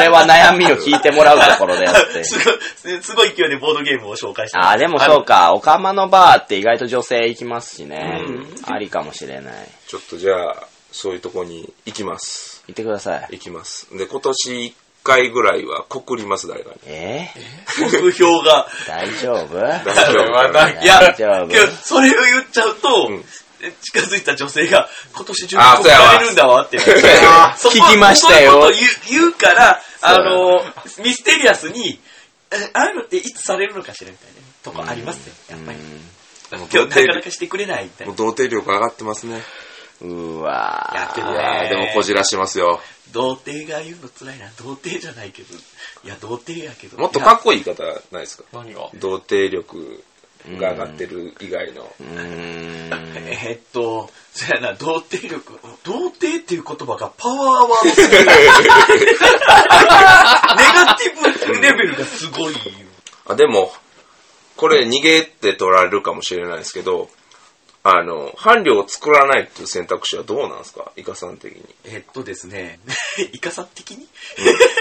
[SPEAKER 2] れは悩みを聞いてもらうところ *laughs* であって。
[SPEAKER 1] すごい、すごい勢いでボードゲームを紹介してます
[SPEAKER 2] あー、でもそうか。オカマのバーって意外と女性行きますしね。ありかもしれない。
[SPEAKER 4] ちょっとじゃあ、そういうとこに行きます。
[SPEAKER 2] 行ってください。
[SPEAKER 4] 行きます。で、今年一回ぐらいは告ります、 *laughs* 誰かに。
[SPEAKER 2] え
[SPEAKER 1] 目標が。
[SPEAKER 2] ー、大丈夫
[SPEAKER 4] 大丈夫かな。
[SPEAKER 2] い
[SPEAKER 1] いや、
[SPEAKER 2] 大丈夫
[SPEAKER 1] けどそれを言っちゃうと、
[SPEAKER 4] うん
[SPEAKER 1] 近づいた女性が、今年中
[SPEAKER 4] あ
[SPEAKER 1] 国
[SPEAKER 4] そうやわ
[SPEAKER 1] られるんだわって。
[SPEAKER 4] や
[SPEAKER 1] そこ
[SPEAKER 2] 聞きましたよ
[SPEAKER 1] そういうこと言う言うから、あの、ミステリアスに、えああいうのっていつされるのかしらみたいなとこありますね、やっぱり。今日なかなかしてくれないみたい
[SPEAKER 4] も
[SPEAKER 1] な
[SPEAKER 4] う。童貞力上がってますね。
[SPEAKER 2] うわ
[SPEAKER 1] やって
[SPEAKER 2] ー
[SPEAKER 1] る
[SPEAKER 4] い
[SPEAKER 1] ね
[SPEAKER 4] やーでもこじらしますよ。
[SPEAKER 1] 童貞が言うの辛いな。童貞じゃないけど。いや、童貞やけど。
[SPEAKER 4] もっとかっこいい言い方ないですか
[SPEAKER 6] 何が
[SPEAKER 4] 童貞力が上がってる以外の。
[SPEAKER 2] うーん。
[SPEAKER 1] いやえーっと、そやな、童貞力。童貞っていう言葉がパワーワードすぎるネガティブレベルがすごいよ。
[SPEAKER 4] あでも、これ逃げて取られるかもしれないですけど、あの、伴侶を作らないっていう選択肢はどうなんですかイカさん的に。
[SPEAKER 1] えーっとですね、 *laughs* イカさん的に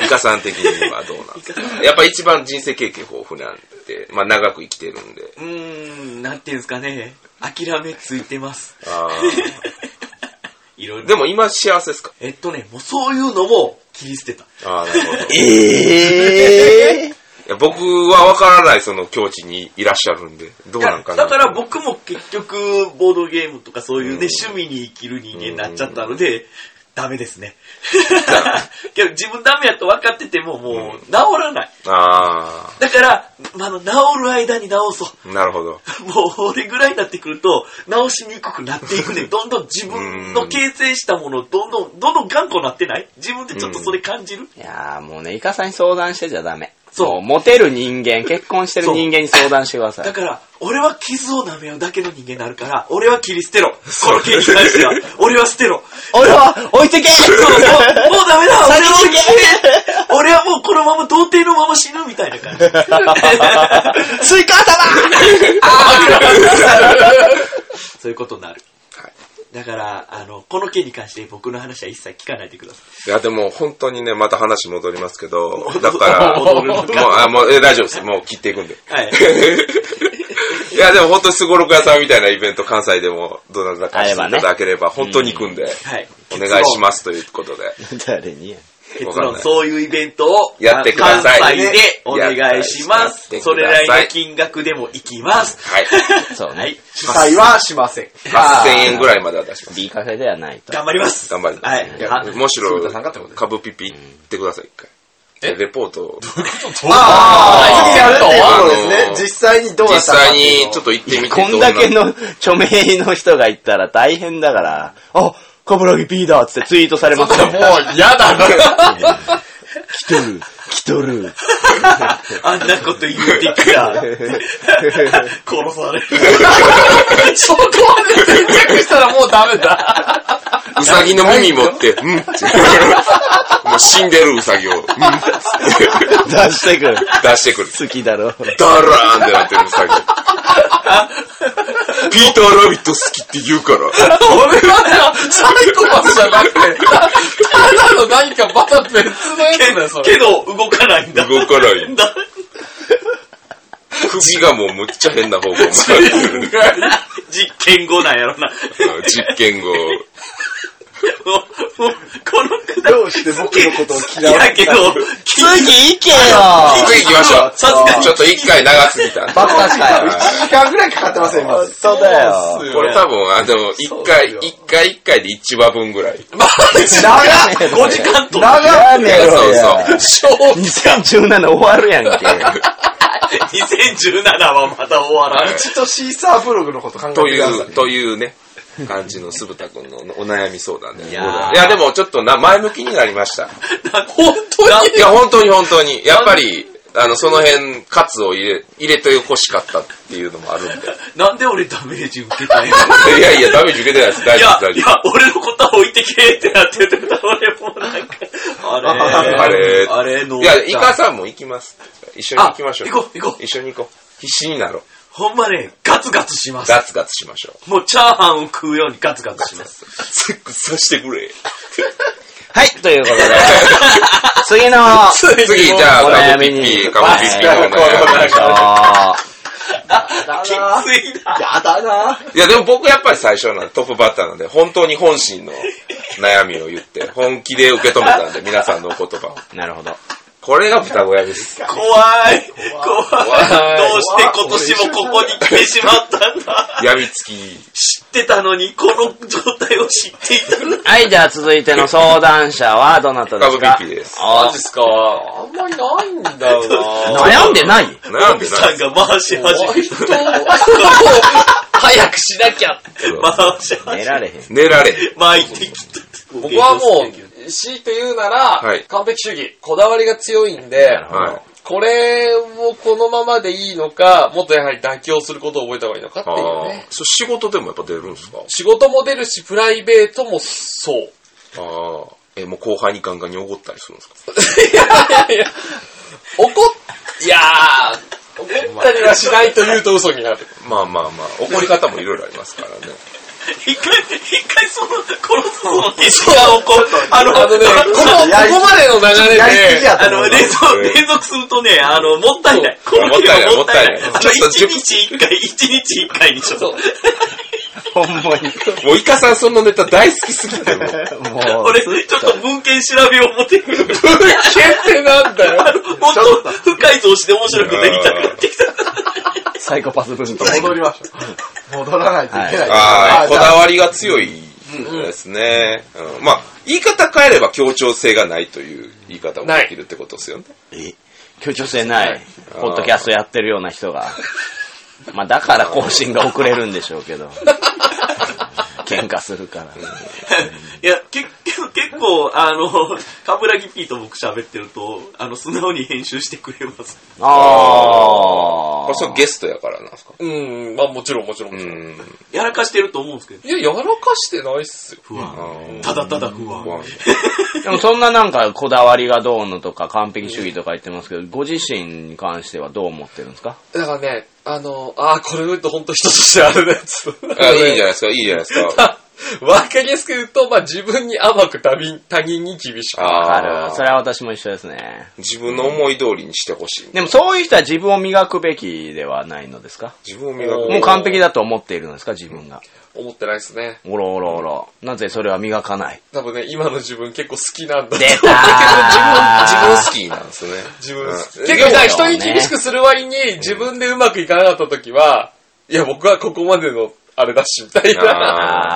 [SPEAKER 4] イカさん的にはどうなんですかやっぱ一番人生経験豊富なんで、まあ長く生きてるんで。
[SPEAKER 1] うーん、なんていうんですかね、諦めついてます。
[SPEAKER 4] あー
[SPEAKER 1] *laughs* いろいろ。
[SPEAKER 4] でも今幸せですか
[SPEAKER 1] えーっとね、もうそういうのも切り捨てた。
[SPEAKER 4] ああ、なるほど。
[SPEAKER 2] ええ
[SPEAKER 4] いや僕は分からないその境地にいらっしゃるんで、どうなんかな。
[SPEAKER 1] だから僕も結局、ボードゲームとかそういうね、趣味に生きる人間になっちゃったので、ダメですね。 *laughs* けど自分ダメやと分かってても、もう治らない。
[SPEAKER 4] あ
[SPEAKER 1] だから、まああの、治る間に治そう。 *laughs*
[SPEAKER 4] あ、なるほど。
[SPEAKER 1] もう俺ぐらいになってくると、直しにくくなっていく
[SPEAKER 4] *laughs*
[SPEAKER 1] ね。どんどん自分の形成したもの、どんどん、どんどん頑固なってない自分でちょっとそれ感じる、
[SPEAKER 2] いやーもうね、イカさんに相談してちゃダメ。
[SPEAKER 1] そう
[SPEAKER 2] もモテる人間、結婚してる人間に相談してくださ
[SPEAKER 1] だ
[SPEAKER 2] い。
[SPEAKER 1] から、俺は傷を舐め合うだけの人間になるから、俺は切り捨てろ。この件に関
[SPEAKER 4] *laughs*
[SPEAKER 1] しては、俺は捨てろ。
[SPEAKER 2] 俺は置いてけ
[SPEAKER 1] そうもう、もうダメだ俺
[SPEAKER 2] 先
[SPEAKER 1] は
[SPEAKER 2] に行
[SPEAKER 1] 俺 *laughs* は俺はもうこのまま童貞のまま死ぬみたいな
[SPEAKER 4] *laughs*
[SPEAKER 1] 感じ。
[SPEAKER 2] スイカ頭
[SPEAKER 1] そういうことになる。だから、あの、この件に関して僕の話は一切聞かないでくださ
[SPEAKER 4] いや、でも本当にね、また話戻りますけど、だ
[SPEAKER 5] *laughs*
[SPEAKER 4] から、も
[SPEAKER 1] 戻
[SPEAKER 4] う
[SPEAKER 1] るのか
[SPEAKER 4] あもうえ大丈夫です。もう切っていくんで。
[SPEAKER 1] い。はい。
[SPEAKER 4] いや、でも本当にすごろく屋さんみたいなイベント、関西でもどなたかしていただければ、本当に行くんで、
[SPEAKER 1] はい。
[SPEAKER 4] *laughs* お願いしますということで。
[SPEAKER 2] 誰にや
[SPEAKER 1] 結
[SPEAKER 4] わかん
[SPEAKER 1] 論、
[SPEAKER 4] ない
[SPEAKER 1] そういうイベントを
[SPEAKER 4] やってください
[SPEAKER 1] 関西でお願いします。
[SPEAKER 4] やってください
[SPEAKER 1] それなりの金額でも行きます。
[SPEAKER 4] はい。
[SPEAKER 2] そうね
[SPEAKER 1] はい。
[SPEAKER 5] 主催はしません。
[SPEAKER 4] 8000円ぐらいまでは出します。
[SPEAKER 2] B カフェではないと。
[SPEAKER 1] 頑張ります。
[SPEAKER 4] 頑張る。
[SPEAKER 1] はい
[SPEAKER 4] いやむしろ
[SPEAKER 5] 鈴田さんがってこと、です
[SPEAKER 4] 株ピピ行ってください、一回。えレポートを。
[SPEAKER 5] ああ、次やるっていうこと
[SPEAKER 4] あの
[SPEAKER 5] ですね。実際にどうだ
[SPEAKER 4] 実
[SPEAKER 5] ったかって
[SPEAKER 4] 際
[SPEAKER 5] いうのを。
[SPEAKER 4] にちょっと行ってみて。
[SPEAKER 2] こんだけ
[SPEAKER 4] どうな
[SPEAKER 2] の著名の人が行ったら大変だから、あ、カブラギ P だっつってツイートされますよ。
[SPEAKER 6] 嫌だな。
[SPEAKER 2] 来とる、来とる。
[SPEAKER 1] あんなこと言ってき
[SPEAKER 4] *laughs*
[SPEAKER 1] た。殺される。
[SPEAKER 6] そこまで決着したらもうダメだ。
[SPEAKER 4] うさぎの耳持って、うんって。
[SPEAKER 5] *laughs*
[SPEAKER 4] もう死んでるうさぎを、うんって
[SPEAKER 2] 出してくる。
[SPEAKER 4] 出してくる。
[SPEAKER 2] 好きだろ。
[SPEAKER 4] ダラーンってなってるうさぎ。ピーター・ラビット好きって言うから。
[SPEAKER 6] それはね、サイコパスじゃなくて、ただの何かまた別のやつだよ、それ。
[SPEAKER 1] けど、動かないんだ。
[SPEAKER 4] 動かない。
[SPEAKER 1] だ
[SPEAKER 4] 首がもうむっちゃ変な方向回ってる。
[SPEAKER 1] *laughs* 実験後なんやろな。
[SPEAKER 4] 実験後。
[SPEAKER 1] もう、もう、このくだり
[SPEAKER 5] どうして僕のことを
[SPEAKER 1] 好き
[SPEAKER 5] 嫌われ
[SPEAKER 1] やけど、
[SPEAKER 2] 次行けよ
[SPEAKER 4] 次行きましょう。
[SPEAKER 1] さすがに
[SPEAKER 4] ちょっと一回長すぎた。
[SPEAKER 2] バカかよ。
[SPEAKER 5] 1時間ぐらいかかってません、今。
[SPEAKER 2] そうだよ。
[SPEAKER 4] これ多分、あの、一回、一回一回で一話分ぐらい。
[SPEAKER 2] 長っ
[SPEAKER 1] 5時間と
[SPEAKER 2] 長やめろよ。
[SPEAKER 4] そうそう。
[SPEAKER 2] 2017終わるやんけ。
[SPEAKER 1] 2017はまだ終わらん。
[SPEAKER 5] ちょっとシーサーブログのこと考えて
[SPEAKER 4] と
[SPEAKER 5] ください。
[SPEAKER 4] いう、というね、感じの酢豚くんのお悩み相談で。い
[SPEAKER 2] やー
[SPEAKER 4] やでもちょっとな、前向きになりました。
[SPEAKER 1] 本当に
[SPEAKER 4] いや、本当に本当に。やっぱり、あの、その辺、カツを入れ、入れて欲しかったっていうのもある
[SPEAKER 1] *laughs*
[SPEAKER 4] んで。
[SPEAKER 1] なんで俺ダメージ受けたんや
[SPEAKER 4] いやいや、ダメージ受けてないです。大
[SPEAKER 1] い
[SPEAKER 4] 丈
[SPEAKER 1] や
[SPEAKER 4] 夫、大
[SPEAKER 1] い
[SPEAKER 4] 丈
[SPEAKER 1] や、俺のことは置いてけってなってるけど、俺もうなんか、あれ、
[SPEAKER 4] 夫。あれ、
[SPEAKER 1] あれの、
[SPEAKER 4] いや、イカさんも行きます。一緒に行きましょう。
[SPEAKER 1] あ行こう行こう
[SPEAKER 4] 一緒に行こう。必死になろう。
[SPEAKER 1] ほんまね、ガツガツします。
[SPEAKER 4] ガツガツしましょう。
[SPEAKER 1] もうチャーハンを食うようにガツガツします。
[SPEAKER 4] セックスさせてくれ。
[SPEAKER 2] はい、ということで。次の、
[SPEAKER 4] 次、じゃあ、
[SPEAKER 2] お
[SPEAKER 4] カ
[SPEAKER 2] 悩
[SPEAKER 4] ブピ
[SPEAKER 2] み
[SPEAKER 4] ッピ
[SPEAKER 2] に
[SPEAKER 4] ー、カブピッピーのお悩み。
[SPEAKER 1] きついな。
[SPEAKER 5] やだない
[SPEAKER 4] や、でも僕やっぱり最初なんで、トップバッターなんで、本当に本心の悩みを言って、本気で受け止めたんで、皆さんのお言葉を。
[SPEAKER 2] なるほど。
[SPEAKER 4] これが豚小屋です。
[SPEAKER 1] 怖い。怖い。どうして今年もここに来てしまったんだ。
[SPEAKER 4] やみつき。
[SPEAKER 1] 知ってたのに、この状態を知っていたのに。
[SPEAKER 2] はい、じゃあ続いての相談者はどなたですか
[SPEAKER 4] カブピッピーです
[SPEAKER 2] あ
[SPEAKER 6] ですか。あんまりないんだよ
[SPEAKER 4] *laughs*
[SPEAKER 6] な。
[SPEAKER 2] 悩んでない
[SPEAKER 4] 悩んでな
[SPEAKER 1] さ
[SPEAKER 4] い
[SPEAKER 1] ん。が回し始め
[SPEAKER 6] 割
[SPEAKER 1] た。
[SPEAKER 6] と、早くしなきゃ。
[SPEAKER 1] 回し始め
[SPEAKER 2] 寝られへん。
[SPEAKER 4] 寝られへん。
[SPEAKER 1] た。巻いてきた。
[SPEAKER 6] 僕はもう、強いて言うなら
[SPEAKER 4] はい、
[SPEAKER 6] 完璧主義、こだわりが強いんで、
[SPEAKER 4] は
[SPEAKER 6] これをこのままでいいのか、もっとやはり妥協することを覚えた方がいいのかっていう
[SPEAKER 4] ああ
[SPEAKER 6] ね。。
[SPEAKER 4] そう仕事でもやっぱ出るんですか
[SPEAKER 6] 仕事も出るし、プライベートもそう。 *laughs*
[SPEAKER 4] ああ。え、もう後輩にガンガンに怒ったりするんですか
[SPEAKER 6] いやいや怒っ、いやー、怒ったりはしないと言うと嘘になる。
[SPEAKER 4] まあまあまあ、怒り方もいろいろありますからね。
[SPEAKER 1] 一回、一回その、殺すの結果が起こる。あの、*laughs*
[SPEAKER 6] あのね、この、ここまでの流
[SPEAKER 5] やりす
[SPEAKER 6] れ
[SPEAKER 5] ぎ
[SPEAKER 6] で、
[SPEAKER 5] や
[SPEAKER 1] あ
[SPEAKER 5] と思
[SPEAKER 1] の、
[SPEAKER 5] う。
[SPEAKER 1] 連続、連続するとね、あの、もったいない。この日はもったいない。
[SPEAKER 4] も
[SPEAKER 1] あ
[SPEAKER 4] ったいないもったいない
[SPEAKER 1] の、一日一回、一日一回にしよう。
[SPEAKER 6] そ
[SPEAKER 2] ほ
[SPEAKER 6] う
[SPEAKER 2] んまに。
[SPEAKER 4] もうイカさんそのネタ大好きすぎて *laughs* もう。
[SPEAKER 2] もう、
[SPEAKER 1] 俺、ちょっと文献調べを持ってくる。
[SPEAKER 6] *laughs* ってなんだよ。
[SPEAKER 1] もっと深い増資で面白いこと言いたくなってきた。
[SPEAKER 2] サイコパス文と。
[SPEAKER 5] 戻りましょう。戻らないといけない。
[SPEAKER 4] ああ、こだ
[SPEAKER 5] り。
[SPEAKER 4] わりが強いですね。うんまあ、言い方変えれば協調性がないという言い方もできるってことですよね。
[SPEAKER 2] え協調性ない。ポッドキャストやってるような人が。まあだから更新が遅れるんでしょうけ
[SPEAKER 4] *laughs*
[SPEAKER 2] ど。喧嘩するから。
[SPEAKER 1] いや、結局、 *laughs* 結構、あの、カブラギピーと僕喋ってると、あの、素直に編集してくれます。
[SPEAKER 2] あ
[SPEAKER 4] これそれ
[SPEAKER 2] ー。
[SPEAKER 4] ゲストやからなんですか。
[SPEAKER 6] うん、まあもちろんもちろん。
[SPEAKER 4] う
[SPEAKER 6] もちろん
[SPEAKER 4] ん。
[SPEAKER 1] やらかしてると思うんですけど、
[SPEAKER 6] いや、やらかしてないっすよ。
[SPEAKER 1] 不
[SPEAKER 4] あ
[SPEAKER 1] 安。
[SPEAKER 4] ー
[SPEAKER 1] ただただ不
[SPEAKER 4] 不
[SPEAKER 1] 安。
[SPEAKER 4] 安
[SPEAKER 2] でもそんななんかこだわりがどうのとか完璧主義とか言ってますけど、ご自身に関してはどう思ってるんですか
[SPEAKER 6] だからね、あの、ああ、これ言うと本当人としてあるやつ。
[SPEAKER 4] あいいじゃないですか、いいじゃないですか。
[SPEAKER 6] わかりやすく言うと、まあ自分に甘く他人他人に厳しく。
[SPEAKER 2] あ
[SPEAKER 4] あ
[SPEAKER 2] る。そ
[SPEAKER 4] ー
[SPEAKER 2] れは私も一緒ですね。
[SPEAKER 4] 自分の思い通りにしてほしい。
[SPEAKER 2] でもそういう人は自分を磨くべきではないのですか
[SPEAKER 4] 自分を磨く。
[SPEAKER 2] もう完璧だと思っているんですか自分が。
[SPEAKER 6] 思ってないですね。
[SPEAKER 2] おろおろおろ。なぜそれは磨か
[SPEAKER 4] *laughs*
[SPEAKER 2] ない
[SPEAKER 6] 多分ね、今の自分結構好きなんだ。
[SPEAKER 2] 出たー
[SPEAKER 4] 自分好きなんですね。
[SPEAKER 6] 自分
[SPEAKER 4] うん
[SPEAKER 6] 結構さ、人に
[SPEAKER 2] ね
[SPEAKER 6] 厳しくする割に自分でうまくいかなかった時は、いや、僕はここまでのあれだし、みたいな。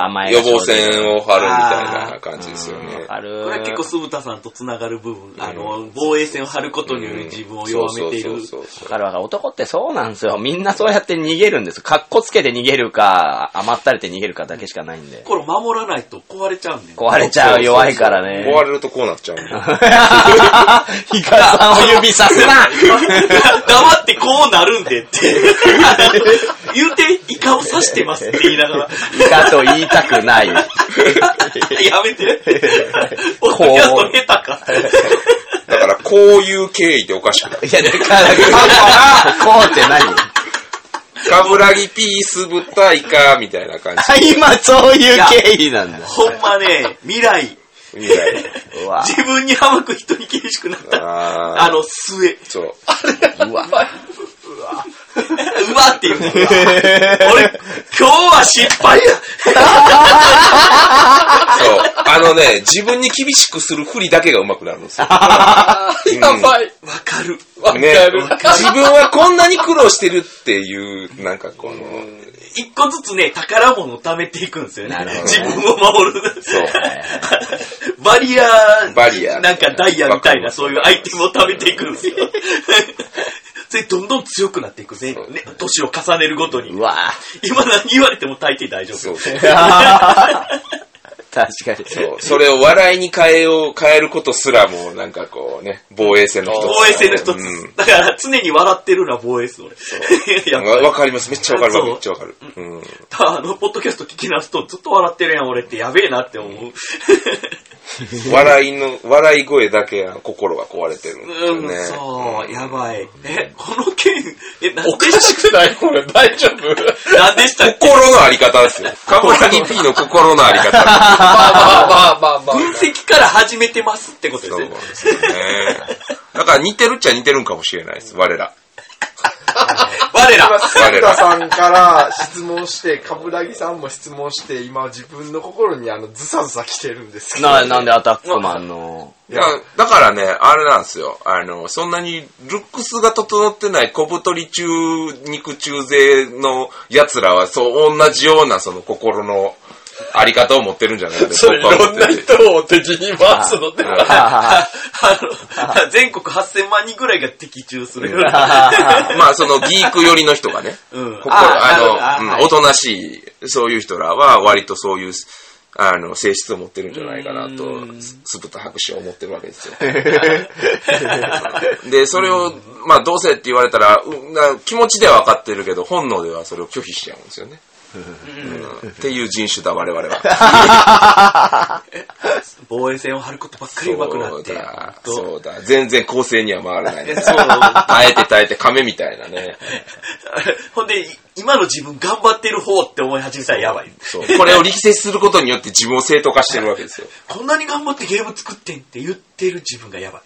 [SPEAKER 2] あー
[SPEAKER 4] あ
[SPEAKER 2] 甘
[SPEAKER 4] あ、
[SPEAKER 2] いが
[SPEAKER 4] 予
[SPEAKER 2] 勝利
[SPEAKER 4] 防線を張るみたいな感じですよ
[SPEAKER 2] わ
[SPEAKER 4] ね。
[SPEAKER 2] かる
[SPEAKER 1] これは結構、鈴田さんと繋がる部分、あの、防衛線を張ることにより自分を弱めている。
[SPEAKER 4] そうそうそう
[SPEAKER 2] わ
[SPEAKER 4] そう
[SPEAKER 2] かるわかる。男ってそうなんですよ。みんなそうやって逃げるんです。かっこつけて逃げるか、甘ったれて逃げるかだけしかないんで。
[SPEAKER 1] これ守らないと壊れちゃうねん。
[SPEAKER 2] 壊れちゃう、弱いからね。
[SPEAKER 4] 壊れるとこうなっちゃうんだ。
[SPEAKER 2] ヒカさんを指さすな
[SPEAKER 1] *laughs* 黙ってこうなるんでって。 *laughs* 言うて、イカを刺してますって言いな
[SPEAKER 4] *laughs*
[SPEAKER 1] がら。
[SPEAKER 2] ヒカと言いたくな
[SPEAKER 1] *laughs*
[SPEAKER 2] い。
[SPEAKER 1] やめて。ポッドキャスト下手か。
[SPEAKER 4] *laughs* だから、こういう経緯でおか *laughs* しくない。
[SPEAKER 2] いや、だから、こうって何
[SPEAKER 4] カブラギピース豚イカみたいな感
[SPEAKER 2] あ今そういう経緯なんだ。
[SPEAKER 1] ほんまね、未来、
[SPEAKER 4] じみたいな。
[SPEAKER 2] うわ、
[SPEAKER 1] 自分に甘く人に厳しくなった。
[SPEAKER 4] あ
[SPEAKER 1] あ
[SPEAKER 4] *laughs* あ、
[SPEAKER 1] の、末。
[SPEAKER 4] そう。
[SPEAKER 2] うわ。
[SPEAKER 1] *laughs* うわって言う
[SPEAKER 4] *laughs*
[SPEAKER 1] の。俺、今日は失敗だ。 *laughs*
[SPEAKER 4] そう。あのね、自分に厳しくするふりだけがうまくなるん *laughs* ですよ。
[SPEAKER 6] やばい。
[SPEAKER 1] わかる。
[SPEAKER 6] わか
[SPEAKER 4] ね
[SPEAKER 6] る。、
[SPEAKER 4] 自分はこんなに苦労してるっていう、なんかこの、
[SPEAKER 1] 一個ずつね、宝物を貯めていくんですよね
[SPEAKER 2] なるほ。ど
[SPEAKER 1] 自分を守る。
[SPEAKER 4] そう。
[SPEAKER 1] *laughs* バリア、
[SPEAKER 4] バリア
[SPEAKER 1] なんかダイヤみたい
[SPEAKER 4] わかる
[SPEAKER 1] な、そういうアイテムを貯めていくん
[SPEAKER 4] *laughs*
[SPEAKER 1] ですよ。それ、どんどん強くなっていくね。ね年を重ねるごとに
[SPEAKER 2] う。わ。
[SPEAKER 1] 今何言われても大抵大丈夫。
[SPEAKER 4] そう *laughs* そう。
[SPEAKER 2] 確かに。
[SPEAKER 4] そうそれを笑いに変えよう、変えることすらも、なんかこうね、防衛線の一つ。
[SPEAKER 1] 防衛線の一つ。
[SPEAKER 4] うん
[SPEAKER 1] だから、常に笑ってるのは防衛線、俺。 *laughs* やっぱ
[SPEAKER 4] わわかります。めっちゃわかるわ。
[SPEAKER 1] そう
[SPEAKER 4] めっちゃわかる。うん。
[SPEAKER 1] あの、ポッドキャスト聞き直すとずっと笑ってるやん、俺ってやべえなって思う。
[SPEAKER 4] 笑いの、笑い声だけ、あの心が壊れてるんですよ
[SPEAKER 1] うん、
[SPEAKER 4] ね。
[SPEAKER 1] そう、やばい。え、この件、え、なん
[SPEAKER 6] お
[SPEAKER 1] で
[SPEAKER 6] かしくないこれ、大丈夫
[SPEAKER 1] なんでしたっけ
[SPEAKER 4] 心のあり方
[SPEAKER 1] *laughs*
[SPEAKER 4] ですよ。カブラギ P の心のあり方。
[SPEAKER 6] まあまあまあまあま
[SPEAKER 1] 分
[SPEAKER 6] あ。
[SPEAKER 1] 析から始めてますってことです
[SPEAKER 4] *laughs* そうなん
[SPEAKER 1] ね
[SPEAKER 4] で。すよね。だから似てるっちゃ似てるんかもしれないです。我ら。
[SPEAKER 1] 我ら。
[SPEAKER 4] 我
[SPEAKER 5] 古田
[SPEAKER 4] ら。
[SPEAKER 5] さんから質問して、冠城さんも質問して、今自分の心にあの、ずさずさ来てるんですけど。
[SPEAKER 2] な、なんでアタックマンの。
[SPEAKER 4] いやだからね、あれなんですよ。あの、そんなにルックスが整ってない小太り中、肉中勢の奴らは、そう、同じようなその心のあり方を持ってるんじゃないかと
[SPEAKER 6] *laughs* そう、い
[SPEAKER 4] 僕は
[SPEAKER 6] ろ
[SPEAKER 4] 思
[SPEAKER 6] ん
[SPEAKER 4] って
[SPEAKER 6] な
[SPEAKER 4] て
[SPEAKER 6] 人を敵に回すのでは
[SPEAKER 1] あ
[SPEAKER 2] *laughs*
[SPEAKER 1] の、 *laughs* 全国8000万人ぐらいが的中するような。
[SPEAKER 4] *laughs* まあ、そのギーク寄りの人がね、
[SPEAKER 1] うん
[SPEAKER 4] 心
[SPEAKER 1] あ
[SPEAKER 4] あ
[SPEAKER 1] なるほど
[SPEAKER 4] の、
[SPEAKER 1] あ
[SPEAKER 4] うんおとなしい、そういう人らは割とそういう、あの、性質を持ってるんじゃないかなと、すぶた博士は思ってるわけですよ。で、それを、まあ、どうせって言われたら、うな気持ちでは分かってるけど、本能ではそれを拒否しちゃうんですよね。うんっていう人種だ、我々は。
[SPEAKER 1] 防衛線を張ることばっかり上手くな
[SPEAKER 4] そ
[SPEAKER 1] っ
[SPEAKER 4] う
[SPEAKER 1] て。
[SPEAKER 4] だ、
[SPEAKER 1] そう。
[SPEAKER 4] そうだ、全然構成には回らない
[SPEAKER 1] え。そう。
[SPEAKER 4] 耐えて耐えて亀みたいなね。
[SPEAKER 1] *laughs* ほんで、い今の自分頑張ってる方って思い始めたらやばい。
[SPEAKER 4] そう。これを力説することによって自分を正当化してるわけですよ。
[SPEAKER 1] こんなに頑張ってゲーム作ってんって言ってる自分がやばい。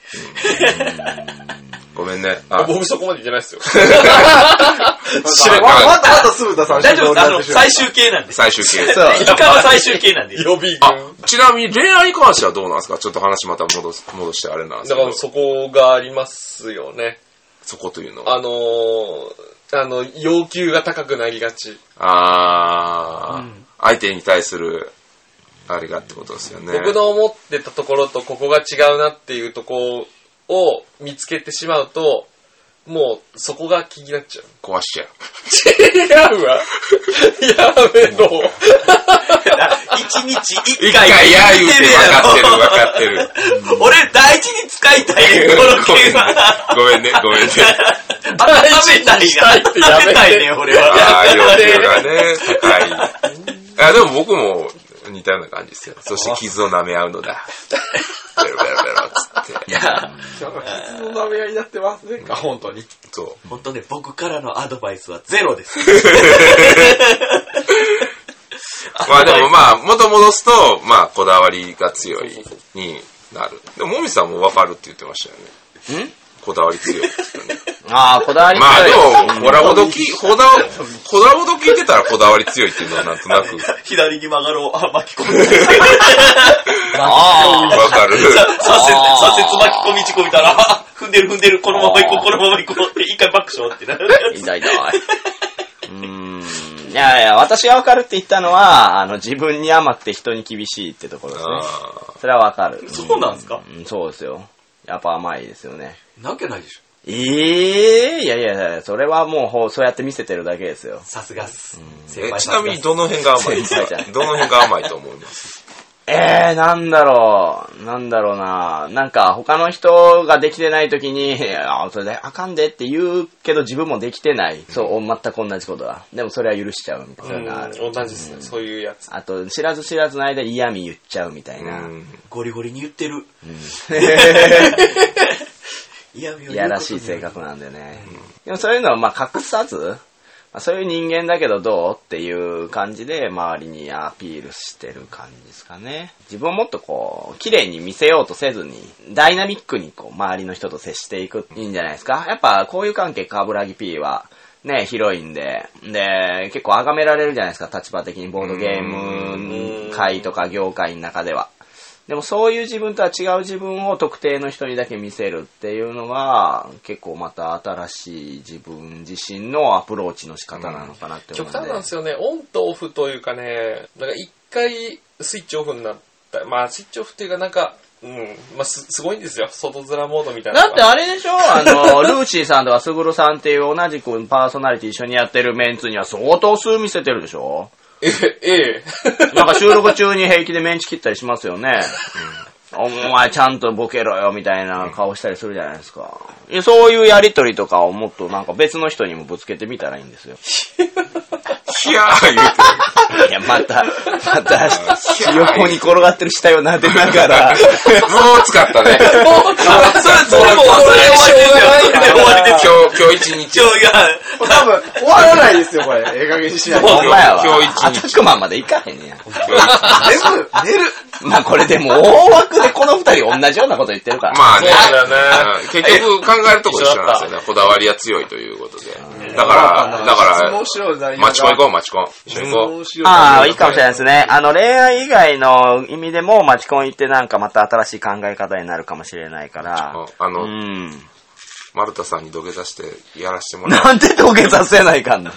[SPEAKER 4] ごめんね。あ
[SPEAKER 6] 僕そこまでいけないですよ。
[SPEAKER 4] 知らん
[SPEAKER 5] ままたまた鈴田さん
[SPEAKER 1] 大丈夫ですあの、最
[SPEAKER 5] 終
[SPEAKER 1] 終形なん *laughs* です。
[SPEAKER 4] 最終形。
[SPEAKER 2] そう。
[SPEAKER 1] イカは最終形なんです。
[SPEAKER 6] 予備
[SPEAKER 4] あ
[SPEAKER 6] 軍。、
[SPEAKER 4] ちなみに恋愛に関してはどうなんですかちょっと話また戻す戻してあれなんです
[SPEAKER 6] だ
[SPEAKER 4] け
[SPEAKER 6] か
[SPEAKER 4] ど
[SPEAKER 6] ら、そこがありますよね。
[SPEAKER 4] そこというのは。
[SPEAKER 6] あのー、あの、要求が高くなりがち。
[SPEAKER 4] あー、相手に対する、あれがってことですよね。
[SPEAKER 6] 僕の思ってたところとここが違うなっていうところを見つけてしまうと、もうそこが気になっ
[SPEAKER 2] *laughs*
[SPEAKER 6] ちゃう。
[SPEAKER 4] 壊しちゃう。
[SPEAKER 6] 違うわ。やめろ。
[SPEAKER 1] 一日一
[SPEAKER 4] 一
[SPEAKER 1] 回
[SPEAKER 4] 回や言うて
[SPEAKER 1] 言う
[SPEAKER 4] 分かってる分かって
[SPEAKER 1] て
[SPEAKER 4] る。
[SPEAKER 1] るやろ俺大事に使いたいねん、この件は。
[SPEAKER 4] ごめんね、ごめんね。
[SPEAKER 1] 温めたい
[SPEAKER 6] 大事にしたいってやめ
[SPEAKER 1] 温
[SPEAKER 6] て
[SPEAKER 1] めたいねん、俺は。
[SPEAKER 4] ああ、要求がね、高い。あでも僕も似たような感じですよ。そして傷を舐め合うのだ。ベロベロベロっつって。
[SPEAKER 5] 傷の舐め合いになってますね。あ、本当に。
[SPEAKER 4] そ
[SPEAKER 1] 本当ね、僕からのアドバイスはゼロです。
[SPEAKER 4] う。まあでもまあ、元戻すと、まあ、こだわりが強いになる。でも、もみさんも分かるって言ってましたよね。こだわり強いって言っ
[SPEAKER 2] *laughs*
[SPEAKER 4] てたね。
[SPEAKER 2] ああ、こだわり
[SPEAKER 4] まあ
[SPEAKER 2] 強い。
[SPEAKER 4] でも、ほらほどき、ほだ、ほだほど聞いてたらこだわり強いっていうのはなんとなく
[SPEAKER 1] *laughs* 左に曲がろう。あ、巻き込み。左
[SPEAKER 2] あ
[SPEAKER 4] わかる。
[SPEAKER 1] 折、左折巻き込み事故見たら、あ踏んでる踏んでる、このまま行こう、このまま行こうって、一回爆笑ってなる。
[SPEAKER 2] あ、痛い痛い。うーん。いやいや、私がわかるって言ったのは、あの、自分に甘くて人に厳しいってところですね。
[SPEAKER 4] あ
[SPEAKER 2] それはわかる。
[SPEAKER 1] そうなんですか
[SPEAKER 2] うんそうですよ。やっぱ甘いですよね。
[SPEAKER 1] なわけないでしょ。
[SPEAKER 2] ええいやいやいや、それはもうほう、そうやって見せてるだけですよ。
[SPEAKER 1] さすがっす。
[SPEAKER 4] ー
[SPEAKER 1] 先
[SPEAKER 4] え
[SPEAKER 1] 輩
[SPEAKER 4] ちなみにどの辺が甘いですか
[SPEAKER 2] 先輩じゃん
[SPEAKER 4] どの辺が甘いと思います
[SPEAKER 2] ええなんだろう、なんだろうな。なんか、他の人ができてない時に、あ、それであかんでって言うけど自分もできてない。そう、全く同じことだ。でもそれは許しちゃうみたいなのがある。
[SPEAKER 6] うん同じですね、そういうやつ。
[SPEAKER 2] あと、知らず知らずの間に嫌味言っちゃうみたいうな。
[SPEAKER 4] ん。
[SPEAKER 1] ゴリゴリに言ってる。 *laughs* いや、
[SPEAKER 2] いやらしい性格なんでね。でもそういうのはまあ隠さず、まあ、そういう人間だけどどうっていう感じで周りにアピールしてる感じですかね。自分をもっとこう、綺麗に見せようとせずに、ダイナミックにこう、周りの人と接していく、いいんじゃないですか。やっぱこういう関係、カブラギ P は、ね、広いんで、で、結構崇められるじゃないですか、立場的にボードゲーム界とか業界の中では。でもそういう自分とは違う自分を特定の人にだけ見せるっていうのが、結構また新しい自分自身のアプローチの仕方なのかなって思う
[SPEAKER 6] 極
[SPEAKER 2] んで。
[SPEAKER 6] 端なんですよね。オンとオフというかね、なんか一回スイッチオフになった。まあ、スイッチオフっていうかなんか、うん、まあす、すごいんですよ。外面モードみたいな
[SPEAKER 2] だ
[SPEAKER 6] の
[SPEAKER 2] っ
[SPEAKER 6] が。
[SPEAKER 2] てあれでしょあの、ルーシーさんとかスグルさんっていう同じくパーソナリティ一緒にやってるメンツには相当数見せてるでし
[SPEAKER 6] *laughs*
[SPEAKER 2] ょ
[SPEAKER 6] え、ええ。
[SPEAKER 2] なんか収録中に平気でメンチ切ったりします
[SPEAKER 6] *laughs*
[SPEAKER 2] よね。お前ちゃんとボケろよみたいな顔したりするじゃないですか。いやそういうやりとりとかをもっとなんか別の人にもぶつけてみたらいいんですよ。
[SPEAKER 4] いやー言うて
[SPEAKER 2] いや、また、また、横に転がってる死体を撫でな
[SPEAKER 4] *laughs*
[SPEAKER 2] がら、
[SPEAKER 4] る。もう使った
[SPEAKER 1] *laughs*
[SPEAKER 4] ね。
[SPEAKER 1] それもう忘れ終わりですよ。それで終わりですよ。
[SPEAKER 4] 今日、今日一日。
[SPEAKER 1] 今日が、
[SPEAKER 5] 多分、終わらないですよ、これ。ええ加減にしない
[SPEAKER 2] *laughs*
[SPEAKER 5] と。
[SPEAKER 2] お前は、
[SPEAKER 4] 今日一日
[SPEAKER 2] アタックマンまで行かへんねや。
[SPEAKER 5] 寝る寝る
[SPEAKER 2] まあこれでも大枠でこの二人同じようなこと言ってるから。
[SPEAKER 4] まあね
[SPEAKER 6] そうだね。
[SPEAKER 4] うん結局考えるとこ一緒なんですよね。こだわりが強いということで。だから、だから
[SPEAKER 5] 面、白い内容が
[SPEAKER 4] マチコン行こう、マチコン。一緒に行こ
[SPEAKER 5] 面白い内容が
[SPEAKER 2] ああ、いいかもしれないですね。あの、恋愛以外の意味でも、マチコン行ってなんかまた新しい考え方になるかもしれないから
[SPEAKER 4] う。。あ
[SPEAKER 2] う
[SPEAKER 4] の、
[SPEAKER 2] ん。
[SPEAKER 4] 丸田さんに土下座してやらしてもらう。
[SPEAKER 2] なんで土下座せないかんの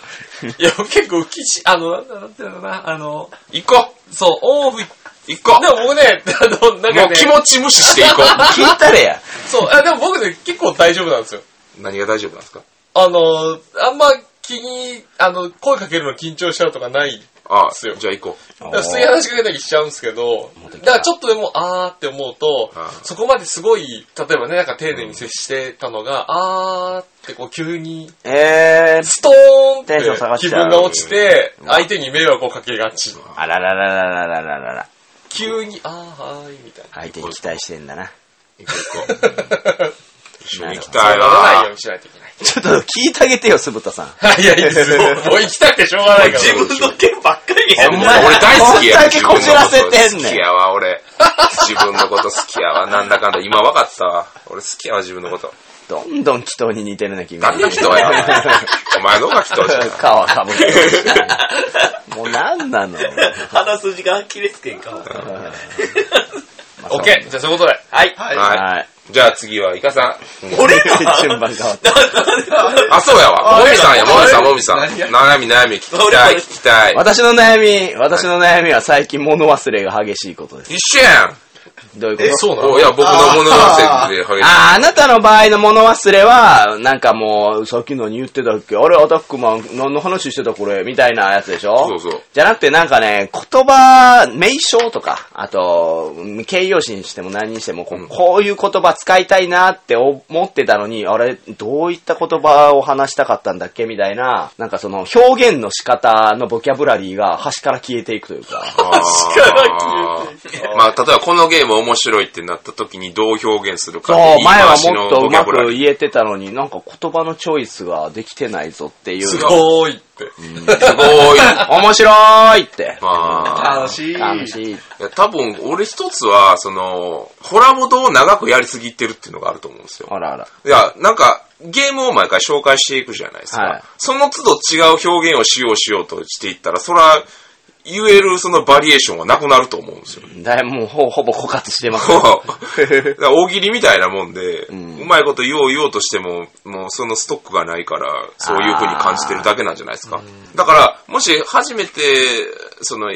[SPEAKER 6] いや、結構浮きし、あの、なんだなんていうのかな、あの、
[SPEAKER 4] 行こ
[SPEAKER 6] そう、オンオフ、で
[SPEAKER 4] う行こう
[SPEAKER 6] も僕ね、あの、なん
[SPEAKER 4] も
[SPEAKER 6] か
[SPEAKER 4] う気
[SPEAKER 6] ね、
[SPEAKER 4] 持ち無視してい
[SPEAKER 2] *laughs*
[SPEAKER 4] こう。
[SPEAKER 2] 聞いたれや。
[SPEAKER 6] そう、あでも僕ね、結構大丈夫なんですよ。
[SPEAKER 4] 何が大丈夫なんですか
[SPEAKER 6] あの、あんま気に、あの、声かけるの緊張しちゃうとかない。
[SPEAKER 4] ああ、
[SPEAKER 6] すよ
[SPEAKER 4] じゃあ行こう。
[SPEAKER 6] だから普通に話しかけたりしちゃうんですけど、だからちょっとでも、あーって思うと
[SPEAKER 4] あ、ー
[SPEAKER 6] そこまですごい、例えばね、なんか丁寧に接してたのが、あーってこう急に、
[SPEAKER 2] えー、
[SPEAKER 6] ストーンって
[SPEAKER 2] テンション下がっちゃう
[SPEAKER 6] 気分が落ちて、相手に迷惑をかけがち。
[SPEAKER 2] あららららららららら。
[SPEAKER 6] 急に、あーはーい、みたいな。
[SPEAKER 2] 相手に期待してんだな。
[SPEAKER 4] 行こう行こう。一緒に行きた
[SPEAKER 6] そう
[SPEAKER 4] い
[SPEAKER 6] ならないよう
[SPEAKER 4] な
[SPEAKER 6] にしないといけない。
[SPEAKER 2] ちょっと聞いてあげてよ、すぶたさん。
[SPEAKER 6] いや、いいですよ。もう行きたくてしょうがないから。
[SPEAKER 1] 自分の件ばっかり *laughs* や
[SPEAKER 4] ほん
[SPEAKER 1] る。
[SPEAKER 4] ま俺大好きや
[SPEAKER 2] こんだけこじらせてんねん
[SPEAKER 4] 自分のこと好きやわ、俺。自分のこと好きやわ。なんだかんだ。今分かったわ。俺好きやわ、自分のこと。
[SPEAKER 2] どんどん祈祷に似てるね、君。
[SPEAKER 4] なんだ人
[SPEAKER 2] *laughs*
[SPEAKER 4] はよ。お前の方が人じゃん。
[SPEAKER 2] 顔かぶってるしもうなんなの
[SPEAKER 1] 鼻筋が切れつけんかも。
[SPEAKER 6] オッケーじゃあそういうことで。
[SPEAKER 1] はい。
[SPEAKER 4] は
[SPEAKER 2] はい。
[SPEAKER 4] い。じゃあ次は、イカさん。
[SPEAKER 1] 俺か
[SPEAKER 2] 順番変わっ
[SPEAKER 4] あ、そうやわ。
[SPEAKER 6] あ
[SPEAKER 4] もみさんや、
[SPEAKER 6] 俺
[SPEAKER 4] もみさん、もみさん。
[SPEAKER 6] 何や
[SPEAKER 4] 悩み、悩み、聞きたい、
[SPEAKER 1] 俺
[SPEAKER 4] 聞きたい。
[SPEAKER 2] 私の悩み、私の悩みは最近物忘れが激しいことです。
[SPEAKER 4] 一緒やん。
[SPEAKER 2] どういうこと
[SPEAKER 6] そう
[SPEAKER 4] おいや、僕の物忘れで激しい。
[SPEAKER 2] あーあなたの場合の物忘れは、なんかもう、さっき何言ってたっけあれ、アタックマン、何の話してたこれみたいなやつでしょ
[SPEAKER 4] そうそう
[SPEAKER 2] じゃなくてなんかね、言葉、名称とか、あと、形容詞にしても何にしてもこう、こういう言葉使いたいなって思ってたのに、あれ、どういった言葉を話したかったんだっけみたいな、なんかその表現の仕方のボキャブラリーが端から消えていくというか。
[SPEAKER 4] あーまあ、例えばこのゲーム面白いってなった時にどう表現するか
[SPEAKER 2] そ
[SPEAKER 4] っ
[SPEAKER 2] う
[SPEAKER 4] て、言い
[SPEAKER 2] 前
[SPEAKER 4] 回
[SPEAKER 2] は
[SPEAKER 4] し
[SPEAKER 2] も
[SPEAKER 4] の
[SPEAKER 2] っと
[SPEAKER 4] ボ
[SPEAKER 2] う
[SPEAKER 4] キ
[SPEAKER 2] ま
[SPEAKER 4] ャブラ
[SPEAKER 2] く
[SPEAKER 4] リー。
[SPEAKER 2] 言えてたのに、なんか言葉のチョイスができてないぞっていう。
[SPEAKER 6] すごいって。
[SPEAKER 4] すごい。
[SPEAKER 2] 面白いって。
[SPEAKER 4] まあ、
[SPEAKER 5] 楽しい。
[SPEAKER 2] 楽しい。
[SPEAKER 4] いや多分俺一つは、その、ホラボドを長くやりすぎてるっていうのがあると思うんですよ。
[SPEAKER 2] あらあら。
[SPEAKER 4] いや、なんか、ゲームを毎回紹介していくじゃないですか。
[SPEAKER 2] はい
[SPEAKER 4] その都度違う表現をしようしようとしていったら、そら、言えるそのバリエーションはなくなると思うんですよ。
[SPEAKER 2] だいぶもうほほぼ枯渇してます。
[SPEAKER 4] だから *laughs* 大喜利みたいなもんで、うまいこと言おう言おうとしても、もうそのストックがないから、そういう風に感じてるだけなんじゃないですか。だから、もし初めて、その、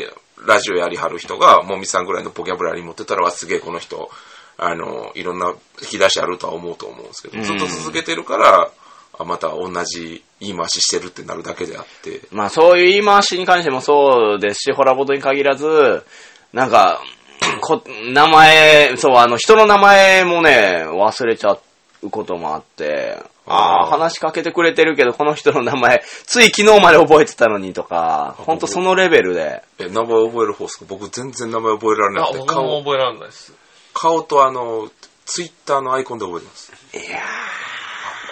[SPEAKER 4] ラジオやりはる人が、もみさんぐらいのボキャブラリー持ってたら、わすげえこの人、あの、いろんな引き出しあるとは思うと思うんですけど、ずっと続けてるから、あまた同じ言い回ししてるってなるだけであって、
[SPEAKER 2] まあそういう言い回しに関してもそうですし、ホラボトに限らず、なんか、 *clears throat* こ名前、そう、あの、人の名前もね、忘れちゃうこともあって、ああ、話しかけてくれてるけど、この人の名前、つい昨日まで覚えてたのにとか、ほんとそのレベルで。
[SPEAKER 4] え、名前覚える方ですか僕全然名前覚えられな
[SPEAKER 6] あ、
[SPEAKER 4] くて、
[SPEAKER 6] 僕も
[SPEAKER 4] 顔、
[SPEAKER 6] 覚えられないです。
[SPEAKER 4] 顔とあの、ツイッターのアイコンで覚えてます。
[SPEAKER 2] いや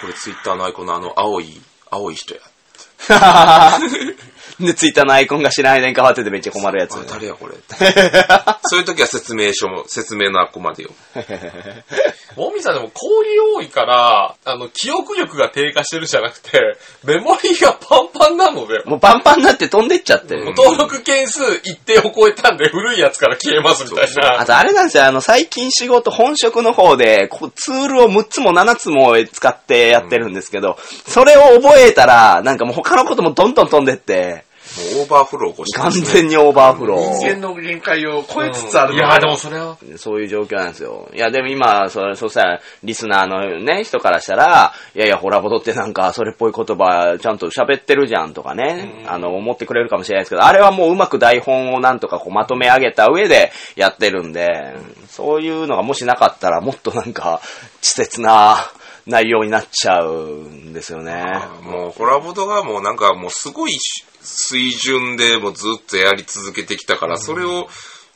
[SPEAKER 4] これツイッターのアイコンのあの青い、青い人や。
[SPEAKER 2] ー。で、ツイッターのアイコンが知らない間に変わっててめっちゃ困るやつ
[SPEAKER 4] あ。誰やこれ。 *laughs* そういう時は説明書も、説明のあっこまでよ。
[SPEAKER 6] もみさんでも氷多いから、あの、記憶力が低下してるじゃなくて、メモリーがパンパンなので、
[SPEAKER 2] もうパンパンになって飛んでっちゃってる。
[SPEAKER 6] 登録件数一定を超えたんで古いやつから消えますみたい
[SPEAKER 2] あ
[SPEAKER 6] な。
[SPEAKER 2] とあれなんですよ、あの、最近仕事、本職の方で、こうツールを6つも7つも使ってやってるんですけど、それを覚えたら、なんかもう他のこともどんどん飛んでって、
[SPEAKER 4] もうオーバーフロー起こして
[SPEAKER 2] 完
[SPEAKER 4] ますね
[SPEAKER 2] 全にオーバーフロ
[SPEAKER 5] 人間
[SPEAKER 2] ー。
[SPEAKER 5] の限界を超えつつある
[SPEAKER 6] いや、でもそれは、
[SPEAKER 2] そういう状況なんですよ。いや、でも今、それ、そうしたら、リスナーのね、人からしたら、いやいや、ホラボトってなんか、それっぽい言葉、ちゃんと喋ってるじゃんとかね、あの、思ってくれるかもしれないですけど、あれはもううまく台本をなんとかこうまとめ上げた上でやってるんで、そういうのがもしなかったら、もっとなんか、稚拙な内容になっちゃうんですよね。
[SPEAKER 4] あもうホラボドがもうなんかもうすごい水準でもうずっとやり続けてきたから、それを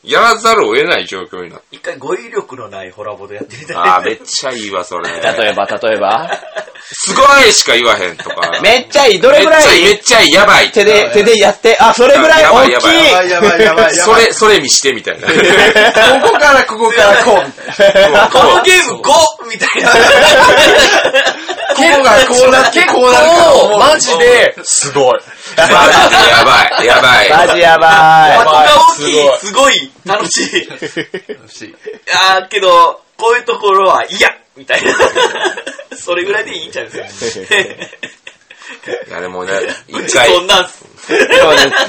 [SPEAKER 4] やらざるを得ない状況になって。
[SPEAKER 1] 一回語彙力のないホラボでやってみたい。
[SPEAKER 4] *laughs* ああ、めっちゃいいわ、 *laughs* それ。
[SPEAKER 2] 例えば、例えば、
[SPEAKER 4] すごいしか言わへんとか。めっ
[SPEAKER 2] めっちゃいい、どれぐら
[SPEAKER 4] ちゃいい、め
[SPEAKER 2] い
[SPEAKER 4] っちゃいい、やばい。
[SPEAKER 2] 手で、手でやって、あ、それぐらい
[SPEAKER 4] やばい
[SPEAKER 2] 大
[SPEAKER 4] やばい
[SPEAKER 2] きい
[SPEAKER 5] やばいやばいやばいや
[SPEAKER 4] そ
[SPEAKER 5] ばい。
[SPEAKER 4] れ、それ見してみたい *laughs* な。
[SPEAKER 5] ここからここからこうみたいな。
[SPEAKER 1] このゲーム 5! みたいな。
[SPEAKER 5] ここがこうなってこうなるから思
[SPEAKER 6] そうう、マジで、すごい。
[SPEAKER 4] マジでやばい、やばい。
[SPEAKER 2] マジやばい
[SPEAKER 1] 箱。が大きい、
[SPEAKER 6] す
[SPEAKER 1] すごい、楽しい。
[SPEAKER 5] 楽しい。
[SPEAKER 1] あーけど、こういうところは嫌みたい *laughs* な。それぐらいでいいんちゃうんですよ。
[SPEAKER 4] いや、でもね、
[SPEAKER 1] *laughs* う
[SPEAKER 4] 一
[SPEAKER 1] ち
[SPEAKER 4] 回、
[SPEAKER 1] そんなんす。
[SPEAKER 2] そうね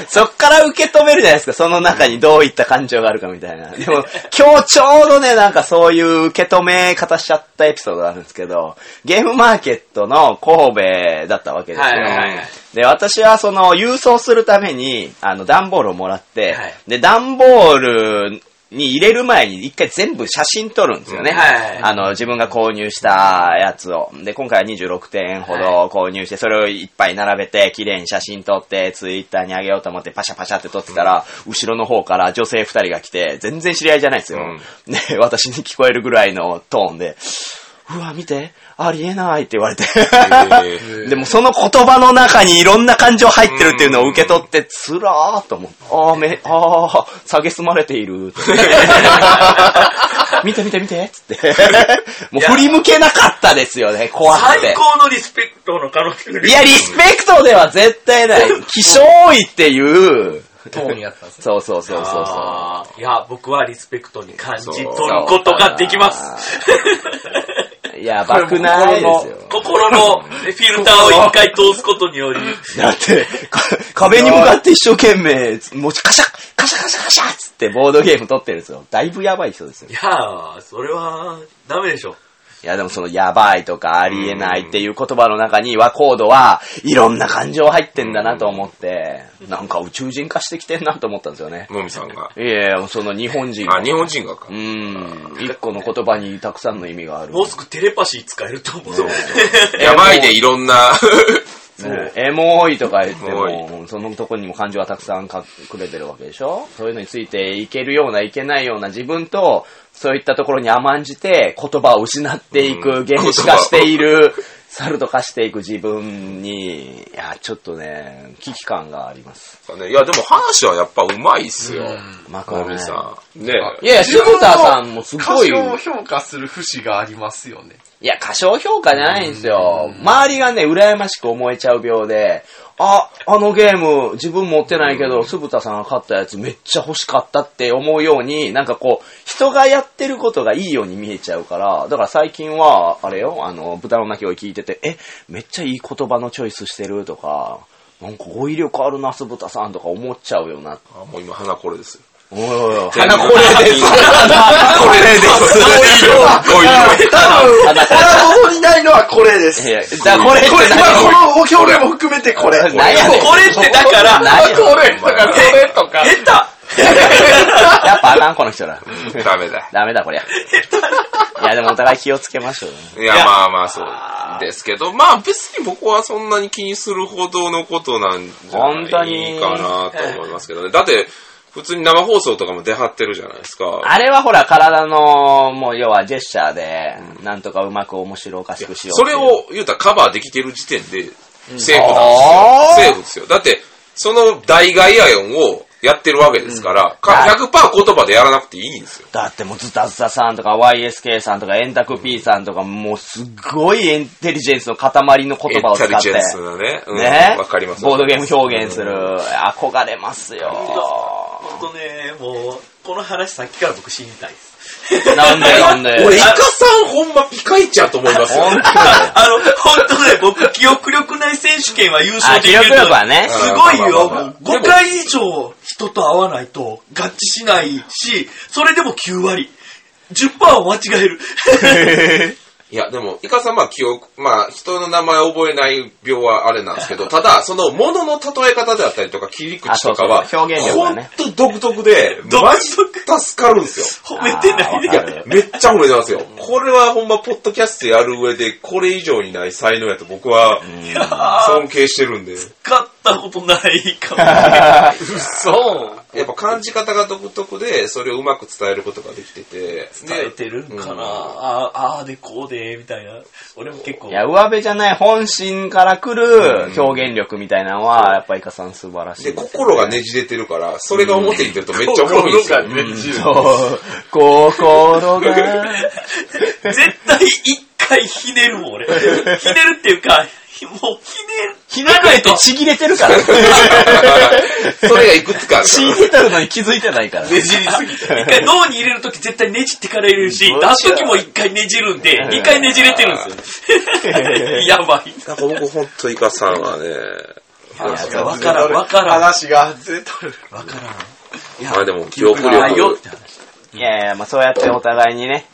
[SPEAKER 2] そっから受け止めるじゃないですか、その中にどういった感情があるかみたいな。でも、今日ちょうどね、なんかそういう受け止め方しちゃったエピソードなんですけど、ゲームマーケットの神戸だったわけですよ。
[SPEAKER 1] はいはいはい
[SPEAKER 2] で、私はその、郵送するために、あの、段ボールをもらって、
[SPEAKER 1] はい
[SPEAKER 2] で、段ボールに入れる前に一回全部写真撮るんですよね。
[SPEAKER 1] うんはい
[SPEAKER 2] あの、自分が購入したやつを。で、今回は26点ほど購入して、それをいっぱい並べて、綺麗に写真撮って、ツイッターに上げようと思って、パシャパシャって撮ってたら、後ろの方から女性二人が来て、全然知り合いじゃないですよ。で、私に聞こえるぐらいのトーンで、うわ、見て、ありえないって言われて。
[SPEAKER 4] ー
[SPEAKER 2] でもその言葉の中にいろんな感情入ってるっていうのを受け取って、つ
[SPEAKER 5] *laughs*
[SPEAKER 2] らーっと思って、あーめ、あー、下げすまれている。見て見て見てっつって。もう振り向けなかったですよね、怖く
[SPEAKER 1] 最
[SPEAKER 2] て。
[SPEAKER 1] 高のリスペクトの可能性
[SPEAKER 2] いや、リスペクトでは絶対
[SPEAKER 5] *laughs*
[SPEAKER 2] ない。希少位っていう。
[SPEAKER 5] トーンやったんですね。
[SPEAKER 2] そうそうそうそうそう。
[SPEAKER 1] あーいや、僕はリスペクトに感じ取ることができ
[SPEAKER 2] *laughs*
[SPEAKER 1] ます。
[SPEAKER 2] いや、バクないですよ。
[SPEAKER 1] 心のフィルターを一回通すことにより、
[SPEAKER 2] だって、か壁に向かって一生懸命、もうカシャッカシャカシャカシャッつってボードゲーム撮ってるんですよ。だいぶやばい人ですよ
[SPEAKER 1] い。やー、それは、ダメでしょ。
[SPEAKER 2] いや、でもその、やばいとか、ありえないっていう言葉の中に、和コードはいろんな感情入ってんだなと思って、なんか宇宙人化してきてんなと思ったんですよね。
[SPEAKER 4] もみさんが。
[SPEAKER 2] いやいや、その日本人
[SPEAKER 4] あ、日本人がか
[SPEAKER 2] う。ん。一個の言葉にたくさんの意味がある。
[SPEAKER 1] もうすぐテレパシー使えると思う。
[SPEAKER 4] やばいでいろんな。 *laughs*
[SPEAKER 2] ねエモいとか言って
[SPEAKER 4] エ
[SPEAKER 2] も、そのとこにも感情はたくさんかくれてるわけでしょそういうのについていけるようないけないような自分と、そういったところに甘んじて言葉を失っていく、
[SPEAKER 4] うん
[SPEAKER 2] 原始化している、猿と化していく自分に、いや、ちょっとね、危機感があります。
[SPEAKER 4] いや、でも話はやっぱうまいっすよ。
[SPEAKER 2] うまくは
[SPEAKER 4] も
[SPEAKER 2] な
[SPEAKER 4] み
[SPEAKER 2] い。
[SPEAKER 4] さん。ね
[SPEAKER 2] いやいや、スーターさんもす
[SPEAKER 5] 過
[SPEAKER 2] ごい、
[SPEAKER 5] 小評価する節がありますよね。
[SPEAKER 2] いや、過小評価じゃないんですよ。周りがね、羨ましく思えちゃう病で、あ、あのゲーム、自分持ってないけど、酢豚さんが買ったやつめっちゃ欲しかったって思うように、なんかこう、人がやってることがいいように見えちゃうから、だから最近は、あれよ、あの、豚の鳴き声聞いてて、え、めっちゃいい言葉のチョイスしてるとか、なんか語彙力あるな、酢豚さんとか思っちゃうよな。
[SPEAKER 4] あもう今鼻これですよ。
[SPEAKER 2] おいおい *laughs* おいこ
[SPEAKER 4] 鼻これです。
[SPEAKER 2] れで
[SPEAKER 4] *laughs*
[SPEAKER 2] す。
[SPEAKER 4] おい
[SPEAKER 2] あだから
[SPEAKER 5] 戻りないのはこれです。
[SPEAKER 2] いや、だからこれって
[SPEAKER 5] これ、
[SPEAKER 2] 何
[SPEAKER 5] まあこの表現も含めてこれ。
[SPEAKER 2] 何やねん
[SPEAKER 1] これってだから
[SPEAKER 2] 何やねん
[SPEAKER 6] これとか、これとか。
[SPEAKER 1] 下手
[SPEAKER 2] やっぱあかん、この人ら。
[SPEAKER 4] おいダメだ。
[SPEAKER 2] ダメだ、こりゃ。いや、でもお互い気をつけましょうね。
[SPEAKER 4] いや、まあまあそうですけど、まあ別に僕はそんなに気にするほどのことなんじゃ
[SPEAKER 2] 本当に
[SPEAKER 4] ないかなと思いますけどね。だって、普通に生放送とかも出張ってるじゃないですか。
[SPEAKER 2] あれはほら、体の、もう要はジェスチャーで、なんとかうまく面白おかしくしよう
[SPEAKER 4] そ
[SPEAKER 2] ってい
[SPEAKER 4] れ
[SPEAKER 2] う。
[SPEAKER 4] を言うたらカバーできてる時点で、セーフ
[SPEAKER 2] あー
[SPEAKER 4] なんですよ。セーフですよ。だって、その代替アイオンをやってるわけですから、か
[SPEAKER 2] はい
[SPEAKER 4] 100%言葉でやらなくていいんですよ。
[SPEAKER 2] だってもうズタズタさんとか YSK さんとかエンタク P さんとかもうすごいエンテリジェンスの塊の言葉を使っ
[SPEAKER 4] エンタリ
[SPEAKER 2] て
[SPEAKER 4] ジェンスなね。うん
[SPEAKER 2] ね
[SPEAKER 4] わかります。
[SPEAKER 2] ボードゲーム表現する憧れますよ
[SPEAKER 1] ほんとね、もう、この話さっきから僕死にたいです。
[SPEAKER 2] なんでなんで
[SPEAKER 4] *laughs* 俺、イカさんほんまピカイチやと思います
[SPEAKER 2] *laughs*
[SPEAKER 4] よ。
[SPEAKER 2] 本当
[SPEAKER 1] ああの、本当ね、僕、記憶力ない選手権は優勝
[SPEAKER 2] あ、
[SPEAKER 1] で
[SPEAKER 2] 記
[SPEAKER 1] きる
[SPEAKER 2] 憶
[SPEAKER 1] けど
[SPEAKER 2] 力はね。
[SPEAKER 1] すごいよ、
[SPEAKER 4] まあまあまあ
[SPEAKER 1] もう5回以上人と会わないと合致しないし、それでも9割。10%を間違える。
[SPEAKER 4] いや、でも、イカさん、まあ、記憶、まあ、人の名前を覚えない病はあれなんです
[SPEAKER 2] *laughs*
[SPEAKER 4] けど、ただ、その、ものの例え方であったりとか、切り口とかは、
[SPEAKER 2] あそうそう表現力がね
[SPEAKER 4] ほんと独特で、
[SPEAKER 1] 独特
[SPEAKER 4] マジ助かるんですよ。
[SPEAKER 1] 褒めてない
[SPEAKER 2] あーわか
[SPEAKER 1] ね。
[SPEAKER 2] る
[SPEAKER 4] めっちゃ褒めてますよ。これはほんま、ポッドキャストやる上で、これ以上にない才能やと僕は、尊敬してるんで。
[SPEAKER 1] 勝ったことないかもね。
[SPEAKER 6] そう。
[SPEAKER 4] やっぱ感じ方が独特で、それをうまく伝えることができてて、
[SPEAKER 1] 伝えてるんかな、
[SPEAKER 4] うん
[SPEAKER 1] あああーでこうでみたいな俺も結構
[SPEAKER 2] いや、上辺じゃない本心から来る表現力みたいなのは、やっぱイカさん素晴らしい
[SPEAKER 4] で、
[SPEAKER 2] です。
[SPEAKER 4] 心がねじれてるから、それが表に出るとめっちゃおもろいんですよ。
[SPEAKER 2] そう。心が。
[SPEAKER 4] *laughs*
[SPEAKER 1] 絶対一回ひねるもん俺ひねるっていうかひもうひねる
[SPEAKER 2] ひなくれてちぎれてる
[SPEAKER 4] *laughs*
[SPEAKER 2] から。
[SPEAKER 4] それがいくつかあ
[SPEAKER 2] *laughs*
[SPEAKER 4] る
[SPEAKER 2] ち
[SPEAKER 4] か
[SPEAKER 2] ぎれてるのに気づいてないから。
[SPEAKER 1] ねじりすぎて一回脳に入れるとき絶対ねじってから入れるし出すときも一回ねじるんで二回ねじれてるんですよ *laughs* やばい
[SPEAKER 4] ら。なんか僕ほんとイカさんはね、
[SPEAKER 1] いやわからんわからんわ
[SPEAKER 5] 話がずれとる。
[SPEAKER 1] からん
[SPEAKER 4] まあでも記憶
[SPEAKER 1] ないよ
[SPEAKER 4] 力
[SPEAKER 1] っ。て話
[SPEAKER 2] いやいや、まあそうやってお互いにね、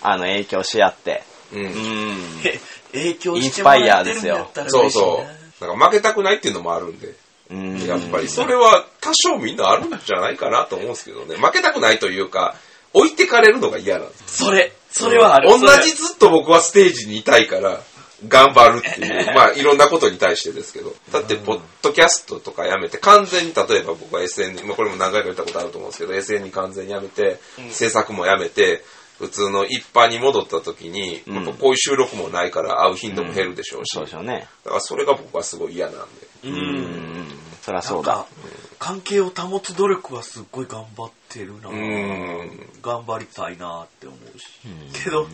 [SPEAKER 2] あの、影響し合って。
[SPEAKER 4] う。
[SPEAKER 2] うんん。
[SPEAKER 1] へ影響してもらってるんだったら
[SPEAKER 4] そう
[SPEAKER 1] 嬉しいな
[SPEAKER 4] そう。なんか負けたくないっていうのもあるんで、
[SPEAKER 2] うん。
[SPEAKER 4] やっぱりそれは多少みんなあるんじゃないかなと思うんですけどね。負けたくないというか、置いてかれるのが嫌なんです。
[SPEAKER 1] それそれはある
[SPEAKER 4] 同
[SPEAKER 1] それ
[SPEAKER 4] じずっと僕はステージにいたいから、頑張るっていう、まあいろんなことに対してですけど。だって、ポッドキャストとかやめて、完全に例えば僕は SN に、まあこれも何回か言ったことあると思うんですけど、SN に完全にやめて、制作もやめて、普通の一般に戻った時に、
[SPEAKER 2] うん
[SPEAKER 4] やっぱこういう収録もないから会う頻度も減るでしょうし、
[SPEAKER 2] そうでしょうね。
[SPEAKER 4] だからそれが僕はすごい嫌なんで。
[SPEAKER 1] う
[SPEAKER 2] うんん。そりゃそ
[SPEAKER 1] なん
[SPEAKER 2] うだ
[SPEAKER 1] か。関係を保つ努力はすっごい頑張ってるな、
[SPEAKER 4] うん。
[SPEAKER 1] 頑張りたいなって思うし。けど、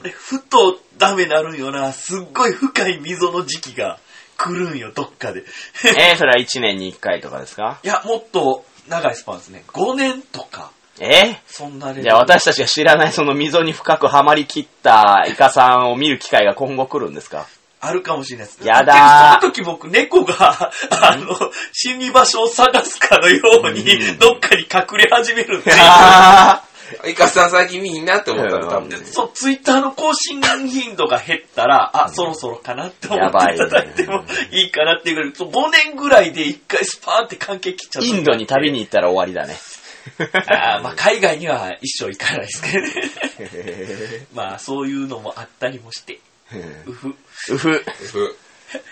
[SPEAKER 1] 俺、ふとダメなるんよな。すっごい深い溝の時期が来るんよ、どっかで。
[SPEAKER 2] えー、それは1年に1回とかですか
[SPEAKER 1] いや、もっと長いスパンですね。5年とか、
[SPEAKER 2] え
[SPEAKER 1] そんなレベル
[SPEAKER 2] ー、じゃあ私たちが知らないその溝に深くはまりきったイカさんを見る機会が今後来るんですか
[SPEAKER 1] あるかもしれないです。
[SPEAKER 2] やだー
[SPEAKER 1] けどその時僕、猫
[SPEAKER 2] *laughs*
[SPEAKER 1] が、あの、死に場所を探すかのように、どっかに隠れ始めるっていう。
[SPEAKER 2] あ
[SPEAKER 4] イカさん最近見ひんなって思ったら多分。
[SPEAKER 2] うん
[SPEAKER 1] そう、ツイッターの更新頻度が減ったら、あ、そろそろかなって思
[SPEAKER 2] や
[SPEAKER 1] っ
[SPEAKER 2] ば
[SPEAKER 1] て
[SPEAKER 2] い
[SPEAKER 1] い
[SPEAKER 2] ね
[SPEAKER 1] ただいてもいいかなっていうぐらい、そう5年ぐらいで一回スパーンって関係切っちゃ
[SPEAKER 2] ー
[SPEAKER 1] った。
[SPEAKER 2] インドに旅に行ったら終わりだね。
[SPEAKER 1] あーまあ海外には一生行かないですけどね。 *laughs* まあそういうのもあったりもして、うふ。
[SPEAKER 2] うふ、
[SPEAKER 4] ふ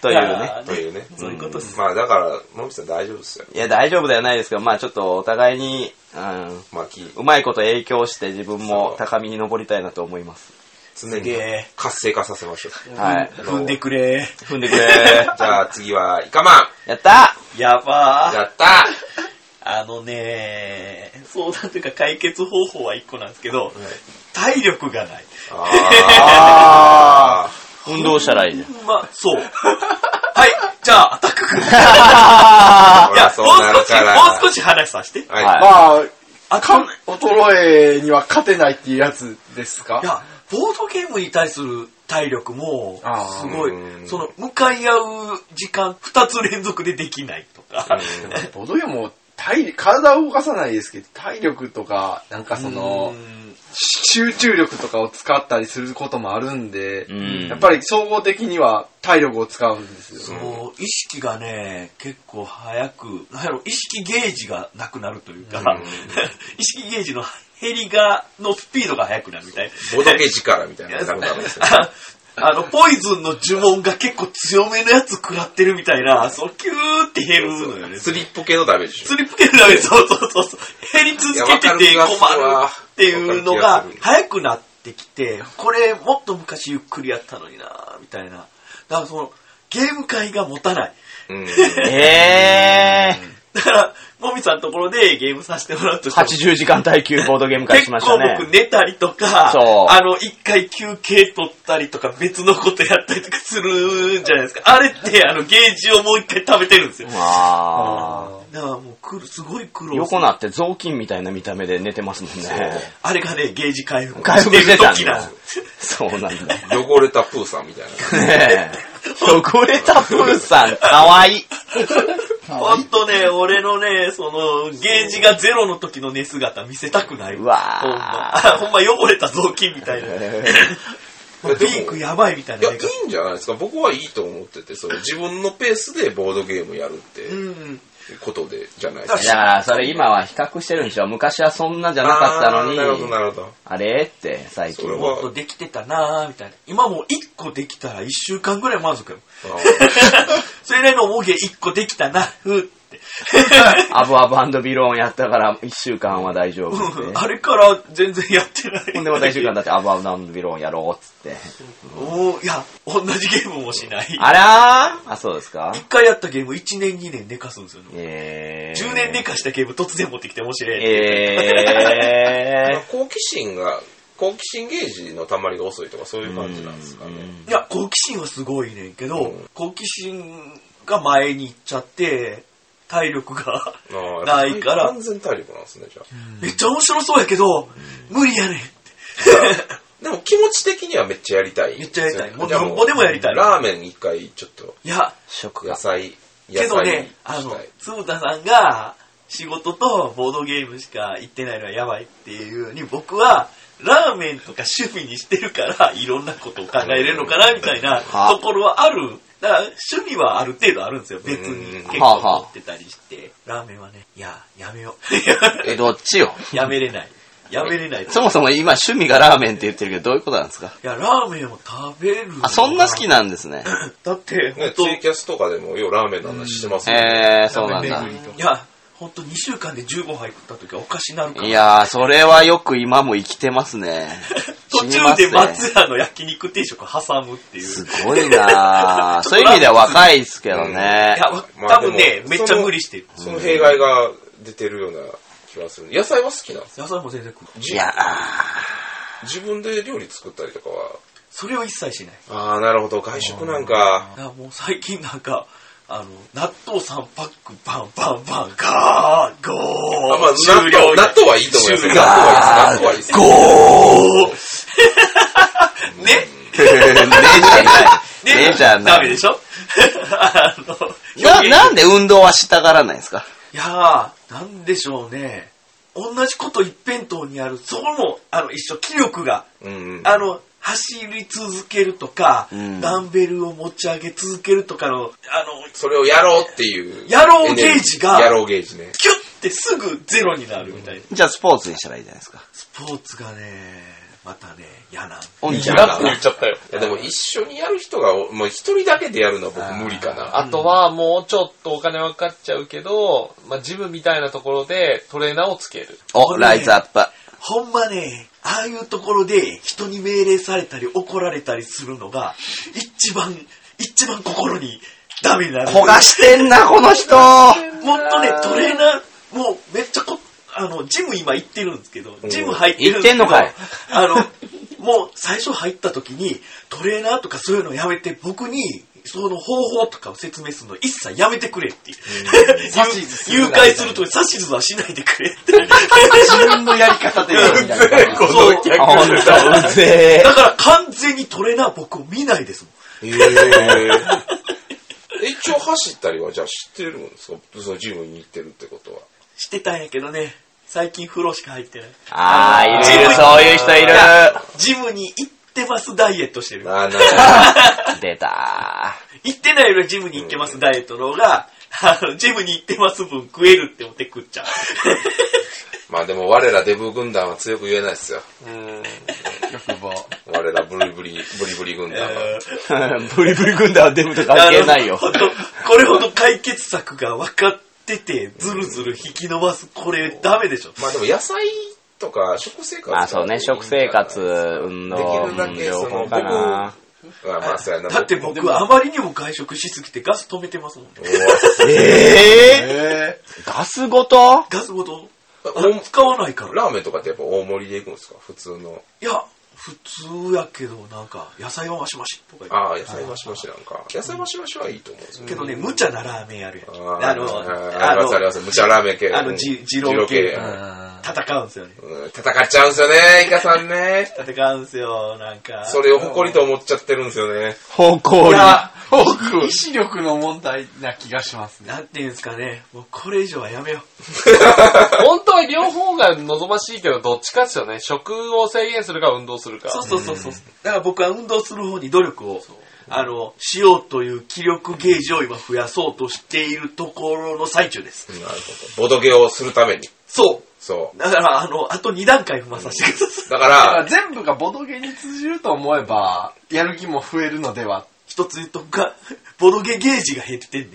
[SPEAKER 2] というね。
[SPEAKER 1] やー
[SPEAKER 4] というね。
[SPEAKER 1] そういうことです。
[SPEAKER 4] まあだから、もみさん大丈夫ですよ。
[SPEAKER 2] いや、大丈夫ではないですけど、まあちょっとお互いに、うん、
[SPEAKER 4] まあ、き
[SPEAKER 2] うまいこと影響して自分
[SPEAKER 4] そ
[SPEAKER 2] も
[SPEAKER 4] う
[SPEAKER 2] 高みに登りたいなと思います。
[SPEAKER 4] 常
[SPEAKER 1] すげ
[SPEAKER 4] に
[SPEAKER 1] え
[SPEAKER 4] 活性化させましょう。
[SPEAKER 2] はい。
[SPEAKER 1] 踏んでくれ。
[SPEAKER 2] 踏んでくれ。
[SPEAKER 4] *laughs* じゃあ次は、イカマン
[SPEAKER 2] やった
[SPEAKER 1] やばー *laughs*
[SPEAKER 4] やった
[SPEAKER 1] あのねー、相談というか解決方法は一個なんですけど、体力がない。
[SPEAKER 4] あ
[SPEAKER 2] 運動したらいいじゃん。
[SPEAKER 1] まあ、そう。 *laughs* はい、じゃあ、アタックくん。い
[SPEAKER 4] あ。
[SPEAKER 1] や、
[SPEAKER 4] そ
[SPEAKER 1] も
[SPEAKER 4] う
[SPEAKER 1] う
[SPEAKER 4] な
[SPEAKER 1] 少
[SPEAKER 4] る
[SPEAKER 1] し、
[SPEAKER 4] から。
[SPEAKER 1] もう少し話させて。
[SPEAKER 4] はい。
[SPEAKER 2] は
[SPEAKER 5] まあ、
[SPEAKER 1] あ
[SPEAKER 5] か
[SPEAKER 1] と、い
[SPEAKER 5] 衰えには勝てないっていうやつですか
[SPEAKER 1] や、ボードゲームに対する体力も、
[SPEAKER 5] あー
[SPEAKER 1] すご
[SPEAKER 4] う
[SPEAKER 1] い、
[SPEAKER 4] ん
[SPEAKER 1] その、向かい合う時間、二つ連続でできないとか、
[SPEAKER 5] ボドゲも体体を動かさないですけど、体力とか、なんかその
[SPEAKER 1] う、ん
[SPEAKER 5] 集中力とかを使ったりすることもあるんで、
[SPEAKER 2] ん
[SPEAKER 5] やっぱり総合的には体力を使うんですよ。
[SPEAKER 1] そう、意識がね、結構早く、なんやろ、意識ゲージがなくなるというか、 *laughs* 意識ゲージの減りが、のスピードが速くなるみたいな。
[SPEAKER 4] ボドゲ力みたいなのがなくなるんですよ。
[SPEAKER 1] ああの、ポイズンの呪文が結構強めのやつ食らってるみたいな、そう、キューって減るのよね。
[SPEAKER 4] スリップ系のダメージでしょ
[SPEAKER 1] スリップ系ダメ、そうそうそうそう。減り続けてて
[SPEAKER 4] いやわかる気がする
[SPEAKER 1] 困る
[SPEAKER 4] わ
[SPEAKER 1] っていうの
[SPEAKER 4] わか
[SPEAKER 1] が
[SPEAKER 4] る気がする
[SPEAKER 1] 早くなってきて、これもっと昔ゆっくりやったのになみたいな。だからその、ゲーム会が持たない。
[SPEAKER 4] うん。
[SPEAKER 2] い。え
[SPEAKER 1] だから、もみさんのところでゲームさせてもらうと
[SPEAKER 2] ー、
[SPEAKER 1] しても
[SPEAKER 2] 80時間耐久ボードゲーム会し
[SPEAKER 1] 結
[SPEAKER 2] ました
[SPEAKER 1] 構
[SPEAKER 2] ね。
[SPEAKER 1] 僕寝たりとか、
[SPEAKER 2] そう
[SPEAKER 1] あの、一回休憩取ったりとか、別のことやったりとかするんじゃないですか。あれって、あの、ゲージをもう一回食べてるんですよ。だか
[SPEAKER 2] あ
[SPEAKER 1] らもうくる、すごい苦
[SPEAKER 2] ー。
[SPEAKER 1] 労す
[SPEAKER 2] 横
[SPEAKER 1] る。
[SPEAKER 2] なって雑巾みたいな見た目で寝てますもんね。
[SPEAKER 1] あれがね、ゲージ回復
[SPEAKER 2] 回復
[SPEAKER 1] し
[SPEAKER 2] して
[SPEAKER 1] る
[SPEAKER 2] てたん
[SPEAKER 1] 時な
[SPEAKER 2] だ
[SPEAKER 1] んで。
[SPEAKER 2] そうなんだ。
[SPEAKER 4] 汚れたプーさんみたいな。
[SPEAKER 2] ねえ。汚れたプーさん、かわいい。
[SPEAKER 1] す。ほんとね、俺のね、その、ゲージがゼロの時の寝姿見せたくない。
[SPEAKER 2] う
[SPEAKER 1] ほん
[SPEAKER 2] わ
[SPEAKER 1] ま。あほんま汚れた雑巾み
[SPEAKER 2] *laughs*
[SPEAKER 1] たいな。もうピークやばいみたい
[SPEAKER 4] いや、
[SPEAKER 1] ないね。
[SPEAKER 4] いんじゃないですか。僕はいいと思ってて、それ自分のペースでボードゲームやるって
[SPEAKER 1] うん。
[SPEAKER 4] ことで、じゃないですか
[SPEAKER 2] ー。。いやー、それ今は比較してるんでしょ。昔はそんなじゃなかったの
[SPEAKER 4] あーなるほど、
[SPEAKER 2] に。
[SPEAKER 4] なるほど。
[SPEAKER 2] あれって、最近
[SPEAKER 4] それは
[SPEAKER 1] もっとできてたなーみたいな。今もう1個できたら1週間ぐらい満
[SPEAKER 2] *laughs*
[SPEAKER 1] 足よ。
[SPEAKER 4] あ
[SPEAKER 1] それ以来のおもげ1個できたな、ふーって。
[SPEAKER 2] アブアブビローンやったから1週間は大丈夫って
[SPEAKER 1] うん *laughs* *laughs* あれから全然やってない。
[SPEAKER 2] ほんでまた1週間だってアブアブビローンやろうっつって。
[SPEAKER 1] おーいや、同じゲームもしない。
[SPEAKER 2] あらーあ、そうですか
[SPEAKER 1] 一回やったゲーム1年2年寝かすんですよね。
[SPEAKER 2] えー。
[SPEAKER 1] 10年寝かしたゲーム突然持ってきて面白い。
[SPEAKER 4] ー *laughs*
[SPEAKER 2] え
[SPEAKER 4] 好奇心が、好奇心ゲージの溜まりが遅いとかそういう感じなんですかね。
[SPEAKER 1] いや、好奇心はすごいねんけど、
[SPEAKER 4] うん
[SPEAKER 1] 好奇心が前に行っちゃって、体力が
[SPEAKER 4] あーやっぱ
[SPEAKER 1] ないから
[SPEAKER 4] 完全体力なんですね、じゃあ。
[SPEAKER 1] めっちゃ面白そうやけど、無理や
[SPEAKER 2] *laughs*
[SPEAKER 1] ねん。
[SPEAKER 4] でも気持ち的にはめっちゃやりたい。
[SPEAKER 1] めっちゃやりたいもう
[SPEAKER 4] じゃあ
[SPEAKER 1] なんぼでもやりたい
[SPEAKER 4] ラーメン一回ちょっと、
[SPEAKER 1] いや、
[SPEAKER 2] 食
[SPEAKER 4] 野
[SPEAKER 2] が。
[SPEAKER 4] 菜、野
[SPEAKER 1] け
[SPEAKER 4] 菜
[SPEAKER 1] どね
[SPEAKER 4] に、
[SPEAKER 1] あ
[SPEAKER 4] し
[SPEAKER 1] の
[SPEAKER 4] たい、
[SPEAKER 1] つぶたさんが仕事とボードゲームしか行ってないのはやばいっていうように、僕はラーメンとか趣味にしてるから、いろんなことを考えれるのかな、みたいな
[SPEAKER 2] は
[SPEAKER 1] ところはある。だから趣味はある程度あるんですよ。別に
[SPEAKER 4] うん
[SPEAKER 1] 結
[SPEAKER 2] はあ
[SPEAKER 1] 構
[SPEAKER 2] はあ
[SPEAKER 1] 持ってたりして。ラーメンはね、いや、やめよ
[SPEAKER 2] え、どっちよ
[SPEAKER 1] う。 *laughs* やめれない。やめれない。い
[SPEAKER 2] そもそも今趣味がラーメンって言ってるけど、どういうことなんですか
[SPEAKER 1] や、ラーメンを食べる。
[SPEAKER 2] あ、そんな好きなん *laughs* ですね。
[SPEAKER 1] だって、ほん
[SPEAKER 4] ね、
[SPEAKER 1] と
[SPEAKER 4] ツイキャスとかでも、ようラーメンの話してますもんね。
[SPEAKER 2] えー、そうなんだ。
[SPEAKER 1] いや、ほんと2週間で15杯食った時はおかしなるから。
[SPEAKER 2] いやー、それはよく今も生きてますね。
[SPEAKER 1] 途
[SPEAKER 2] 死にま
[SPEAKER 1] 中
[SPEAKER 2] すね
[SPEAKER 1] で松屋の焼肉定食挟むっていう。
[SPEAKER 2] すごい *laughs* なぁ。そういう意味では若いですけどね
[SPEAKER 1] い。や、わ
[SPEAKER 4] まあ
[SPEAKER 1] 多分ね、
[SPEAKER 4] でも
[SPEAKER 1] めっちゃ無理してる。
[SPEAKER 4] その弊害が出てるような気がする。野菜は好きなんです
[SPEAKER 1] 野菜も全然食う。
[SPEAKER 2] いや
[SPEAKER 4] 自分で料理作ったりとかは。
[SPEAKER 1] それを一切しない。
[SPEAKER 4] ああ、なるほど。外食なんか。
[SPEAKER 1] だからもう最近なんか、あの、納豆3パックバンバンバンガーゴー、
[SPEAKER 4] あまあ、納
[SPEAKER 1] 終了
[SPEAKER 4] 豆、納豆はいいと思います。納
[SPEAKER 1] 終
[SPEAKER 4] 豆
[SPEAKER 1] 了
[SPEAKER 4] はいいです。納豆はいいです。
[SPEAKER 1] *laughs* ゴーね
[SPEAKER 2] *laughs* ー。ねえじゃない。ねえじ
[SPEAKER 1] ダ
[SPEAKER 2] ゃな
[SPEAKER 1] メで
[SPEAKER 2] い。
[SPEAKER 1] しょ *laughs* あの、
[SPEAKER 2] な、
[SPEAKER 1] 表現
[SPEAKER 2] なんで運動はしたがらないんですか
[SPEAKER 1] いやー、なんでしょうね。同じこと一辺倒にある、そこも、あの、一緒、気力が、
[SPEAKER 4] うん。
[SPEAKER 1] あの、走り続けるとか、
[SPEAKER 2] うん
[SPEAKER 1] ダンベルを持ち上げ続けるとかの、あの、
[SPEAKER 4] それをやろうっていう。
[SPEAKER 1] やろうゲージが
[SPEAKER 4] やろうゲージね。
[SPEAKER 1] キュッてすぐゼロになるみたいな。
[SPEAKER 2] じゃあスポーツにしたらいいじゃないですか。
[SPEAKER 1] スポーツがね、またね、嫌なん。
[SPEAKER 2] おんちゃん
[SPEAKER 6] 嫌って言っちゃったよ。
[SPEAKER 4] いやでも一緒にやる人が、もう一人だけでやるのは僕無理かな。
[SPEAKER 6] あとはもうちょっとお金はかかっちゃうけど、まあ、ジムみたいなところでトレーナーをつけ
[SPEAKER 1] *laughs*
[SPEAKER 6] る。
[SPEAKER 2] お、ライズアップ。
[SPEAKER 1] ほんまね、ああいうところで人に命令されたり怒られたりするのが、一番、一番心にダメになる。
[SPEAKER 2] 焦がしてんな、この人
[SPEAKER 1] もっとね、トレーナー、もうめっちゃこ、あの、ジム今行ってるんですけど、ジム入ってるですけど
[SPEAKER 2] 行ってんのかい
[SPEAKER 1] *laughs* あの、もう最初入った時に、トレーナーとかそういうのやめて、僕に、その方法とかを説明するの一切やめてくれっていう。誘誘拐すると指図はしないでくれ
[SPEAKER 2] *laughs*
[SPEAKER 1] って。
[SPEAKER 5] 自分のやり方でやるみたいな。
[SPEAKER 4] この逆
[SPEAKER 2] ほんと、うぜ
[SPEAKER 1] だから完全にトレーナー僕を見ないですもん。
[SPEAKER 4] へーえ一応走ったりはじゃあ知ってるんですかそのジムに行ってるってことは。
[SPEAKER 1] してたんやけどね、最近風呂しか入ってない。
[SPEAKER 2] ー。 *laughs* あー、いるいる、そういう人いる。
[SPEAKER 1] ジムに行ってますダイエットしてる。
[SPEAKER 4] ああ、なるほ
[SPEAKER 2] 出た
[SPEAKER 1] 行ってないよりジムに行ってますダイエットの方が、あの、ジムに行ってます分食えるって思って食っちゃう。
[SPEAKER 4] ど。まあでも我らデブ軍団は強く言えないですよ。
[SPEAKER 6] うん。
[SPEAKER 5] 欲望。
[SPEAKER 4] 我らブリブリ、ブリブリ軍団は。
[SPEAKER 2] ー。ブリブリ軍団はデブと関係ないよ
[SPEAKER 1] あ。のほんとこれほど解決策が分かってて、ずるずる引き伸ばす、これダメでしょ。
[SPEAKER 4] まあでも野菜とか食生活
[SPEAKER 2] まあそうね、食生活、運
[SPEAKER 4] で
[SPEAKER 2] 動、
[SPEAKER 4] きるだ
[SPEAKER 2] うん
[SPEAKER 4] けそ
[SPEAKER 2] 情
[SPEAKER 4] の
[SPEAKER 2] 報
[SPEAKER 4] 僕、
[SPEAKER 2] か
[SPEAKER 4] あ
[SPEAKER 2] な。
[SPEAKER 4] まあそうやな。
[SPEAKER 1] だって僕あまりにも外食しすぎてガス止めてますもん。
[SPEAKER 4] うわ
[SPEAKER 2] え
[SPEAKER 5] え
[SPEAKER 2] ー、ガスごと
[SPEAKER 1] ガスごと
[SPEAKER 4] お
[SPEAKER 1] 使わないから。
[SPEAKER 4] ラーメンとかってやっぱ大盛りで行くんですか普通の。
[SPEAKER 1] いや、普通やけど、なんか、野菜はマシマシとか言っ
[SPEAKER 4] ああ、野菜マシマシなんか。野菜マシマシはいいと思うんですよ
[SPEAKER 1] て。けどね、無茶なラーメンやるやん。
[SPEAKER 4] あ
[SPEAKER 1] あ
[SPEAKER 4] の、
[SPEAKER 1] の、
[SPEAKER 4] あ
[SPEAKER 1] あ
[SPEAKER 4] りますあり
[SPEAKER 1] の、
[SPEAKER 4] ます。むちゃラーメン系。
[SPEAKER 1] あのじ二郎系
[SPEAKER 4] 二
[SPEAKER 5] ー。あ
[SPEAKER 1] 戦うんすよね。
[SPEAKER 4] うん戦っちゃうんですよね、イカさんね。
[SPEAKER 1] 戦うんすよ、なんか。
[SPEAKER 4] それを誇りと思っちゃってるんですよね。
[SPEAKER 2] 方向に。
[SPEAKER 5] ー意志力の問題な気がしますね。
[SPEAKER 1] なんていうんですかね、もうこれ以上はやめよう。
[SPEAKER 6] 本当は両方が望ましいけど、どっちかっすよね。食を制限するか運動するか。
[SPEAKER 1] そうそうそうそう。だから僕は運動する方に努力を、あの、しようという気力ゲージを今増やそうとしているところの最中です。
[SPEAKER 4] なるほど。ボドゲをするために。
[SPEAKER 1] そ。
[SPEAKER 4] そう
[SPEAKER 1] だから、あの、あと2段階踏まさせてください。
[SPEAKER 4] う。だか
[SPEAKER 5] だから
[SPEAKER 4] ら、
[SPEAKER 5] 全部がボドゲに通じると思えば、やる気も増えるのでは。
[SPEAKER 1] 一つ言うとくが、ボドゲゲージが減ってんねん。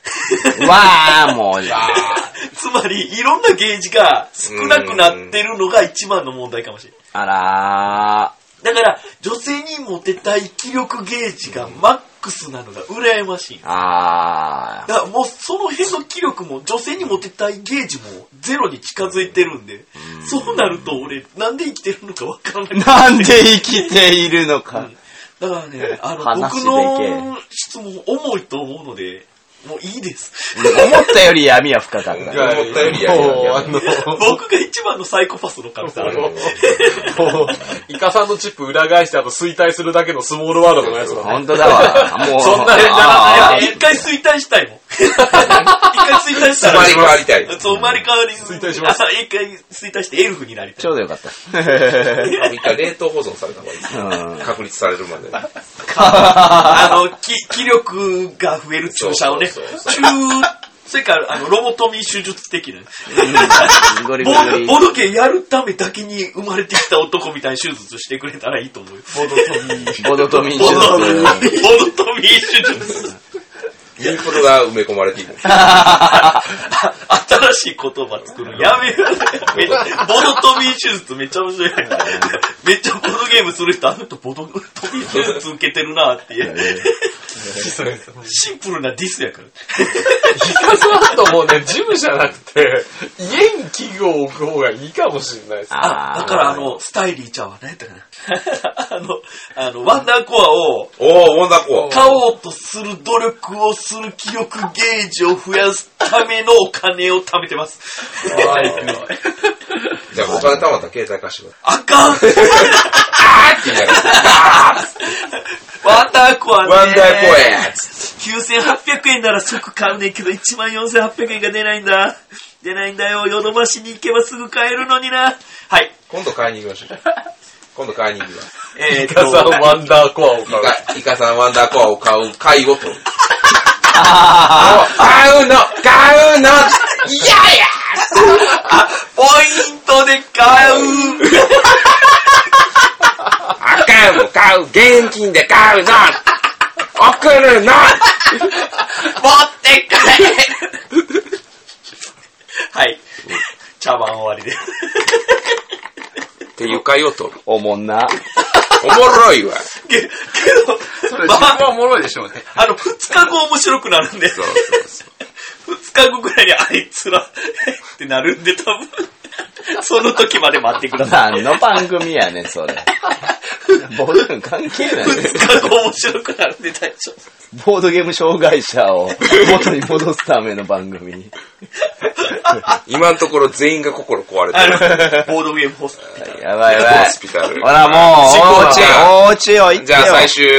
[SPEAKER 2] わー、もう、
[SPEAKER 1] *laughs* つまり、いろんなゲージが少なくなってるのが一番の問題かもしれない。
[SPEAKER 2] あら
[SPEAKER 1] だから、女性にモテたい気力ゲージがマックスなのが羨ましい。
[SPEAKER 2] ー、あ
[SPEAKER 1] だからもうその辺の気力も女性にモテたいゲージもゼロに近づいてるんで、そうなると俺なんで生きてるのかわからない。
[SPEAKER 2] ー。なんで生きているのか。
[SPEAKER 1] だからね、あの、僕
[SPEAKER 2] 話でいけ
[SPEAKER 1] の質問重いと思うので、もういい
[SPEAKER 2] *laughs*
[SPEAKER 1] です。
[SPEAKER 2] 思ったより闇は深かっ
[SPEAKER 4] 思
[SPEAKER 2] た。 *laughs*
[SPEAKER 4] ったよりやりやりやり
[SPEAKER 1] 僕が一番のサイコパスの神様。
[SPEAKER 6] イカさんのチップ裏返して、あと衰退するだけのスモールワードのやつだね。
[SPEAKER 2] 本当だわ。もう、
[SPEAKER 6] そんな変な
[SPEAKER 2] あ
[SPEAKER 1] あ
[SPEAKER 2] ー
[SPEAKER 1] 一回衰退したいもん。 *laughs* 一回衰退した
[SPEAKER 4] 生まれ
[SPEAKER 1] ら。
[SPEAKER 4] 変わりたい。
[SPEAKER 1] そう、生まれ変わり。衰
[SPEAKER 6] 退します。
[SPEAKER 1] 一回衰退してエルフになりた
[SPEAKER 2] ち
[SPEAKER 1] い。
[SPEAKER 2] ょうどよかった。
[SPEAKER 4] 一回冷凍保存された方がいいですね。
[SPEAKER 2] うん
[SPEAKER 4] 確立され
[SPEAKER 1] *laughs*
[SPEAKER 4] るまで。
[SPEAKER 1] あの、気、気力が増える注射をね。
[SPEAKER 4] そう
[SPEAKER 1] 注
[SPEAKER 4] そう、
[SPEAKER 1] それから、あの、ロボトミー手術的な。
[SPEAKER 2] ゴリゴリ。
[SPEAKER 1] ボボドゲやるためだけに生まれてきた男みたいな手術してくれたらいいと思うよ。
[SPEAKER 5] ボドトミー。
[SPEAKER 2] ボドトミン手
[SPEAKER 1] ボドボ
[SPEAKER 2] 術。
[SPEAKER 1] ドトミー手術。
[SPEAKER 4] いうことが埋め込まれている。
[SPEAKER 1] 新しい言葉作るのやめようめボドトミー手術めっちゃ面白い。めっちゃボドゲームする人、あの人ボドトミー手術受けてるなっていう。シンプルなディスやから。
[SPEAKER 6] 必殺ワードもね、ジムじゃなくて、家に器具を置く方がいいかもしれないです。
[SPEAKER 1] あ、だからあの、スタイリーちゃんは何やったかな。あの、あの、ワンダーコアを
[SPEAKER 4] おー、女子は。
[SPEAKER 1] 買おうとする努力をする気力ゲージを増やすためのお金を貯めてます。
[SPEAKER 4] じゃあ、お金貯まったら携帯貸してくだ
[SPEAKER 1] あかん
[SPEAKER 4] さい。って言いながら、
[SPEAKER 1] ワンダーコアね
[SPEAKER 4] ワンダーコアや
[SPEAKER 1] 9800円なら即買うねんけど、14800円が出ないんだ。出ないんだよ。ヨドバシに行けばすぐ買えるのにな。はい。
[SPEAKER 4] 今度買いに行きましょう。今度買いに行きます。
[SPEAKER 1] えー、
[SPEAKER 6] イカさん
[SPEAKER 1] と、
[SPEAKER 6] ワンダーコアを
[SPEAKER 4] イ
[SPEAKER 6] 買う。
[SPEAKER 4] カ、イカさんワンダーコアを買う会をとる。買うの買うの
[SPEAKER 1] ポイントで買う。
[SPEAKER 4] あかんも買う現金で買うの送る
[SPEAKER 1] 持
[SPEAKER 4] の
[SPEAKER 1] って帰る。はい。茶碗終わりです。
[SPEAKER 4] っていう会をとる。
[SPEAKER 2] おもんな。
[SPEAKER 4] おもろいわ。
[SPEAKER 1] けけ
[SPEAKER 5] そ
[SPEAKER 1] ど、
[SPEAKER 5] れ、
[SPEAKER 1] ま
[SPEAKER 5] 自
[SPEAKER 1] あ
[SPEAKER 5] 分はおもろいでしょうね。
[SPEAKER 1] あの、二日後面白くなるんで。
[SPEAKER 4] そうそうそう。
[SPEAKER 1] 二日後ぐらいにあいつらってなるんで、多分その時まで待ってください。
[SPEAKER 2] 何の番組やねん、 *laughs* それ。ボードゲーム関係
[SPEAKER 1] *laughs*
[SPEAKER 2] ない。
[SPEAKER 1] 二日後面白くなるんで大丈夫。
[SPEAKER 2] ボードゲーム障害者を元に戻すための番組。
[SPEAKER 4] 今のところ全員が心壊れて
[SPEAKER 1] あ
[SPEAKER 4] る。
[SPEAKER 1] の、ボードゲームホストみたい
[SPEAKER 2] やばいやば
[SPEAKER 4] ホ
[SPEAKER 2] い。
[SPEAKER 4] スピタル
[SPEAKER 2] ほ。ら、も
[SPEAKER 4] 進
[SPEAKER 2] う、お
[SPEAKER 4] 行
[SPEAKER 2] うち、おうちを行ってよ。
[SPEAKER 4] じゃあ最終、あ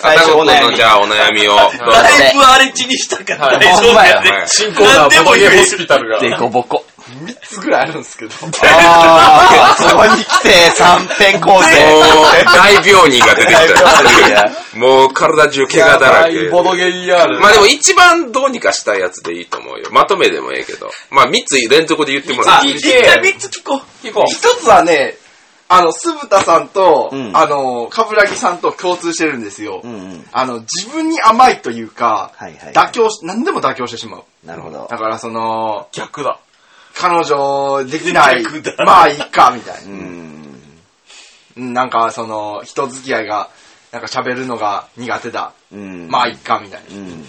[SPEAKER 2] 最
[SPEAKER 4] た
[SPEAKER 2] 終
[SPEAKER 4] ご
[SPEAKER 2] お
[SPEAKER 4] くん
[SPEAKER 2] 悩
[SPEAKER 4] の
[SPEAKER 2] み
[SPEAKER 4] じゃあお悩みを。どうぞ
[SPEAKER 1] な。だいぶ荒れ地にしたから大丈夫やね
[SPEAKER 4] はいほんまや。
[SPEAKER 6] 新コーナ
[SPEAKER 1] 何で
[SPEAKER 6] ー、
[SPEAKER 1] も
[SPEAKER 6] ボ
[SPEAKER 1] 言
[SPEAKER 6] ゲホ
[SPEAKER 1] え
[SPEAKER 6] スピタルが。
[SPEAKER 2] デコボコ。
[SPEAKER 5] 3つぐらいあるんですけど。
[SPEAKER 2] ああ、そこに来て、三辺構成。
[SPEAKER 4] もう、大病人が出てきた。もう体中怪我だらけ。
[SPEAKER 6] ボドゲ ER。
[SPEAKER 4] まあでも一番どうにかしたいやつでいいと思うよ。まとめでもええけど。まあ3つ連続で言ってもらう。
[SPEAKER 1] 一回三つ聞こう。
[SPEAKER 6] 結構、
[SPEAKER 5] 一つはね、あの、酢豚さんと、
[SPEAKER 2] うん
[SPEAKER 5] あの、かぶらぎさんと共通してるんですよ。
[SPEAKER 2] うんうん。
[SPEAKER 5] あの、自分に甘いというか、
[SPEAKER 2] はいはい
[SPEAKER 5] 妥協し、何でも妥協してしまう。
[SPEAKER 2] なるほど
[SPEAKER 5] だ。からその、
[SPEAKER 6] 逆だ。
[SPEAKER 5] 彼女できない
[SPEAKER 1] 逆、だ
[SPEAKER 5] まあいいか、みたいな
[SPEAKER 2] う。ん。
[SPEAKER 5] うんなんかその、人付き合いが、なんか喋るのが苦手だ。
[SPEAKER 2] うん。
[SPEAKER 5] まあいいか、みたいな。
[SPEAKER 2] うん。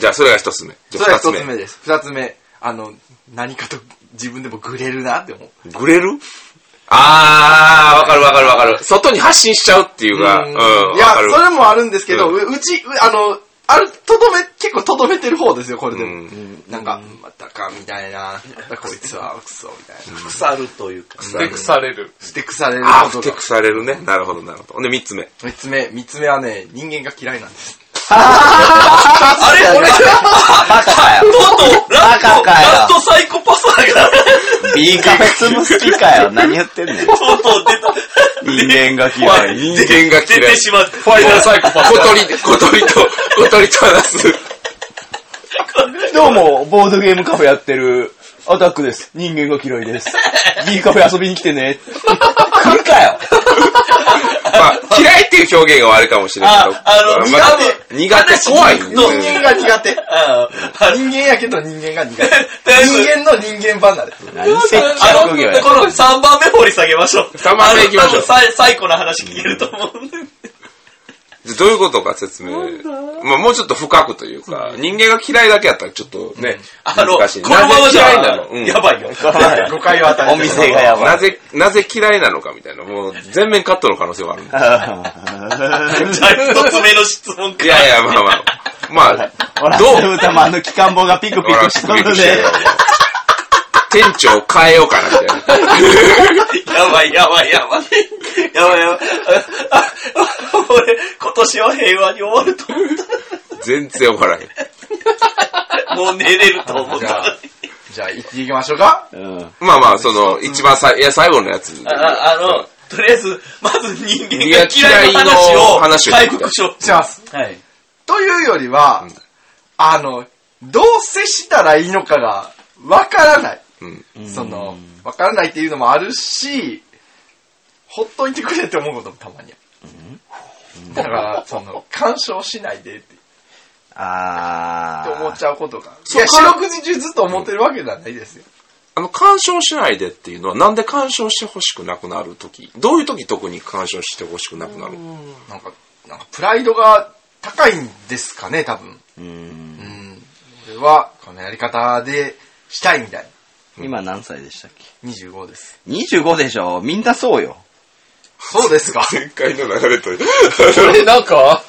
[SPEAKER 4] じゃあそれが1つ目。じゃ
[SPEAKER 5] それ
[SPEAKER 4] あ
[SPEAKER 5] が
[SPEAKER 4] 2つ
[SPEAKER 5] 一
[SPEAKER 4] 目
[SPEAKER 5] つ。目です。二つ目、あの、何かと自分でもグレるなって思う。
[SPEAKER 4] グレるあー、わかるわかるわかる。外に発信しちゃうっていうか、うん、
[SPEAKER 5] いや
[SPEAKER 4] わか、る
[SPEAKER 5] そ。れもあるんですけど、
[SPEAKER 4] う
[SPEAKER 5] ううち、うあの、ある、とどめ、結構とどめてる方ですよ、これでも。
[SPEAKER 4] うん
[SPEAKER 5] なんか、またか、みたいな。またこいつは、クソ、みたいな。
[SPEAKER 1] 腐るというか。
[SPEAKER 6] で、腐れる。
[SPEAKER 5] ふてくされる
[SPEAKER 4] あー、
[SPEAKER 5] こ
[SPEAKER 4] ふ
[SPEAKER 5] と
[SPEAKER 4] て
[SPEAKER 5] が
[SPEAKER 4] く。されるね。なるほど、なるほど。ほんで、3つ目。
[SPEAKER 5] 三つ目、三つ目はね、人間が嫌いなんです。
[SPEAKER 1] あれ俺、
[SPEAKER 2] バカや。
[SPEAKER 1] とうとう、ラ
[SPEAKER 2] バ
[SPEAKER 1] ス
[SPEAKER 2] カ
[SPEAKER 1] ト、
[SPEAKER 2] かよ
[SPEAKER 1] ラストサイコパスが、
[SPEAKER 2] B カフェ潰す気かよ。何言ってんの
[SPEAKER 1] とうとう出た。
[SPEAKER 2] 人間が
[SPEAKER 1] 嫌
[SPEAKER 2] い。
[SPEAKER 4] 人間が
[SPEAKER 1] 出
[SPEAKER 4] 嫌い
[SPEAKER 1] て。しまう。
[SPEAKER 6] ファイナルサイコパス。
[SPEAKER 4] 小鳥、小鳥と、小鳥と話す。
[SPEAKER 2] どうも、ボードゲームカフェやってる、アタックです。人間が嫌いです。B カフェ遊びに来てね。来るかよ。
[SPEAKER 4] まあ、嫌いっていう表現が悪いかもしれないけど。
[SPEAKER 1] ああの
[SPEAKER 4] まあ
[SPEAKER 1] 苦
[SPEAKER 4] 苦手怖い。
[SPEAKER 5] 人間が苦手。人
[SPEAKER 1] ああ、
[SPEAKER 5] 間やけど人間が苦手。
[SPEAKER 1] とりあえず
[SPEAKER 5] 人間の人間離れ。
[SPEAKER 2] 何接
[SPEAKER 1] あ
[SPEAKER 2] 客
[SPEAKER 1] の、
[SPEAKER 2] 業や。
[SPEAKER 1] この3番目掘り下げましょう。
[SPEAKER 4] 3番目行きましょ
[SPEAKER 1] あの
[SPEAKER 4] う
[SPEAKER 1] 多分サイサイコの話聞けると思うんで。
[SPEAKER 4] じゃあどういうことか説明。まあ、もうちょっと深くというか、人間が嫌いだけやったらちょっとね、
[SPEAKER 1] あの、こ
[SPEAKER 4] 難しい。
[SPEAKER 1] のままじ
[SPEAKER 4] な
[SPEAKER 1] ゃ
[SPEAKER 4] ぜ嫌いなの、うん
[SPEAKER 1] やばいよ。
[SPEAKER 5] 誤解を与え
[SPEAKER 2] お
[SPEAKER 5] て
[SPEAKER 1] *laughs*
[SPEAKER 5] る
[SPEAKER 2] 店がやば。
[SPEAKER 4] ないぜ、なぜ嫌いなのかみたいな。もう全面カットの可能性はある。
[SPEAKER 1] じゃあ、一つ目の質問か。
[SPEAKER 4] *laughs* いやいや、まあまあ。まあ、 *laughs*
[SPEAKER 2] ほら、
[SPEAKER 4] どう
[SPEAKER 2] どうたまあの機関棒がピクピ
[SPEAKER 4] ほら
[SPEAKER 2] ク
[SPEAKER 4] ピ
[SPEAKER 2] し
[SPEAKER 4] ク
[SPEAKER 2] と
[SPEAKER 4] ピ
[SPEAKER 2] る
[SPEAKER 4] クしてる
[SPEAKER 2] で
[SPEAKER 4] よ。店長を変えようかな、み *laughs* たいな。
[SPEAKER 1] やばいやばいやばい。やばいやばい。あああ俺、今年は平和に終わると思っ
[SPEAKER 4] 全然終わらへん。
[SPEAKER 1] た。もう寝れると思っ
[SPEAKER 5] じゃ
[SPEAKER 1] た
[SPEAKER 5] あ。じゃあ、行っていきましょうか。
[SPEAKER 2] うん。
[SPEAKER 4] まあまあ、その、一番さい、いや、最後のやつ。
[SPEAKER 1] ああの、とりあえず、まず人間
[SPEAKER 4] い
[SPEAKER 1] が
[SPEAKER 4] や
[SPEAKER 1] 嫌いの話
[SPEAKER 4] 嫌い
[SPEAKER 1] を
[SPEAKER 4] の話を
[SPEAKER 1] 回復しよう。
[SPEAKER 5] します。
[SPEAKER 1] はい。
[SPEAKER 5] というよりは、あの、どう接したらいいのかがわからない。
[SPEAKER 4] うん。
[SPEAKER 5] その、わからないっていうのもあるし、ほっといてくれって思うこともたまにある。だから、その、干渉しないでって。
[SPEAKER 2] あ
[SPEAKER 5] っ
[SPEAKER 2] ー
[SPEAKER 5] て思っちゃうことが。い
[SPEAKER 4] そう
[SPEAKER 5] や、四六時中ずっと思ってるわけじゃないですよ。
[SPEAKER 4] あの、干渉しないでっていうのは、なんで干渉してほしくなくなるとき、どういうとき特に干渉してほしくなくなる
[SPEAKER 5] なんか、なんかプライドが高いんですかね、多分。
[SPEAKER 2] うん
[SPEAKER 5] うん。俺は、このやり方でしたいみたい。
[SPEAKER 2] 今何歳でしたっけ
[SPEAKER 5] 25です。
[SPEAKER 2] 25でしょみんなそうよ。
[SPEAKER 5] そうですか。
[SPEAKER 4] 前回の流れと、
[SPEAKER 6] え、なんか、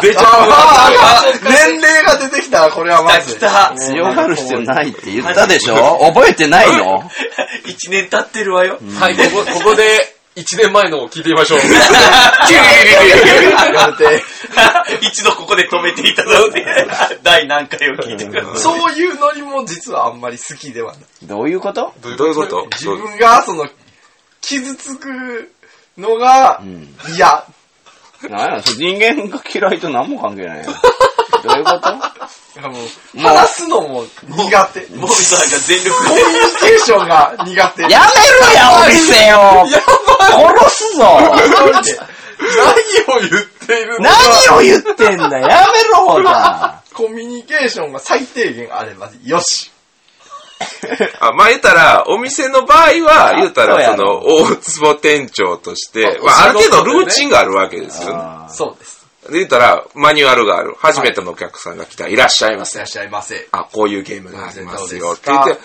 [SPEAKER 4] 出ち
[SPEAKER 5] あ
[SPEAKER 4] ゃう。
[SPEAKER 5] あ年齢が出てきた、これはまず。
[SPEAKER 1] 来た
[SPEAKER 2] 強がる必要ないって言った *laughs* でしょ覚えてないの
[SPEAKER 1] 一年経ってるわよ。
[SPEAKER 6] はい、ここ、ここで、1年前のを聞いてみましょう。
[SPEAKER 5] やめて
[SPEAKER 1] *laughs* 一度ここで止めていただいて、 *laughs* 第何回を聞いてください。
[SPEAKER 5] そういうノリも実はあんまり好きではない。
[SPEAKER 2] どういうこと
[SPEAKER 6] どう
[SPEAKER 4] どういうこと
[SPEAKER 5] 自分が、その、傷つくのが
[SPEAKER 2] ん、
[SPEAKER 5] 嫌。
[SPEAKER 2] なんや、人間が嫌いと何も関係 *laughs* ないよ。どういうこと
[SPEAKER 5] あの話すのも苦手。
[SPEAKER 1] モンスターが全力
[SPEAKER 5] コミュニケーションが苦手。
[SPEAKER 2] やめろ *laughs* や、お店を殺 *laughs* すぞ
[SPEAKER 5] マジで
[SPEAKER 6] 何を言っているの
[SPEAKER 2] 何を言ってんだやめろほら
[SPEAKER 5] コミュニケーションが最低限あればよし。
[SPEAKER 4] あ、まあ言ったら、お店の場合は、言った
[SPEAKER 2] そうや
[SPEAKER 4] ら、そ
[SPEAKER 2] ろ
[SPEAKER 4] の、大坪店長として、
[SPEAKER 6] あ
[SPEAKER 4] まあ、ある程
[SPEAKER 6] そ
[SPEAKER 4] 度
[SPEAKER 6] うだよね
[SPEAKER 4] ルーチンがあるわけですよね。
[SPEAKER 2] *laughs* あー
[SPEAKER 5] そうです。
[SPEAKER 4] で言ったら、マニュアルがある。初めてのお客さんが来た。いらっしゃいま
[SPEAKER 5] い
[SPEAKER 4] せ
[SPEAKER 5] らっ。しゃいませ。
[SPEAKER 4] あ、こういうゲームがありますよ。
[SPEAKER 5] どう
[SPEAKER 4] っ
[SPEAKER 5] です
[SPEAKER 4] て言
[SPEAKER 5] か
[SPEAKER 4] って、っ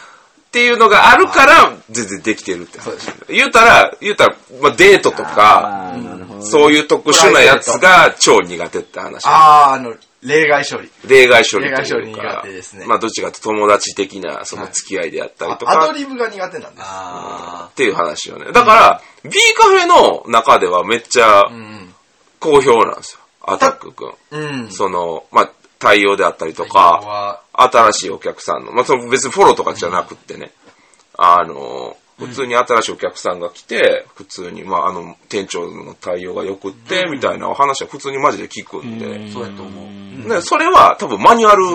[SPEAKER 4] ていうのがあるから、全然できてるって
[SPEAKER 5] そうです。
[SPEAKER 4] 言ったら、言ったら、まあデートとか、
[SPEAKER 2] あーなるほど
[SPEAKER 4] そういう特殊なやつが超苦手って話。
[SPEAKER 5] あー、あの、例外処理。
[SPEAKER 4] 例外処理とい
[SPEAKER 5] 例
[SPEAKER 4] う
[SPEAKER 5] 外
[SPEAKER 4] か
[SPEAKER 5] 処理苦手です、ね
[SPEAKER 4] まあどっちかというと友達的なその付き合いであったりとか。
[SPEAKER 5] アドリブが苦手なんです。
[SPEAKER 4] っていう話よね。だから、B カフェの中ではめっちゃ
[SPEAKER 5] うん。
[SPEAKER 4] 好評なんですよ。アタックくん。
[SPEAKER 5] うん。
[SPEAKER 4] その、まあ、対応であったりと
[SPEAKER 5] 要
[SPEAKER 4] か、
[SPEAKER 5] は
[SPEAKER 4] 新しいお客さんの、まあ、その別にフォローとかじゃなくってね、あの、普通に新しいお客さんが来て、普通に、まあ、あの、店長の対応が良くって、みたいなお話は普通にマジで聞くんで、
[SPEAKER 5] そうやと思う。
[SPEAKER 4] ね、それは多分マニュアル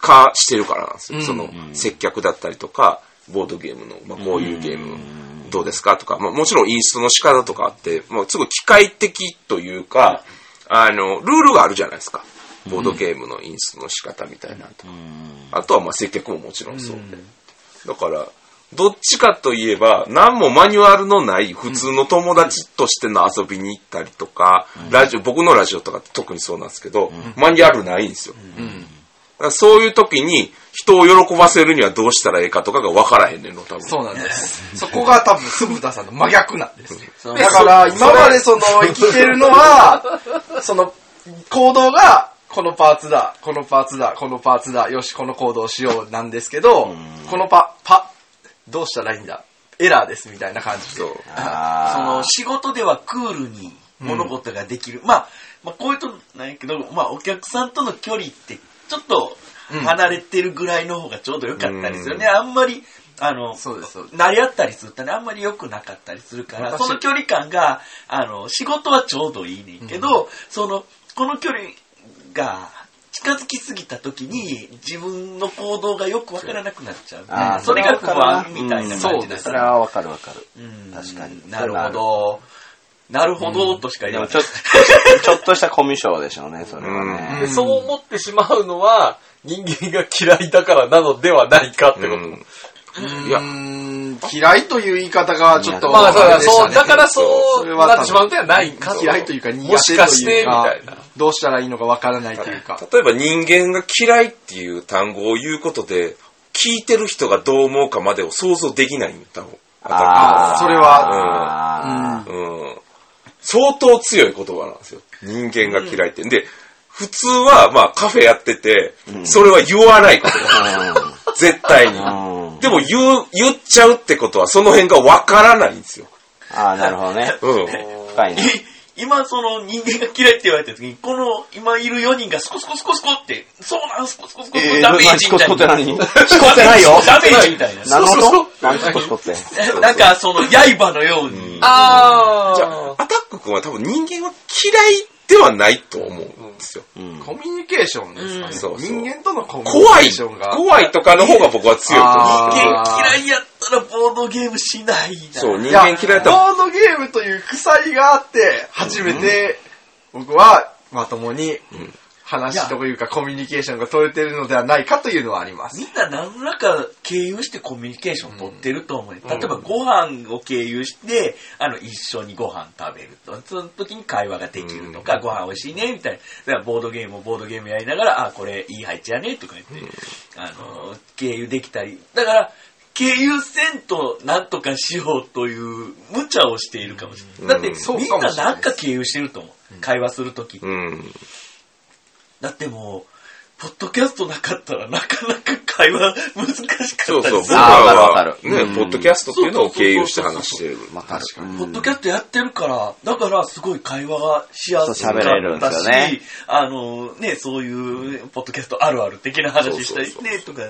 [SPEAKER 4] 化してるからなんですよ。その接客だったりとか、ボードゲームの、まあ、こういうゲームどうですかとか、まあ、もちろんインストの仕方とかあって、もうすごい機械的というか、あの、ルールがあるじゃないですか。ボードゲームのインストの仕方みたいなとかあとはまあ接客ももちろんそうで。だから、どっちかといえば、何もマニュアルのない普通の友達としての遊びに行ったりとか、ラジオ、僕のラジオとかって特にそうなんですけど、マニュアルないんですよ。だからそういう時に、人を喜ばせるにはどうしたらええかとかが分からへんねんの、多分。
[SPEAKER 5] そうなんです。 *laughs* そこが多分、酢豚さんの真逆なんです。
[SPEAKER 6] う
[SPEAKER 5] だから、今までその、生きてるのは、 *laughs* その、行動が、このパーツだ、このパーツだ、このパーツだ、よし、この行動をしようなんですけど、このパ、パ、どうしたらいいんだエラーです、みたいな感じで。
[SPEAKER 4] そう
[SPEAKER 1] そ
[SPEAKER 2] あ
[SPEAKER 1] の仕事ではクールに物事ができる、まあ、まあこういうとなんやけど、まあ、お客さんとの距離ってちょっと離れてるぐらいの方がちょうどよかったりするね、あんまりあの
[SPEAKER 5] そうですそうで
[SPEAKER 1] 慣れ合ったりするとねあんまり良くなかったりするから
[SPEAKER 5] 私
[SPEAKER 1] その距離感があの仕事はちょうどいいねんけど、そのこの距離が近づきすぎた時に自分の行動がよくわからなくなっちゃう、
[SPEAKER 2] あー
[SPEAKER 1] それが不安
[SPEAKER 2] それは分かるな
[SPEAKER 1] みたいな感じだ
[SPEAKER 2] ー。そ
[SPEAKER 1] か
[SPEAKER 2] れ
[SPEAKER 1] ら、
[SPEAKER 2] はわかるわかる。
[SPEAKER 1] うん
[SPEAKER 2] 確かに
[SPEAKER 1] なるほど。なるほどとしか
[SPEAKER 2] で
[SPEAKER 1] 言わ
[SPEAKER 2] も
[SPEAKER 1] な
[SPEAKER 2] ちょ
[SPEAKER 1] い
[SPEAKER 2] っ。 *laughs* と、ちょっとしたコミュ障でしょうね、それはね。
[SPEAKER 6] でそう思ってしまうのは、人間が嫌いだからなのではないかってこと。
[SPEAKER 4] うん
[SPEAKER 5] う
[SPEAKER 4] いや
[SPEAKER 5] ーん嫌いという言い方がちょっと、
[SPEAKER 6] まあ、そう
[SPEAKER 5] あれ
[SPEAKER 6] だ、
[SPEAKER 5] でし
[SPEAKER 6] そ
[SPEAKER 5] た
[SPEAKER 6] う、
[SPEAKER 5] ね
[SPEAKER 6] だから
[SPEAKER 5] そ
[SPEAKER 6] そ
[SPEAKER 5] れ
[SPEAKER 6] う
[SPEAKER 5] は
[SPEAKER 6] な
[SPEAKER 5] 多分
[SPEAKER 6] ってしまうのではないか
[SPEAKER 5] 嫌いというか、苦手というか、
[SPEAKER 6] もしかして、みたいな。
[SPEAKER 5] どうしたらいいのかわからないというか。
[SPEAKER 4] 例えば人間が嫌いっていう単語を言うことで、聞いてる人がどう思うかまでを想像できないんだ、多分。
[SPEAKER 2] あー
[SPEAKER 5] それは
[SPEAKER 2] あ
[SPEAKER 5] うん
[SPEAKER 4] うん相当強い言葉なんですよ。人間が嫌いって。で、普通は、まあ、カフェやってて、それは言わないこと
[SPEAKER 2] *laughs*
[SPEAKER 4] だ。絶対に。
[SPEAKER 2] ーうん。
[SPEAKER 4] でも言う、言っちゃうってことは、その辺がわからないんですよ。
[SPEAKER 2] ああ、なるほどね。 *laughs*
[SPEAKER 4] うん。
[SPEAKER 2] 深いね。
[SPEAKER 1] *laughs* 今その人間が嫌いって言われた時に、この今いる4人がスコスコスコスコって、そうなんスコスコスコスコ
[SPEAKER 2] えー
[SPEAKER 1] ダメージみたい *laughs* な。
[SPEAKER 2] 何しこしこって何しこってないよ
[SPEAKER 1] ダメージみたいな。
[SPEAKER 2] 何の音何しこしこって。
[SPEAKER 1] *laughs* なんかその刃のように。
[SPEAKER 6] あ
[SPEAKER 4] じゃ
[SPEAKER 6] ー
[SPEAKER 4] あ、アタック君は多分人間は嫌いではないと思うんですよ。
[SPEAKER 2] うん
[SPEAKER 5] コミュニケーションですか
[SPEAKER 1] う
[SPEAKER 5] ね。
[SPEAKER 1] ん
[SPEAKER 4] そうそう
[SPEAKER 5] 人間とのコミュニ
[SPEAKER 4] 怖
[SPEAKER 5] ケ
[SPEAKER 4] い
[SPEAKER 5] ーション、が。
[SPEAKER 4] 怖いとかの方が僕は強いと思う。
[SPEAKER 1] 人
[SPEAKER 5] あー
[SPEAKER 1] 間嫌いやったらボードゲームしないな。
[SPEAKER 4] そう、人
[SPEAKER 5] いや
[SPEAKER 4] 間嫌いだもん。
[SPEAKER 5] ボードゲームという鎖があって、初めて、僕はまともに、話というかコミュニケーションが取れてるのではないかというのはあります。
[SPEAKER 1] みんな何らか経由してコミュニケーション取ってると思う、例えばご飯を経由してあの一緒にご飯食べるとその時に会話ができるとか、ご飯美味しいねみたいなだからボードゲームをボードゲームやりながらあこれいい配置やねとか言って、あの経由できたりだから経由せんとなんとかしようという無茶をしているかもしれない、だって
[SPEAKER 5] そう
[SPEAKER 1] みん
[SPEAKER 5] かもしれな
[SPEAKER 1] な
[SPEAKER 5] い
[SPEAKER 1] 何か経由してると思う、会話する時
[SPEAKER 4] うん。
[SPEAKER 1] だってもう、ポッドキャストなかったらなかなか会話難しかったりす
[SPEAKER 4] そ
[SPEAKER 1] る
[SPEAKER 4] うそう、僕ら
[SPEAKER 2] あーわかる
[SPEAKER 4] は
[SPEAKER 2] わ、かる
[SPEAKER 4] ね
[SPEAKER 2] うん、
[SPEAKER 4] ポッドキャストっていうのを経由して話してる。
[SPEAKER 2] まあ確かに。
[SPEAKER 1] ポッドキャストやってるから、だからすごい会話がしやす
[SPEAKER 2] そう喋れる
[SPEAKER 1] かっ
[SPEAKER 2] んで
[SPEAKER 1] た
[SPEAKER 2] す
[SPEAKER 1] し、
[SPEAKER 2] よね
[SPEAKER 1] あのね、そういう、ポッドキャストあるある的な話したり
[SPEAKER 4] そう
[SPEAKER 1] ね、とか、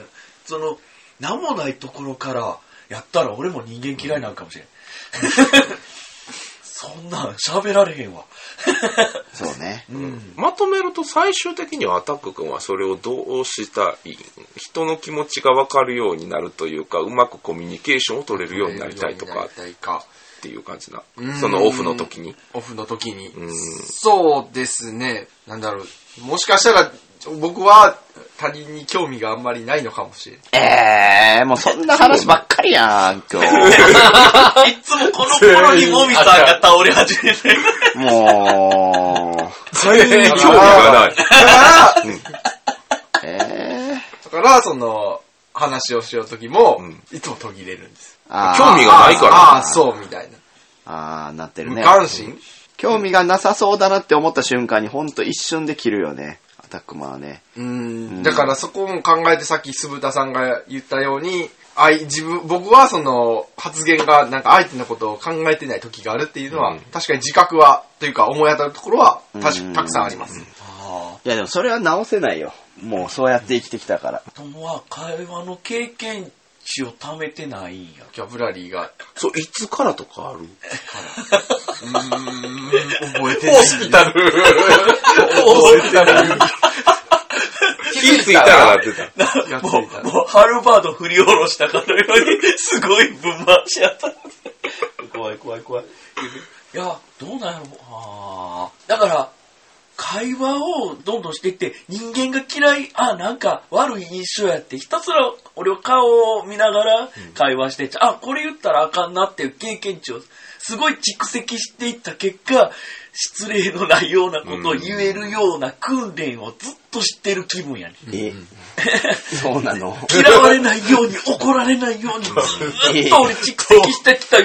[SPEAKER 1] その、なんもないところからやったら俺も人間嫌いなのかもしれん。 *laughs* そんなん喋られへんわ。 *laughs*
[SPEAKER 2] そうね。
[SPEAKER 4] まとめると最終的にはアタック君はそれをどうしたい人の気持ちが分かるようになるというかうまくコミュニケーションを取れるようになりたいとか
[SPEAKER 5] なりたいか
[SPEAKER 4] っていう感じな
[SPEAKER 5] うん
[SPEAKER 4] そのオフの時に
[SPEAKER 5] オフの時に
[SPEAKER 4] ん。
[SPEAKER 5] そうですね。なんだろう。もしかしたら、僕は他人に興味があんまりないのかもしれない。
[SPEAKER 2] えー、もうそんな話ばっかりやん、今
[SPEAKER 1] *laughs*
[SPEAKER 2] 日。
[SPEAKER 1] いっつもこの頃にモミさんが倒れ始めてる。 *laughs*
[SPEAKER 2] も
[SPEAKER 4] 全然興味がない
[SPEAKER 5] だから、
[SPEAKER 2] う、えー、
[SPEAKER 5] だからその、話をしよう時も
[SPEAKER 4] ん、
[SPEAKER 5] いつも途切れるんです。
[SPEAKER 2] あー
[SPEAKER 4] 興味がないから
[SPEAKER 5] ああ、そう、みたいな。
[SPEAKER 2] あー、なってる
[SPEAKER 5] 無
[SPEAKER 2] ね。
[SPEAKER 5] 関心
[SPEAKER 2] 興味がなさそうだなって思った瞬間に、ほんと一瞬で切るよね。アタックマンはね。
[SPEAKER 5] うんだからそこも考えてさっき鈴田さんが言ったように、あい自分、僕はその発言がなんか相手のことを考えてない時があるっていうのは、
[SPEAKER 4] うん
[SPEAKER 5] 確かに自覚は、というか思い当たるところは、た
[SPEAKER 2] うん
[SPEAKER 5] たくさんあります。
[SPEAKER 2] いやでもそれは直せないよ。もうそうやって生きてきたから。
[SPEAKER 1] 友は会話の経験値を貯めてないんや。
[SPEAKER 5] キャブラリ
[SPEAKER 2] *laughs*
[SPEAKER 5] ーが、
[SPEAKER 4] そういつからとかある
[SPEAKER 5] うーん、覚えて
[SPEAKER 6] ホースピタル。ホースピタル。
[SPEAKER 4] 気づいたらなってた
[SPEAKER 5] やつ
[SPEAKER 1] も
[SPEAKER 5] いた
[SPEAKER 1] う、もう、ハルバード振り下ろしたかのように、すごいぶん回しやった。怖い怖い怖い。いや、どうなんやろあーだから、会話をどんどんしていって、人間が嫌い、あ、なんか悪い印象やって、ひたすら俺は顔を見ながら会話して、あ、これ言ったらあかんなっていう経験値を、すごい蓄積していった結果、失礼のないようなことを言えるような訓練をずっとしてる気分やね。
[SPEAKER 2] え、
[SPEAKER 1] *laughs*
[SPEAKER 2] そうなの
[SPEAKER 1] 嫌われないように、怒られないように、ずーっと俺蓄積してきた43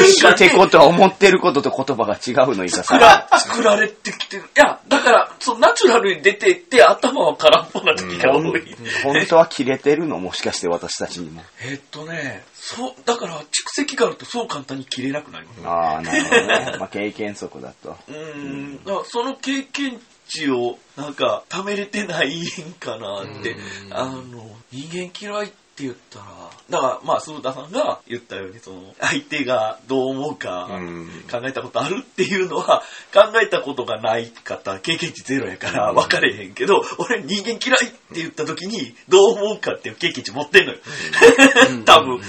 [SPEAKER 1] 年間
[SPEAKER 2] って *laughs*
[SPEAKER 1] で
[SPEAKER 2] ことは思ってることと言葉が違うの、いか
[SPEAKER 1] 作
[SPEAKER 2] さ。
[SPEAKER 1] ら作られてきてる。いや、だから、そうナチュラルに出ていって頭は空っぽな時が多い。
[SPEAKER 2] 本当は切れてるのもしかして私たちに *laughs* も。
[SPEAKER 1] えっとね、そう、だから蓄積があるとそう簡単に切れなくなります。
[SPEAKER 2] ああ、なるほどね。まあ経験則だと。
[SPEAKER 1] うーん、だからその経験値をなんか貯めれてないんかなって、あの、人間嫌いって言ったら、だからまあ、鈴田さんが言ったように、その、相手がどう思うか、
[SPEAKER 4] うん
[SPEAKER 1] 考えたことあるっていうのは、考えたことがない方、経験値ゼロやから分かれへんけど、俺人間嫌いって言った時に、どう思うかっていう経験値持ってんのよ。 *laughs* 多分。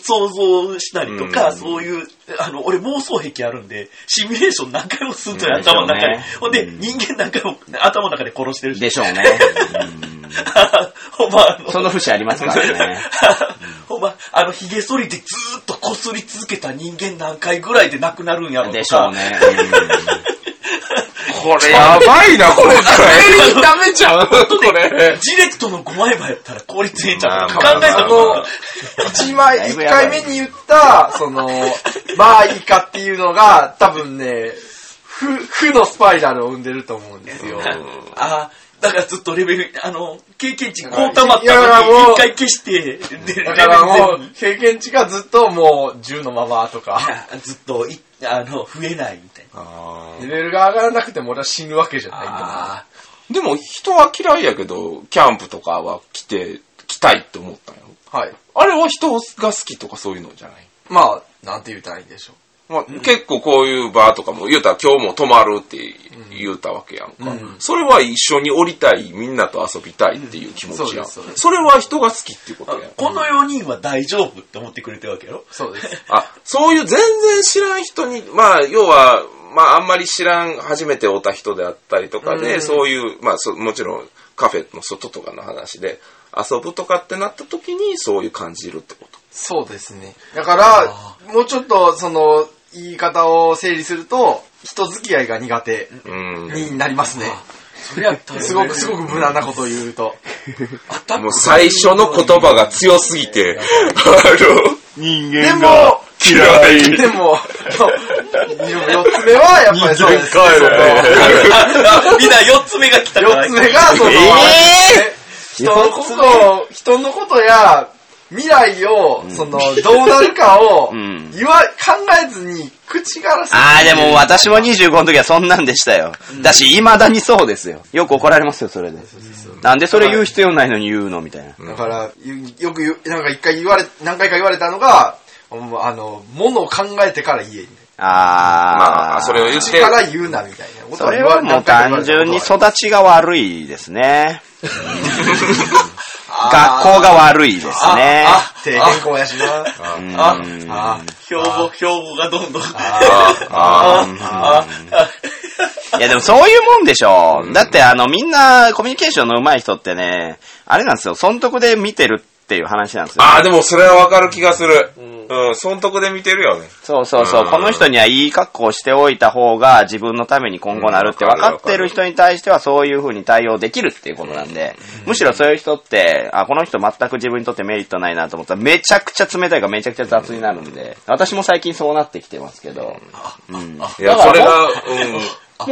[SPEAKER 1] 想像したりとか、
[SPEAKER 4] うん
[SPEAKER 1] そういう、あの、俺妄想癖あるんで、シミュレーション何回もすんとよ頭の中で
[SPEAKER 2] うん。
[SPEAKER 1] ほんで、人間何回も頭の中で殺してるし。
[SPEAKER 2] でしょう *laughs* ね。
[SPEAKER 1] *laughs* ほんま、あ
[SPEAKER 2] そ
[SPEAKER 1] の、
[SPEAKER 2] の節ありますからね。
[SPEAKER 1] *laughs* ほんま、あの、髭剃りでずーっと擦り続けた人間何回ぐらいで亡くなるんやろとか。
[SPEAKER 2] でしょう *laughs* ね。
[SPEAKER 4] これやばいなこれ
[SPEAKER 6] ダメじゃん、これ。
[SPEAKER 1] ジレットの5枚刃やったら効率ええんちゃう
[SPEAKER 4] ま
[SPEAKER 1] 考
[SPEAKER 4] あまあ
[SPEAKER 1] えた
[SPEAKER 5] の
[SPEAKER 1] の、
[SPEAKER 5] 一枚、
[SPEAKER 2] だい
[SPEAKER 5] 一
[SPEAKER 2] ぶやばい
[SPEAKER 5] 回目に言った、
[SPEAKER 2] *laughs*
[SPEAKER 5] その、まあいいかっていうのが、多分ね、負、負のスパイラルを生んでると思うんですよ。
[SPEAKER 1] あーだからずっとレベル、あの、経験値こう溜まった時
[SPEAKER 5] いやいやもう
[SPEAKER 1] 一回消して、でレベル
[SPEAKER 5] だからも
[SPEAKER 1] ゼロ
[SPEAKER 5] う、経験値がずっともう10のままとか、
[SPEAKER 1] にずっとい、あの、増えないみたいな。
[SPEAKER 5] レベルが上がらなくても俺は死ぬわけじゃないんだな。
[SPEAKER 1] あ
[SPEAKER 4] でも人は嫌いやけどキャンプとかは来て来たいって思ったんよ
[SPEAKER 5] はい。
[SPEAKER 4] あれは人が好きとかそういうのじゃない
[SPEAKER 5] まあ、なんて言うたらいいんでしょ
[SPEAKER 4] まあ、結構こういうバーとかも、言うたら今日も泊まるって言うたわけやんか。それは一緒に降りたい、みんなと遊びたいっていう気持ちやん。
[SPEAKER 5] うんそ
[SPEAKER 4] そう
[SPEAKER 5] です
[SPEAKER 4] れは人が好きっていうこと
[SPEAKER 1] ー
[SPEAKER 4] やん。
[SPEAKER 1] この4人は大丈夫
[SPEAKER 5] *laughs*
[SPEAKER 1] って思ってくれてるわけやろ
[SPEAKER 5] う。そうです。
[SPEAKER 4] あ、そういう全然知らん人に、まあ、要は、まあ、あんまり知らん、初めて会った人であったりとかで、そういう、まあ、そもちろんカフェの外とかの話で、遊ぶとかってなった時に、そういう感じるってこと。
[SPEAKER 5] そうですね。だから、もうちょっと、その、言い方を整理すると、人付き合いが苦手
[SPEAKER 4] うん。
[SPEAKER 5] になりますね。
[SPEAKER 1] それ *laughs* やったら、
[SPEAKER 5] すごく、すごく無難なことを言うと。
[SPEAKER 4] もう最初の言葉が強すぎて、 *laughs* あの、人
[SPEAKER 5] で
[SPEAKER 4] 間
[SPEAKER 5] も、
[SPEAKER 4] 嫌い。
[SPEAKER 5] でも、4つ目はやっぱりそうです。
[SPEAKER 1] みんな4つ目が来たから。
[SPEAKER 5] 4つ目が、その、人のことを、人のことや、未来を、その、どうなるかを、
[SPEAKER 2] ん
[SPEAKER 5] 言わ、考えずに、口からす
[SPEAKER 2] ああ、でも私も25の時はそんなんでしたよ。だし、未だにそうですよ。よく怒られますよ、それで。なんでそれ言う必要ないのに言うのみたいな。
[SPEAKER 5] だから、ゆよく言う、なんか一回言われ、何回か言われたのが、もうあの、ものを考えてから言え。
[SPEAKER 2] あ
[SPEAKER 4] ま
[SPEAKER 2] あ、
[SPEAKER 4] あ、それを言っ
[SPEAKER 5] 口
[SPEAKER 4] て
[SPEAKER 5] か、ら言うな、みたいなこと
[SPEAKER 2] そ
[SPEAKER 5] は
[SPEAKER 2] れ
[SPEAKER 5] 言わ
[SPEAKER 2] は
[SPEAKER 5] れ
[SPEAKER 2] もう単純に
[SPEAKER 5] そ
[SPEAKER 2] 育ちが悪いです *laughs* ね。学校が悪いですね。
[SPEAKER 5] 底辺校やしな。
[SPEAKER 1] あ、
[SPEAKER 2] うん
[SPEAKER 5] あ
[SPEAKER 1] 標語、標語がどんどん。
[SPEAKER 2] あいやでもそういうもんでしょ。だってあのみんなコミュニケーションの上手い人ってね、あれなんですよ、損得で見てるっていう話なんですよ。
[SPEAKER 4] ああ、でもそれはわかる気がする。うん、損得で見てるよね。
[SPEAKER 2] そうそうそうう、
[SPEAKER 4] ん
[SPEAKER 2] この人にはいい格好をしておいた方が自分のために今後なるって
[SPEAKER 4] うんわ
[SPEAKER 2] 分
[SPEAKER 4] かる
[SPEAKER 2] かってる人に対してはそういう風に対応できるっていうことなんで、むしろそういう人って、あ、この人全く自分にとってメリットないなと思ったらめちゃくちゃ冷たいかめちゃくちゃ雑になるんで、私も最近そうなってきてますけど、うん
[SPEAKER 4] いや、
[SPEAKER 2] だか
[SPEAKER 4] それ
[SPEAKER 2] ら
[SPEAKER 4] が、うん。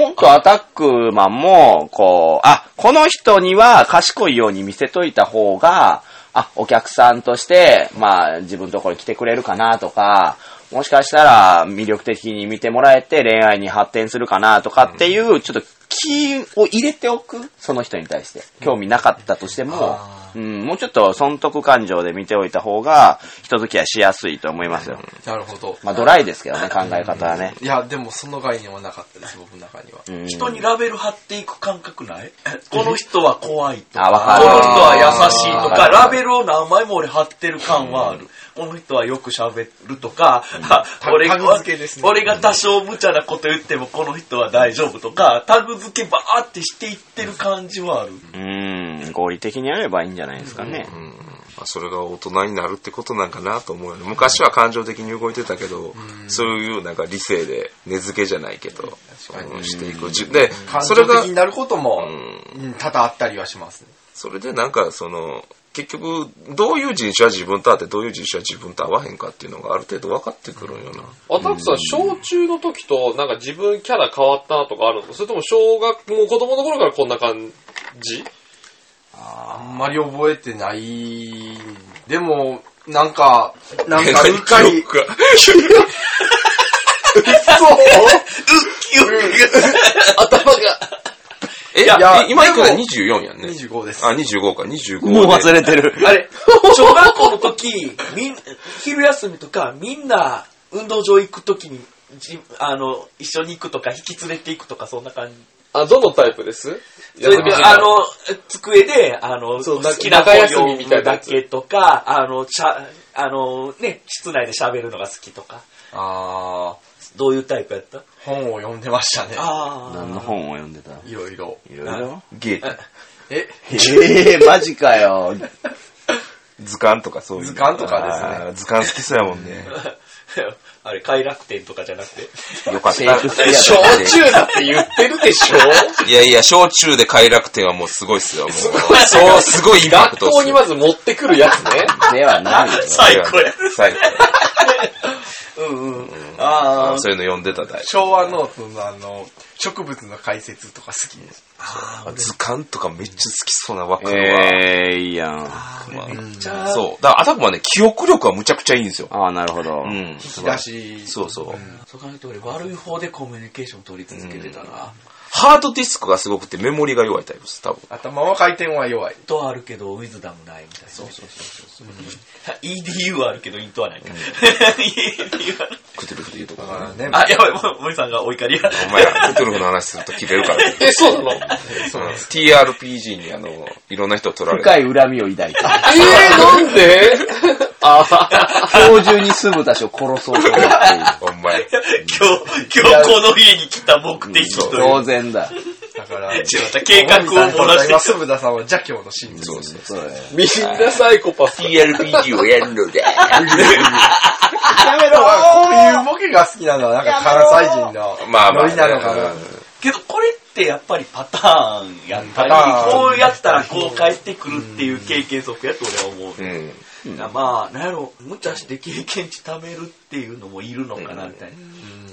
[SPEAKER 2] もっとアタックマンも、こう、あ、この人には賢いように見せといた方が、あ、お客さんとして、まあ、自分のところに来てくれるかなとか、もしかしたら魅力的に見てもらえて恋愛に発展するかなとかっていう、ちょっと気を入れておく、その人に対して。興味なかったとしても、うん、もうちょっと損得感情で見ておいた方が、人付き合いしやすいと思いますよ。
[SPEAKER 5] なるほど。
[SPEAKER 2] まあ、ドライですけどね、考え方はね。
[SPEAKER 5] いや、でもその概念はなかったです、僕の中には。
[SPEAKER 2] うん
[SPEAKER 1] 人にラベル貼っていく感覚ないこの人は怖いとか、
[SPEAKER 2] あわか
[SPEAKER 1] こ
[SPEAKER 2] る
[SPEAKER 1] の人は優しいと
[SPEAKER 2] わか
[SPEAKER 1] か、
[SPEAKER 2] る
[SPEAKER 1] ラベルを何枚も俺貼ってる感はある。この人はよく喋るとか、 *laughs* 俺が
[SPEAKER 5] タグ付けですね
[SPEAKER 1] 俺が多少無茶なこと言ってもこの人は大丈夫とか、タグ付けバーってしていってる感じはある。
[SPEAKER 2] うーん、合理的にやればいいんじゃないですかね。
[SPEAKER 4] まあ、それが大人になるってことなんかなと思うよね昔は感情的に動いてたけど、そういうなんか理性で根付けじゃないけど、うんしていくじで
[SPEAKER 5] 感
[SPEAKER 4] そ
[SPEAKER 5] 情
[SPEAKER 4] れ
[SPEAKER 5] 的
[SPEAKER 4] が
[SPEAKER 5] になることも
[SPEAKER 4] ん、
[SPEAKER 5] うん多々あったりはしますね。
[SPEAKER 4] それでなんかその結局どういう人種は自分とあってどういう人種は自分と合わへんかっていうのがある程度分かってくるんよな、
[SPEAKER 6] アタックさん、小中の時と、なんか自分キャラ変わったなとかあるのそれとも小学、もう子供の頃からこんな感じ
[SPEAKER 5] あんまり覚えてない。でも、なんか、なんか、うっか
[SPEAKER 4] 記
[SPEAKER 5] り、
[SPEAKER 4] 憶が
[SPEAKER 5] *laughs*
[SPEAKER 6] 頭が。
[SPEAKER 4] えいや
[SPEAKER 5] いや
[SPEAKER 4] え今いくら
[SPEAKER 5] でも
[SPEAKER 4] 24やんね
[SPEAKER 5] 25です。
[SPEAKER 4] あ25か25で
[SPEAKER 2] もう忘れてる。
[SPEAKER 1] あれ、小学校の時、みん、昼休みとか、みんな運動場行く時に、じあの、一緒に行くとか、引き連れて行くとか、そんな感じ。
[SPEAKER 6] あ、どのタイプです
[SPEAKER 1] それで、あ、の、机で、あの、
[SPEAKER 6] そう
[SPEAKER 1] 好きな
[SPEAKER 6] 中
[SPEAKER 1] 本
[SPEAKER 6] 休み
[SPEAKER 1] 読
[SPEAKER 6] みたい
[SPEAKER 1] む
[SPEAKER 6] なや
[SPEAKER 1] だ
[SPEAKER 6] つ
[SPEAKER 1] けとか、あの、しゃ、あの、ね、室内で喋るのが好きとか、
[SPEAKER 5] あ
[SPEAKER 1] どういうタイプやった
[SPEAKER 5] ー、本を読んでましたね。
[SPEAKER 1] あ
[SPEAKER 2] 何の本を読んでた
[SPEAKER 5] いろいろ。
[SPEAKER 2] いろいろゲー
[SPEAKER 5] え、
[SPEAKER 2] ええマジかよ。
[SPEAKER 4] 図鑑とかそういう
[SPEAKER 5] 図鑑とかですね
[SPEAKER 4] ね図鑑好きそうやもんね
[SPEAKER 1] *laughs* あれ、快楽天とかじゃなくて。
[SPEAKER 4] よかっ
[SPEAKER 2] シェイクス
[SPEAKER 5] *laughs*
[SPEAKER 2] ピア
[SPEAKER 4] た
[SPEAKER 2] とかで
[SPEAKER 6] だって言ってるでしょ
[SPEAKER 4] いやいや、小中で快楽天はもうすごいっすよ。もうそう、すごいインパクト
[SPEAKER 6] 学
[SPEAKER 4] っ
[SPEAKER 6] 校
[SPEAKER 4] す
[SPEAKER 6] に
[SPEAKER 4] よ。
[SPEAKER 6] まず持ってくるやつね。
[SPEAKER 2] ではないよ。
[SPEAKER 1] *laughs* 最高や。
[SPEAKER 4] 最高
[SPEAKER 1] うんうん。
[SPEAKER 4] あ
[SPEAKER 1] あ
[SPEAKER 4] ーそういうの読んでた大
[SPEAKER 5] 昭和ノートのあの、植物の解説とか好きです。
[SPEAKER 4] あ図鑑とかめっちゃ好きそうな若いわ。
[SPEAKER 2] ええいいやん。あ
[SPEAKER 4] うんそう。だから、アタックマンね、記憶力はむちゃくちゃいいんですよ。
[SPEAKER 2] あ、なるほど。
[SPEAKER 4] うん。
[SPEAKER 5] 引き出し、
[SPEAKER 4] そうそう。
[SPEAKER 1] あ、そう考えて俺、悪い方でコミュニケーション取り続けてたな。
[SPEAKER 4] ハードディスクがすごくてメモリが弱いタイプです、多分。
[SPEAKER 5] 頭は回転は弱い。
[SPEAKER 1] とはあるけど、ウィズダムないみたいな。そうそうそうそう。EDU はあるけど、イントはないか。EDU は
[SPEAKER 4] クトゥルフで言うとか
[SPEAKER 5] あ
[SPEAKER 4] な。
[SPEAKER 5] ーね、
[SPEAKER 1] あ、やばい、も森さんがお怒りや。
[SPEAKER 4] お前ら、クトゥルフの話すると切れるから、ね。
[SPEAKER 6] え、そうなのえ
[SPEAKER 4] うん TRPG にあの、いろんな人取られて。
[SPEAKER 2] 深い恨みを抱いた。
[SPEAKER 6] ー、なんで
[SPEAKER 2] 今日中に住むたちを殺そうと思っている。
[SPEAKER 4] お前。
[SPEAKER 1] 今日、今日この家に来た目的という。
[SPEAKER 2] 当然だ。
[SPEAKER 5] だから、
[SPEAKER 1] また計画を漏らして
[SPEAKER 5] 今、
[SPEAKER 1] きた。
[SPEAKER 5] 鈴田さんは邪教の真実です。
[SPEAKER 2] そうだよ。
[SPEAKER 6] みんなサイコパス。
[SPEAKER 4] PRPG をやるのだ。
[SPEAKER 5] やめろこういうボケが好きなのは、なんか関西人の
[SPEAKER 4] まあまあ
[SPEAKER 5] ノリなのかな。
[SPEAKER 1] けど、これってやっぱりパターンやったり
[SPEAKER 5] パター、ン
[SPEAKER 1] こうやったらこう返ってくるっていう経験則やと俺は思う。
[SPEAKER 4] うん。
[SPEAKER 1] まあ、なんやろ、無茶して経験値貯めるっていうのもいるのかな、みたいな。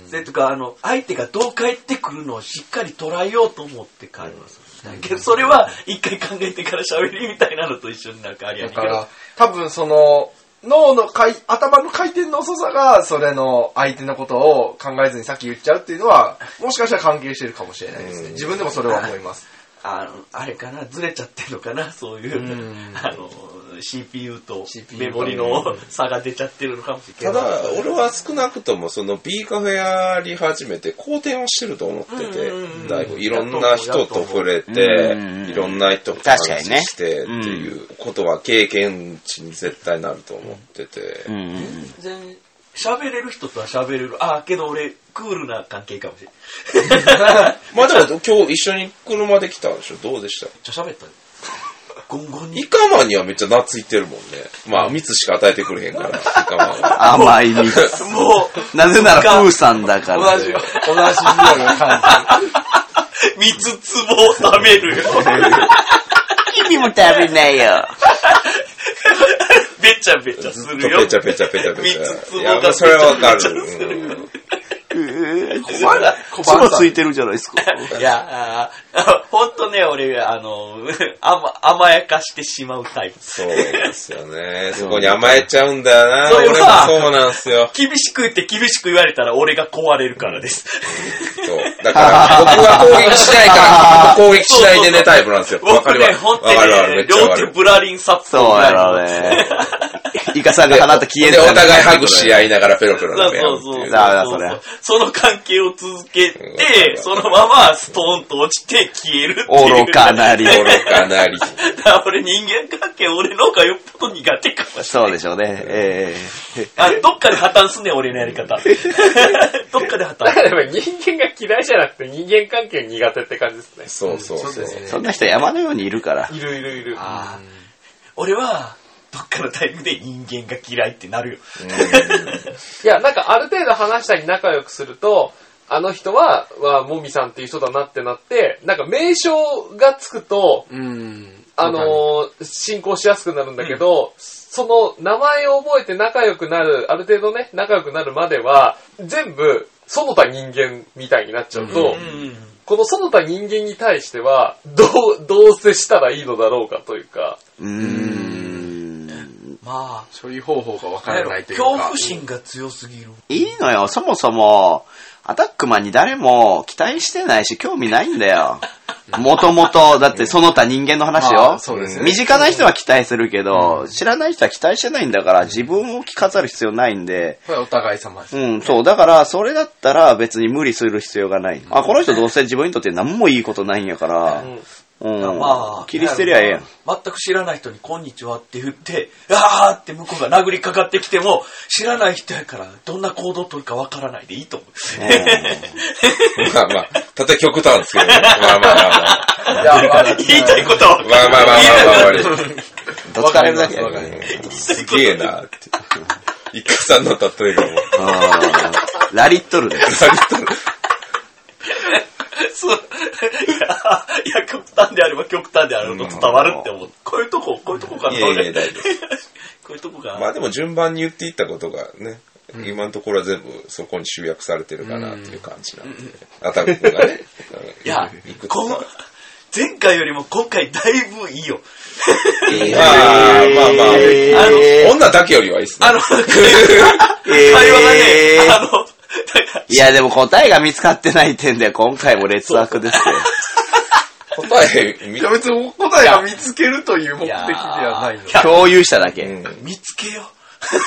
[SPEAKER 1] それとか、あの、相手がどう返ってくるのをしっかり捉えようと思って会話するみたいな。けど、それは一回考えてから喋りみたいなのと一緒になんかありや
[SPEAKER 5] だ
[SPEAKER 1] ねんけ
[SPEAKER 5] か
[SPEAKER 1] ど
[SPEAKER 5] ら、多分その、脳の回頭の回転の遅さが、それの相手のことを考えずにさっき言っちゃうっていうのは、もしかしたら関係してるかもしれないですね。自分でもそれは思います。
[SPEAKER 1] あの、あれかな、ずれちゃってるのかな、そういう、
[SPEAKER 5] ん
[SPEAKER 1] あの、CPU と
[SPEAKER 5] CPU
[SPEAKER 1] メモリの *laughs* 差が出ちゃってるのかもしれ
[SPEAKER 4] た
[SPEAKER 1] ない。
[SPEAKER 4] だ、俺は少なくともその B カフェやり始めて好転をしてると思ってて
[SPEAKER 1] うんうんうん、
[SPEAKER 4] だいぶいろんな人と触れて
[SPEAKER 2] うんうんう、ん
[SPEAKER 4] いろんな人と
[SPEAKER 2] 確かにね
[SPEAKER 4] 話してっていうことは経験値に絶対なると思ってて
[SPEAKER 2] う、ん。
[SPEAKER 1] 全然喋れる人とは喋れる。ああ、けど俺、クールな関係かもしれない。
[SPEAKER 4] まあでも今日一緒に車で来たんでしょどうでした
[SPEAKER 1] ちょ、喋ったゴンゴンに
[SPEAKER 4] イ。カマンにはめっちゃ懐いてるもんね。まあ蜜しか与えてくれへんから、イカマンは。
[SPEAKER 2] 甘い蜜。
[SPEAKER 1] も
[SPEAKER 2] なぜなら、プーさんだか
[SPEAKER 5] 同
[SPEAKER 2] ら。
[SPEAKER 5] じ、同じような感
[SPEAKER 2] *laughs*
[SPEAKER 5] じ。
[SPEAKER 1] う、蜜つぼを食べ *laughs* るよ。
[SPEAKER 2] 君も食べないよ。
[SPEAKER 1] べちゃべちゃす
[SPEAKER 4] ずっ
[SPEAKER 1] る
[SPEAKER 4] と
[SPEAKER 1] よ。
[SPEAKER 4] ペチャペチャペチャペチ
[SPEAKER 1] 蜜つ
[SPEAKER 4] ャ。
[SPEAKER 1] ぼ
[SPEAKER 4] いや、
[SPEAKER 1] が
[SPEAKER 4] それはわか
[SPEAKER 1] めちゃめちゃす
[SPEAKER 4] る。
[SPEAKER 1] る
[SPEAKER 4] うん
[SPEAKER 2] つ
[SPEAKER 5] 困る
[SPEAKER 2] ばついてるじゃないですか。
[SPEAKER 1] いや、あーほんとね、俺、あの、甘甘やかしてしまうタイプ。
[SPEAKER 4] そうですよね。そこに甘えちゃうんだよな。
[SPEAKER 1] そう
[SPEAKER 4] 俺もそうなんですよ。
[SPEAKER 1] 厳しく言って厳しく言われたら俺が壊れるからです。
[SPEAKER 4] そう。だから、僕は攻撃しないから、僕も攻撃しないでねタイプなんですよ。わか
[SPEAKER 1] 僕
[SPEAKER 4] るわ。
[SPEAKER 1] ね、ほ
[SPEAKER 4] わ
[SPEAKER 1] んとね
[SPEAKER 4] かるわ。めっ、ちゃわ
[SPEAKER 1] 両
[SPEAKER 4] か
[SPEAKER 1] 手
[SPEAKER 4] る。
[SPEAKER 1] ブラリン殺法
[SPEAKER 2] そう
[SPEAKER 1] ぐら
[SPEAKER 2] や
[SPEAKER 1] いの
[SPEAKER 2] ろうね。イカさんが放った消え
[SPEAKER 4] で、お互いハグし合いながらペロペロ舐め合
[SPEAKER 1] そううそうそ
[SPEAKER 4] ってい。
[SPEAKER 1] うう。
[SPEAKER 2] だからそれ
[SPEAKER 1] その関係を続けて、
[SPEAKER 4] うん
[SPEAKER 1] そのままストーンと落ちて消えるっていう。
[SPEAKER 2] 愚かなり。
[SPEAKER 4] 愚かなり。
[SPEAKER 1] だから *laughs* 俺人間関係俺の方がよっぽど苦手かもし
[SPEAKER 2] *laughs* そうでしょうね。ええ
[SPEAKER 1] れない。あ、どっかで破綻すんねん、俺のやり方。どっかで破
[SPEAKER 6] だか
[SPEAKER 1] 綻。
[SPEAKER 6] らでも人間が嫌いじゃなくて人間関係苦手って感じですね。
[SPEAKER 4] そうそうそう。
[SPEAKER 2] そんな人山のようにいるから。
[SPEAKER 6] いるいるいる。
[SPEAKER 1] あー俺は、どっかのタイミングで人間が嫌いってなるよ。
[SPEAKER 6] いや、なんかある程度話したり仲良くすると、あの人は、は、もみさんっていう人だなってなって、なんか名称がつくと、
[SPEAKER 5] うん。
[SPEAKER 6] あのー進行しやすくなるんだけど、その名前を覚えて仲良くなる、ある程度ね、仲良くなるまでは、全部、その他人間みたいになっちゃうと、
[SPEAKER 1] うん。
[SPEAKER 6] このその他人間に対しては、どう、どう接したらいいのだろうかというか、
[SPEAKER 2] うーん。
[SPEAKER 1] まあ、
[SPEAKER 5] 処理方法がわからないというか。
[SPEAKER 1] 恐怖心が強すぎる。
[SPEAKER 2] いいのよ。そもそも、アタックマンに誰も期待してないし、興味ないんだよ。もともと、だってその他人間の話
[SPEAKER 5] ま
[SPEAKER 2] よ
[SPEAKER 5] あ。そうですね
[SPEAKER 2] 身近な人は期待するけど、知らない人は期待してないんだから、自分を着飾る必要ないんで、
[SPEAKER 5] これはお互い様です。
[SPEAKER 2] うん、そう。だから、それだったら別に無理する必要がない。あ、この人どうせ自分にとって何もいいことないんやから、うん。
[SPEAKER 1] まあ、
[SPEAKER 2] 切り捨てりゃええやん。
[SPEAKER 1] 全く知らない人に「こんにちは」って言って「あー」って向こうが殴りかかってきても知らない人やからどんな行動を取るかわからないでいいと思う、
[SPEAKER 4] *laughs* まあまあ、たとえ極端ですけどね。まあまあまあまあ。
[SPEAKER 5] いや、まあ、
[SPEAKER 1] *laughs* 言いたいことは分か
[SPEAKER 4] まあまあまあまあまあまあ。
[SPEAKER 2] どつかれるだけや
[SPEAKER 5] わ
[SPEAKER 2] か
[SPEAKER 5] かり
[SPEAKER 2] ら。
[SPEAKER 4] すげえなって。イカさんの例えがもう、
[SPEAKER 2] あーラリっとるで。
[SPEAKER 1] る *laughs* そういやいや極端であれば極端であるの伝わるって思う、こういうとここういう *laughs* とこかない
[SPEAKER 4] やいや大丈夫
[SPEAKER 1] こういうとこが、
[SPEAKER 4] *laughs* まあでも順番に言っていったことがね、今のところは全部そこに集約されてるかなっていう感じなんで、アタックがね、
[SPEAKER 1] いや
[SPEAKER 4] いくつ
[SPEAKER 1] この
[SPEAKER 4] か。
[SPEAKER 1] 前回よりも今回だいぶいいよ
[SPEAKER 4] まあまあまあ、
[SPEAKER 2] えー
[SPEAKER 4] あの女だけよりはいいっすね
[SPEAKER 1] あ。 *laughs* の会
[SPEAKER 2] え
[SPEAKER 1] 話
[SPEAKER 2] ー
[SPEAKER 1] がねあの *laughs* なんか
[SPEAKER 2] いや、でも答えが見つかってない点で、今回も劣悪ですよ。 *laughs*
[SPEAKER 4] 答え見
[SPEAKER 5] いや
[SPEAKER 4] た
[SPEAKER 5] 別に答えは見つけるという目的ではないの
[SPEAKER 1] い
[SPEAKER 5] で。
[SPEAKER 1] や
[SPEAKER 2] 共有しただけ。
[SPEAKER 4] うん
[SPEAKER 1] 見つけよう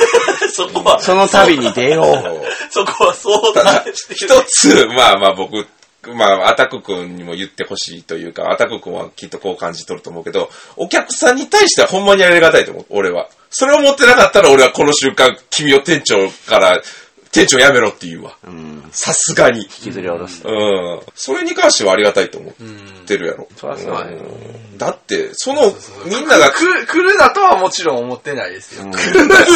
[SPEAKER 1] *laughs* そこは
[SPEAKER 2] その度に出よう。
[SPEAKER 1] そこは相談して
[SPEAKER 4] 一つ、まあまあ僕、まあ、アタック君にも言ってほしいというか、アタック君はきっとこう感じ取ると思うけど、お客さんに対してはほんまにありがたいと思う、俺は。それを持ってなかったら俺はこの瞬間、君を店長から店長やめろって言うわ。
[SPEAKER 2] うん。
[SPEAKER 4] さすがに。
[SPEAKER 2] 引きずり下ろす。
[SPEAKER 4] うん。それに関してはありがたいと思ってるやろ。
[SPEAKER 5] そりゃそうだね
[SPEAKER 4] うんだって、その、みんなが、
[SPEAKER 5] 来る、来るだとはもちろん思ってないですよ。人
[SPEAKER 2] なぜ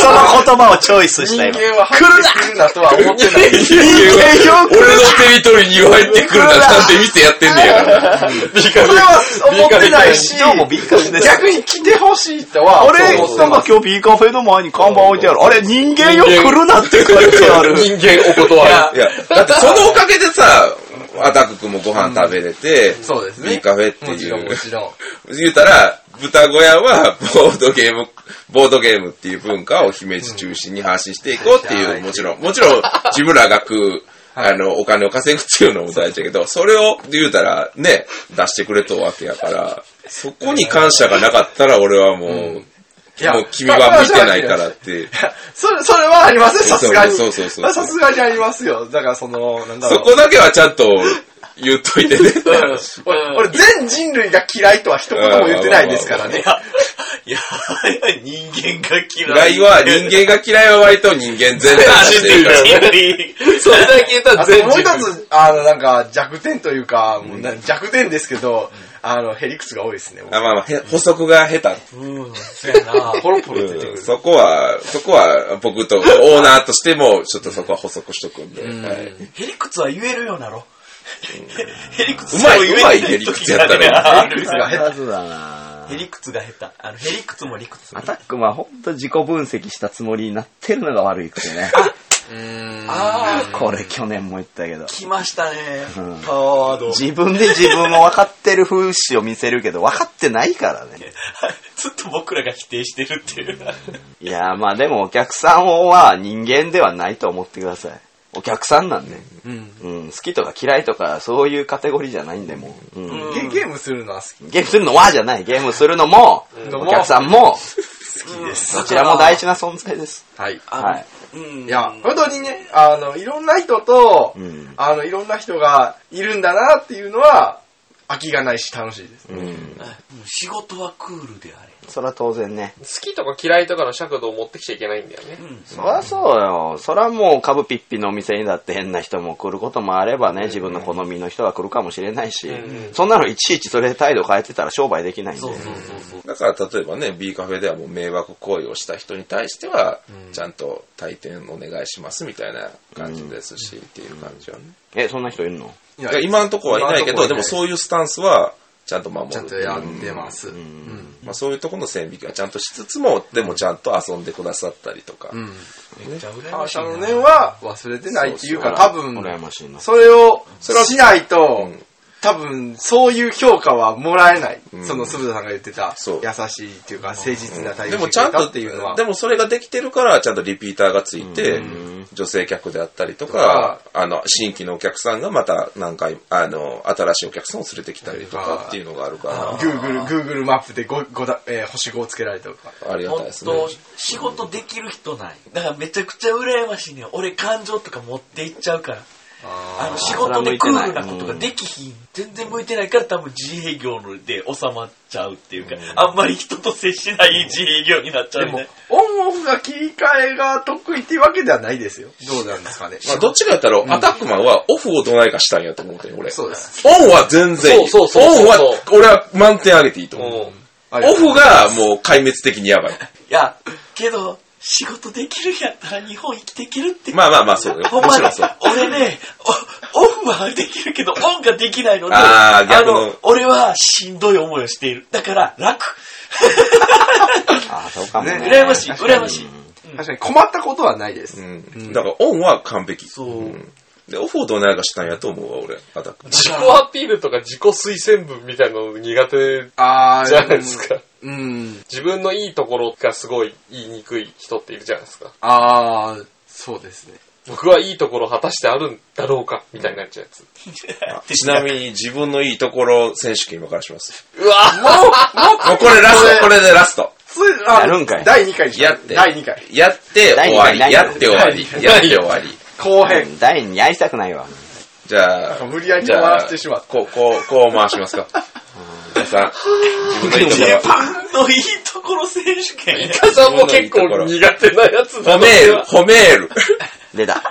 [SPEAKER 2] その言葉をチョイスした今
[SPEAKER 5] 間は入ってくるだ
[SPEAKER 4] *laughs*
[SPEAKER 5] とは思ってない。
[SPEAKER 4] 人間が俺のテリトリーに入ってくるななんて見てやってんねやから。
[SPEAKER 5] それは思ってないし、
[SPEAKER 2] 今日もビーカフェです。
[SPEAKER 5] 逆に来てほしいとは思っ
[SPEAKER 2] 俺
[SPEAKER 5] てます。、
[SPEAKER 2] なんか今日ビーカフェの前に看板置いてある。あれ、人間よ来るなって書いてある。
[SPEAKER 6] 人間お断
[SPEAKER 4] いや、だってそのおかげでさ、アタック君もご飯食べれて、
[SPEAKER 5] そうですね
[SPEAKER 4] いいカフェって
[SPEAKER 5] もち
[SPEAKER 4] い
[SPEAKER 5] ろん、も
[SPEAKER 4] う。
[SPEAKER 5] ちろん。
[SPEAKER 4] 言うたら、豚小屋はボードゲーム、ボードゲームっていう文化を姫路中心に発信していこうっていう、もちろん、もちろん、自分らが食う、あの、お金を稼ぐっていうのも大事だけど、それを言うたら、ね、出してくれとわけやから、そこに感謝がなかったら俺はもう、も
[SPEAKER 5] いや
[SPEAKER 4] う君は見てないからって。
[SPEAKER 5] それ、それはありますよ、さすがに。
[SPEAKER 4] そうそうそうそう
[SPEAKER 5] さすがにありますよ。だからその、なんだろ。
[SPEAKER 4] そうこだけはちゃんと言っといて
[SPEAKER 5] *laughs*
[SPEAKER 4] ね。
[SPEAKER 6] い。
[SPEAKER 5] 俺、全人類が嫌いとは一言も言ってないですからね。
[SPEAKER 1] *laughs* いや、人間が嫌
[SPEAKER 4] 嫌
[SPEAKER 1] い。
[SPEAKER 4] いは、人
[SPEAKER 1] *laughs*
[SPEAKER 4] 間が嫌いは割と人間全体走ってるから。 *laughs*
[SPEAKER 6] それだけ言ったら
[SPEAKER 5] あと
[SPEAKER 6] 全
[SPEAKER 5] もう
[SPEAKER 6] 自
[SPEAKER 5] 一
[SPEAKER 6] 分。
[SPEAKER 5] つ、あの、なんか、弱点というか、もうな弱点ですけど、あの、へりくつが多いですね。
[SPEAKER 4] あまあまあ、へ補足が下手。
[SPEAKER 6] うん、そうやな。
[SPEAKER 5] ポロポロ出てく
[SPEAKER 4] うん
[SPEAKER 5] る。
[SPEAKER 4] そこは、そこは僕とオーナーとしても、ちょっとそこは補足しとくんで。はい
[SPEAKER 1] ヘリクツは言えるようなろ。ヘリクツ
[SPEAKER 4] うまい、うまいヘリクツやったら。
[SPEAKER 1] ヘリクツ
[SPEAKER 5] が下
[SPEAKER 2] 手
[SPEAKER 1] *laughs*
[SPEAKER 2] だな
[SPEAKER 1] ヘリクツが下手。あの、ヘリクツも理屈。
[SPEAKER 2] アタックマンはほんと自己分析したつもりになってるのが悪いことね。
[SPEAKER 1] ああ、
[SPEAKER 2] *laughs* これ去年も言ったけど。
[SPEAKER 1] 来ましたね
[SPEAKER 2] うん。
[SPEAKER 1] パワーワード。
[SPEAKER 2] 自分で自分も分かってる風刺を見せるけど、分かってないからね。
[SPEAKER 1] *laughs* ずっと僕らが否定してるっていう。
[SPEAKER 2] いやーまあでもお客さんは人間ではないと思ってください。お客さんなんで。
[SPEAKER 5] うん。
[SPEAKER 2] うん、好きとか嫌いとかそういうカテゴリーじゃないんで、もう。うん
[SPEAKER 5] ゲゲームするのは好き
[SPEAKER 2] ゲームするのはじゃない。ゲームするのも、
[SPEAKER 5] の
[SPEAKER 2] お
[SPEAKER 5] も
[SPEAKER 2] 客さん *laughs* も、
[SPEAKER 5] です。
[SPEAKER 2] どちらも大事な存在です。
[SPEAKER 5] はい。
[SPEAKER 2] はい。
[SPEAKER 1] うん
[SPEAKER 5] いや、本当にね、あの、いろんな人と、
[SPEAKER 2] うん
[SPEAKER 5] あの、いろんな人がいるんだなっていうのは、飽きがないし楽しいです。
[SPEAKER 2] うん。
[SPEAKER 1] 仕事はクールであれ。
[SPEAKER 2] そら当然ね。
[SPEAKER 6] 好きとか嫌いとかの尺度を持ってきちゃいけないんだよね。
[SPEAKER 2] そらそうよ。そらもう、株ピッピのお店にだって変な人も来ることもあればね、自分の好みの人が来るかもしれないし
[SPEAKER 6] う、ん
[SPEAKER 2] そんなのいちいちそれで態度変えてたら商売できないんで
[SPEAKER 1] そう。そうそうそう。
[SPEAKER 4] だから例えばね、B カフェではもう迷惑行為をした人に対しては、ちゃんと退店お願いしますみたいな感じですし、っていう感じはね。
[SPEAKER 2] え、そんな人いるの
[SPEAKER 5] い
[SPEAKER 4] いや今のとこはいないけど、でも
[SPEAKER 5] う、
[SPEAKER 4] そういうスタンスはちゃんと守る。
[SPEAKER 5] ちゃんとやってます。う
[SPEAKER 2] うん
[SPEAKER 5] ん。
[SPEAKER 4] まあ、そういうところの線引きはちゃんとしつつも、でもちゃんと遊んでくださったりとか。
[SPEAKER 5] うん。
[SPEAKER 1] めっちゃ羨
[SPEAKER 5] あ
[SPEAKER 1] ま
[SPEAKER 5] な
[SPEAKER 1] しい
[SPEAKER 5] た
[SPEAKER 1] な。
[SPEAKER 5] の念は忘れてないっていうか、多分、
[SPEAKER 2] 羨ましいな。
[SPEAKER 5] それを
[SPEAKER 4] それは
[SPEAKER 5] しないと
[SPEAKER 4] うん、
[SPEAKER 5] 多分、そういう評価はもらえない。
[SPEAKER 4] うん
[SPEAKER 5] その、鈴田さんが言ってた、
[SPEAKER 4] そう
[SPEAKER 5] 優しいっていうか、誠実な対
[SPEAKER 4] で
[SPEAKER 5] 応
[SPEAKER 4] も
[SPEAKER 5] を
[SPEAKER 4] ちゃん
[SPEAKER 5] してくれた
[SPEAKER 4] と
[SPEAKER 5] っていうのは
[SPEAKER 4] で、もそれができてるから、ちゃんとリピーターがついて、女性客であったりとか、あの、新規のお客さんがまた何回、あの、新しいお客さんを連れてきたりとかっていうのがあるか
[SPEAKER 5] Google、Google マップでごごだ、えー星5をつけられたとか。
[SPEAKER 4] ら、ありがたい
[SPEAKER 1] 本
[SPEAKER 4] ですね。
[SPEAKER 1] 当仕事できる人ない。だからめちゃくちゃ羨ましいね。俺感情とか持っていっちゃうから。あの仕事でクールなことができひん。全然向いてないから多分自営業ので収まっちゃうっていうか、あんまり人と接しない自営業になっちゃ
[SPEAKER 5] で
[SPEAKER 1] うみ
[SPEAKER 5] も
[SPEAKER 1] たい、
[SPEAKER 5] オンオフが切り替えが得意っていうわけではないですよ。どうなんですかね。
[SPEAKER 4] まあ、どっちかやったら、アタックマンはオフをどないかしたいんやと思ってん俺。
[SPEAKER 5] そうです。
[SPEAKER 4] オンは全然いい。
[SPEAKER 6] そうそうそ
[SPEAKER 4] オ
[SPEAKER 6] うそう
[SPEAKER 4] ンは、俺は満点上げていいと
[SPEAKER 6] う
[SPEAKER 4] 思う。
[SPEAKER 6] ん。
[SPEAKER 5] オ
[SPEAKER 4] オフがもう壊滅的にやば
[SPEAKER 1] *laughs*
[SPEAKER 4] い。
[SPEAKER 1] いや、けど、仕事できるんやったら日本生きていけるって。
[SPEAKER 4] まあまあまあ、そうよ。
[SPEAKER 1] ほん
[SPEAKER 4] も
[SPEAKER 1] ま
[SPEAKER 4] ちろ
[SPEAKER 1] に
[SPEAKER 4] んそう。、
[SPEAKER 1] 俺ね、おオフはできるけど、オンができないので、
[SPEAKER 4] あー逆の
[SPEAKER 1] の、俺はしんどい思いをしている。だから、楽。
[SPEAKER 2] ああ、そうかもね。
[SPEAKER 5] ね
[SPEAKER 1] 羨ましい、羨ましい。
[SPEAKER 5] 確かに困ったことはないです。
[SPEAKER 4] うん。だから、オンは完璧。
[SPEAKER 1] そう
[SPEAKER 4] うんで、オフをどないかしたんやと思うわ、俺、アタック。
[SPEAKER 6] 自己アピールとか自己推薦文みたいなの苦手
[SPEAKER 5] あー
[SPEAKER 6] じゃないです。か。
[SPEAKER 5] うん。
[SPEAKER 6] 自分のいいところがすごい言いにくい人っているじゃないですか。
[SPEAKER 5] あー、そうですね。
[SPEAKER 6] 僕はいいところ果たしてあるんだろうかみたいになっちゃうやつ。
[SPEAKER 4] ちなみに自分のいいところ選手権今からします。
[SPEAKER 6] うわ
[SPEAKER 4] もうこれラスト、これでラスト。
[SPEAKER 5] つあ
[SPEAKER 2] やるんかい
[SPEAKER 5] 第2回にし
[SPEAKER 4] やって。
[SPEAKER 5] 第2回。
[SPEAKER 4] やって終わ
[SPEAKER 2] 第
[SPEAKER 4] り。
[SPEAKER 2] 二回
[SPEAKER 4] やって終わり。やって終わり。
[SPEAKER 5] 後編。
[SPEAKER 2] 第二にやりたくないわ。
[SPEAKER 4] じゃあ、
[SPEAKER 5] 無理やり
[SPEAKER 4] じゃあ
[SPEAKER 5] 終わらせてしまった
[SPEAKER 4] こう、こう、こう回しますか。さん。自分のいいとこ
[SPEAKER 1] ジ
[SPEAKER 4] ろ
[SPEAKER 1] ャ。パンのいいところ選手権。
[SPEAKER 6] イカさんも結構苦手なやつだ
[SPEAKER 4] 褒めえる、褒めえる。
[SPEAKER 2] 出た。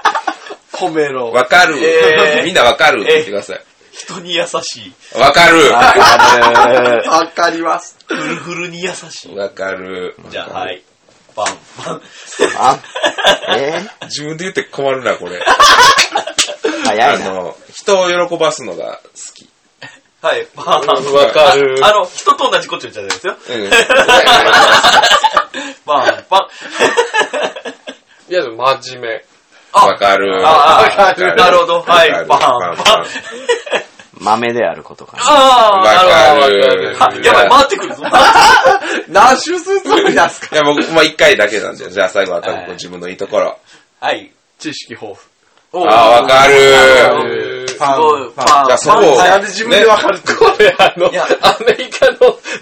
[SPEAKER 5] 褒めろ。
[SPEAKER 4] わかる、
[SPEAKER 1] えー
[SPEAKER 4] みんなわかるって言ってください。
[SPEAKER 1] 人に優し
[SPEAKER 4] わかる
[SPEAKER 5] わかります。
[SPEAKER 1] い。フルフルに優しい。
[SPEAKER 4] わかる。
[SPEAKER 1] じゃあ、はい。バンバン。
[SPEAKER 2] あ、え
[SPEAKER 4] 自分で言って困るな、これ。
[SPEAKER 2] ー、早
[SPEAKER 4] あ
[SPEAKER 2] いな。
[SPEAKER 4] の、人を喜ばすのが好き。
[SPEAKER 1] はい、バンバン。
[SPEAKER 4] わかる
[SPEAKER 1] ああの、人と同じこと言っちゃうんですよ。
[SPEAKER 4] うん。
[SPEAKER 1] バンバン。
[SPEAKER 6] いや、でも真面目。
[SPEAKER 4] わかる。
[SPEAKER 1] ああ
[SPEAKER 4] わかる
[SPEAKER 1] なるほど。はい、バ
[SPEAKER 4] わ
[SPEAKER 1] ン
[SPEAKER 4] か
[SPEAKER 1] バン。
[SPEAKER 4] る
[SPEAKER 2] 豆であることかな。
[SPEAKER 1] あ
[SPEAKER 4] わか
[SPEAKER 1] ーなる
[SPEAKER 4] る。
[SPEAKER 1] ほど。はやばい、回ってくるぞ。は
[SPEAKER 5] 何周ずつ出すか
[SPEAKER 4] いや、僕、まあ一回だけなんで、じゃあ最後は多分自分のいいところ。
[SPEAKER 1] い。
[SPEAKER 5] 知識豊富。
[SPEAKER 1] お
[SPEAKER 4] あ
[SPEAKER 1] う
[SPEAKER 4] あ、わかる。
[SPEAKER 1] すごい、
[SPEAKER 5] パ
[SPEAKER 1] バ
[SPEAKER 5] ン
[SPEAKER 1] ン
[SPEAKER 4] じゃあそこを
[SPEAKER 1] バン
[SPEAKER 5] なんで自分でわかるって。
[SPEAKER 6] これあの、
[SPEAKER 1] いや
[SPEAKER 6] アメリカの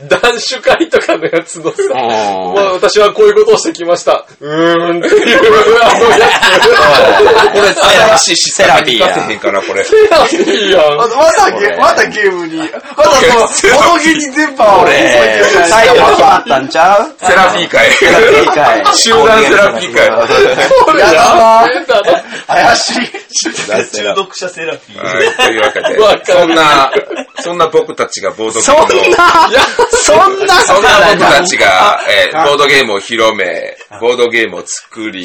[SPEAKER 6] 男子会とかのやつのさ、
[SPEAKER 2] うん
[SPEAKER 6] もう私はこういうことをしてきました。うーんっていう、あのや
[SPEAKER 4] これ、新しいシステムに
[SPEAKER 2] セ
[SPEAKER 4] 生
[SPEAKER 2] ラピーや
[SPEAKER 4] かせへんから、これ。
[SPEAKER 6] つ。いいやん。
[SPEAKER 5] またゲ、またゲームに、またその、物気に電波を注いでるじゃない
[SPEAKER 2] 最
[SPEAKER 5] で
[SPEAKER 2] 後
[SPEAKER 5] すか
[SPEAKER 2] 決まったんちゃう
[SPEAKER 4] セラピー会。
[SPEAKER 2] セラピー会。
[SPEAKER 4] 集団セラピー会。
[SPEAKER 6] そうやん。だろ
[SPEAKER 5] 怪しい。
[SPEAKER 1] 中毒者セラピー。
[SPEAKER 4] はい、というわけで、
[SPEAKER 6] わかる
[SPEAKER 4] そんな、そんな僕たちがボードゲ
[SPEAKER 2] そ
[SPEAKER 4] ームを、
[SPEAKER 2] んな、そんな
[SPEAKER 4] そんな
[SPEAKER 2] こと
[SPEAKER 4] 僕
[SPEAKER 2] ない
[SPEAKER 4] たちが、えーボードゲームを広め、ボードゲームを作り、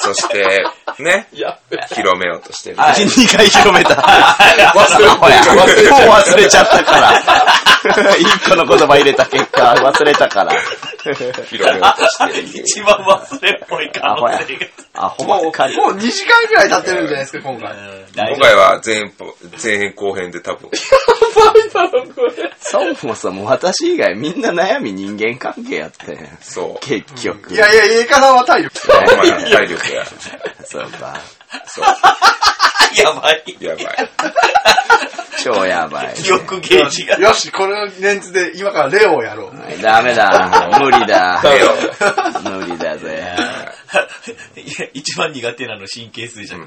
[SPEAKER 4] そして、ね、
[SPEAKER 6] やべ
[SPEAKER 4] 広めようとしてる。
[SPEAKER 1] はい
[SPEAKER 2] 2回広めた。忘れほや。も
[SPEAKER 4] 忘れ
[SPEAKER 2] う忘れちゃったから。1個の言葉入れた結果、忘れたから。
[SPEAKER 4] 広めようとしてる。
[SPEAKER 1] 一番忘れっぽい可
[SPEAKER 2] アホや
[SPEAKER 1] 能性が。。
[SPEAKER 2] アホば
[SPEAKER 5] もう、も
[SPEAKER 2] っ
[SPEAKER 5] う
[SPEAKER 2] かり。
[SPEAKER 5] 2時間くらい経ってるんじゃないですか、今回。
[SPEAKER 1] 大
[SPEAKER 4] 今
[SPEAKER 1] 丈夫
[SPEAKER 4] 回は前編ぽ前編後編で多分、
[SPEAKER 6] だろ、これ。
[SPEAKER 2] そもそも私以外みんな悩み人間関係やってん。 *laughs*
[SPEAKER 4] そう。
[SPEAKER 2] 結局。
[SPEAKER 5] いやいや、家からは体力。
[SPEAKER 4] まあ体力が、
[SPEAKER 2] そうか。
[SPEAKER 4] そう、
[SPEAKER 1] やばい。
[SPEAKER 4] やばい。
[SPEAKER 2] 超やばい。
[SPEAKER 1] 記憶ゲージが。
[SPEAKER 5] よし、このメンツで今からレオをやろう。
[SPEAKER 2] ダメだ。無理だ。
[SPEAKER 4] だよ
[SPEAKER 2] 無理だぜ。
[SPEAKER 1] いや一番苦手なの神経衰弱。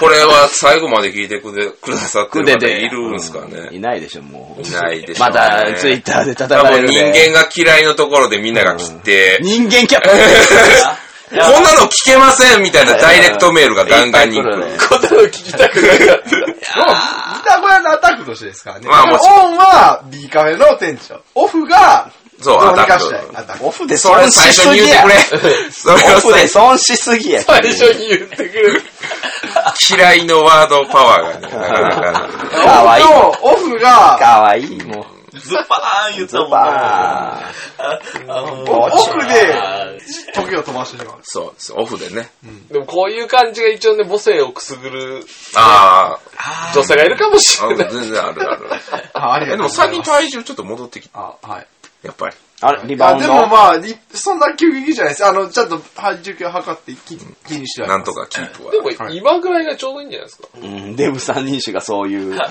[SPEAKER 4] これは最後まで聞いてくれくださってる方いるんすか
[SPEAKER 2] う
[SPEAKER 4] ね。
[SPEAKER 2] いないでしょ、もう。
[SPEAKER 4] いないでしょ
[SPEAKER 2] ま
[SPEAKER 4] うね
[SPEAKER 2] た、ツイッターで
[SPEAKER 4] 多
[SPEAKER 2] 叩かれ
[SPEAKER 4] 分
[SPEAKER 2] るで。
[SPEAKER 4] 人間が嫌いのところでみんなが来て、
[SPEAKER 2] 人間キャップ。
[SPEAKER 4] *laughs* こんなの聞けませんみたいなダイレクトメールがガンガンに来る。
[SPEAKER 6] こんなの聞きたくなかった。
[SPEAKER 5] 双子屋のアタックとしてですからね。
[SPEAKER 4] まあもちろ
[SPEAKER 5] オンは B カフェの店長。オフが、
[SPEAKER 4] そう、
[SPEAKER 5] ど
[SPEAKER 4] ア
[SPEAKER 5] う
[SPEAKER 4] タ
[SPEAKER 5] に
[SPEAKER 4] ッ
[SPEAKER 5] かしたい
[SPEAKER 4] ク。
[SPEAKER 5] アタック。
[SPEAKER 2] オフで
[SPEAKER 4] それ
[SPEAKER 2] 損
[SPEAKER 4] 最
[SPEAKER 2] し
[SPEAKER 4] 初
[SPEAKER 2] すぎ
[SPEAKER 4] に言
[SPEAKER 2] や。
[SPEAKER 4] ってくれ。 *laughs* それ
[SPEAKER 2] オ
[SPEAKER 4] を
[SPEAKER 2] フで
[SPEAKER 4] 最
[SPEAKER 2] 損しすぎや。
[SPEAKER 6] 最初に言ってくれる。
[SPEAKER 4] 嫌いのワードパワーがね、なかなか。
[SPEAKER 2] かわいい。
[SPEAKER 5] オフが、
[SPEAKER 2] かわいい、もう。
[SPEAKER 1] ズバーン言ったもんな。
[SPEAKER 2] バ
[SPEAKER 5] オ
[SPEAKER 1] オ
[SPEAKER 5] フで、時を飛ばしてしまう。
[SPEAKER 4] そうです、オフでね。
[SPEAKER 6] でもこういう感じが一応ね、母性をくすぐる
[SPEAKER 4] あ
[SPEAKER 6] 女性がいるかもし
[SPEAKER 4] ーあ、
[SPEAKER 6] れない。
[SPEAKER 4] 全然あるある。
[SPEAKER 5] ああり
[SPEAKER 4] えで
[SPEAKER 5] がと
[SPEAKER 4] も
[SPEAKER 5] うござい
[SPEAKER 4] 最近
[SPEAKER 5] ます。
[SPEAKER 4] 体重ちょっと戻ってきて、
[SPEAKER 5] あ、はい。
[SPEAKER 4] やっぱり。
[SPEAKER 2] ーあれ、リバウ
[SPEAKER 5] あ
[SPEAKER 2] ン
[SPEAKER 5] で
[SPEAKER 2] ド。
[SPEAKER 5] もまあ、りそんな急激じゃないです。あの、ちゃんと体重計を測って気気にしては
[SPEAKER 4] なんとかキープは。
[SPEAKER 6] でも今ぐらいがちょうどいいんじゃないですか。
[SPEAKER 2] うんデブ三人衆がそういう。 *laughs*
[SPEAKER 4] あ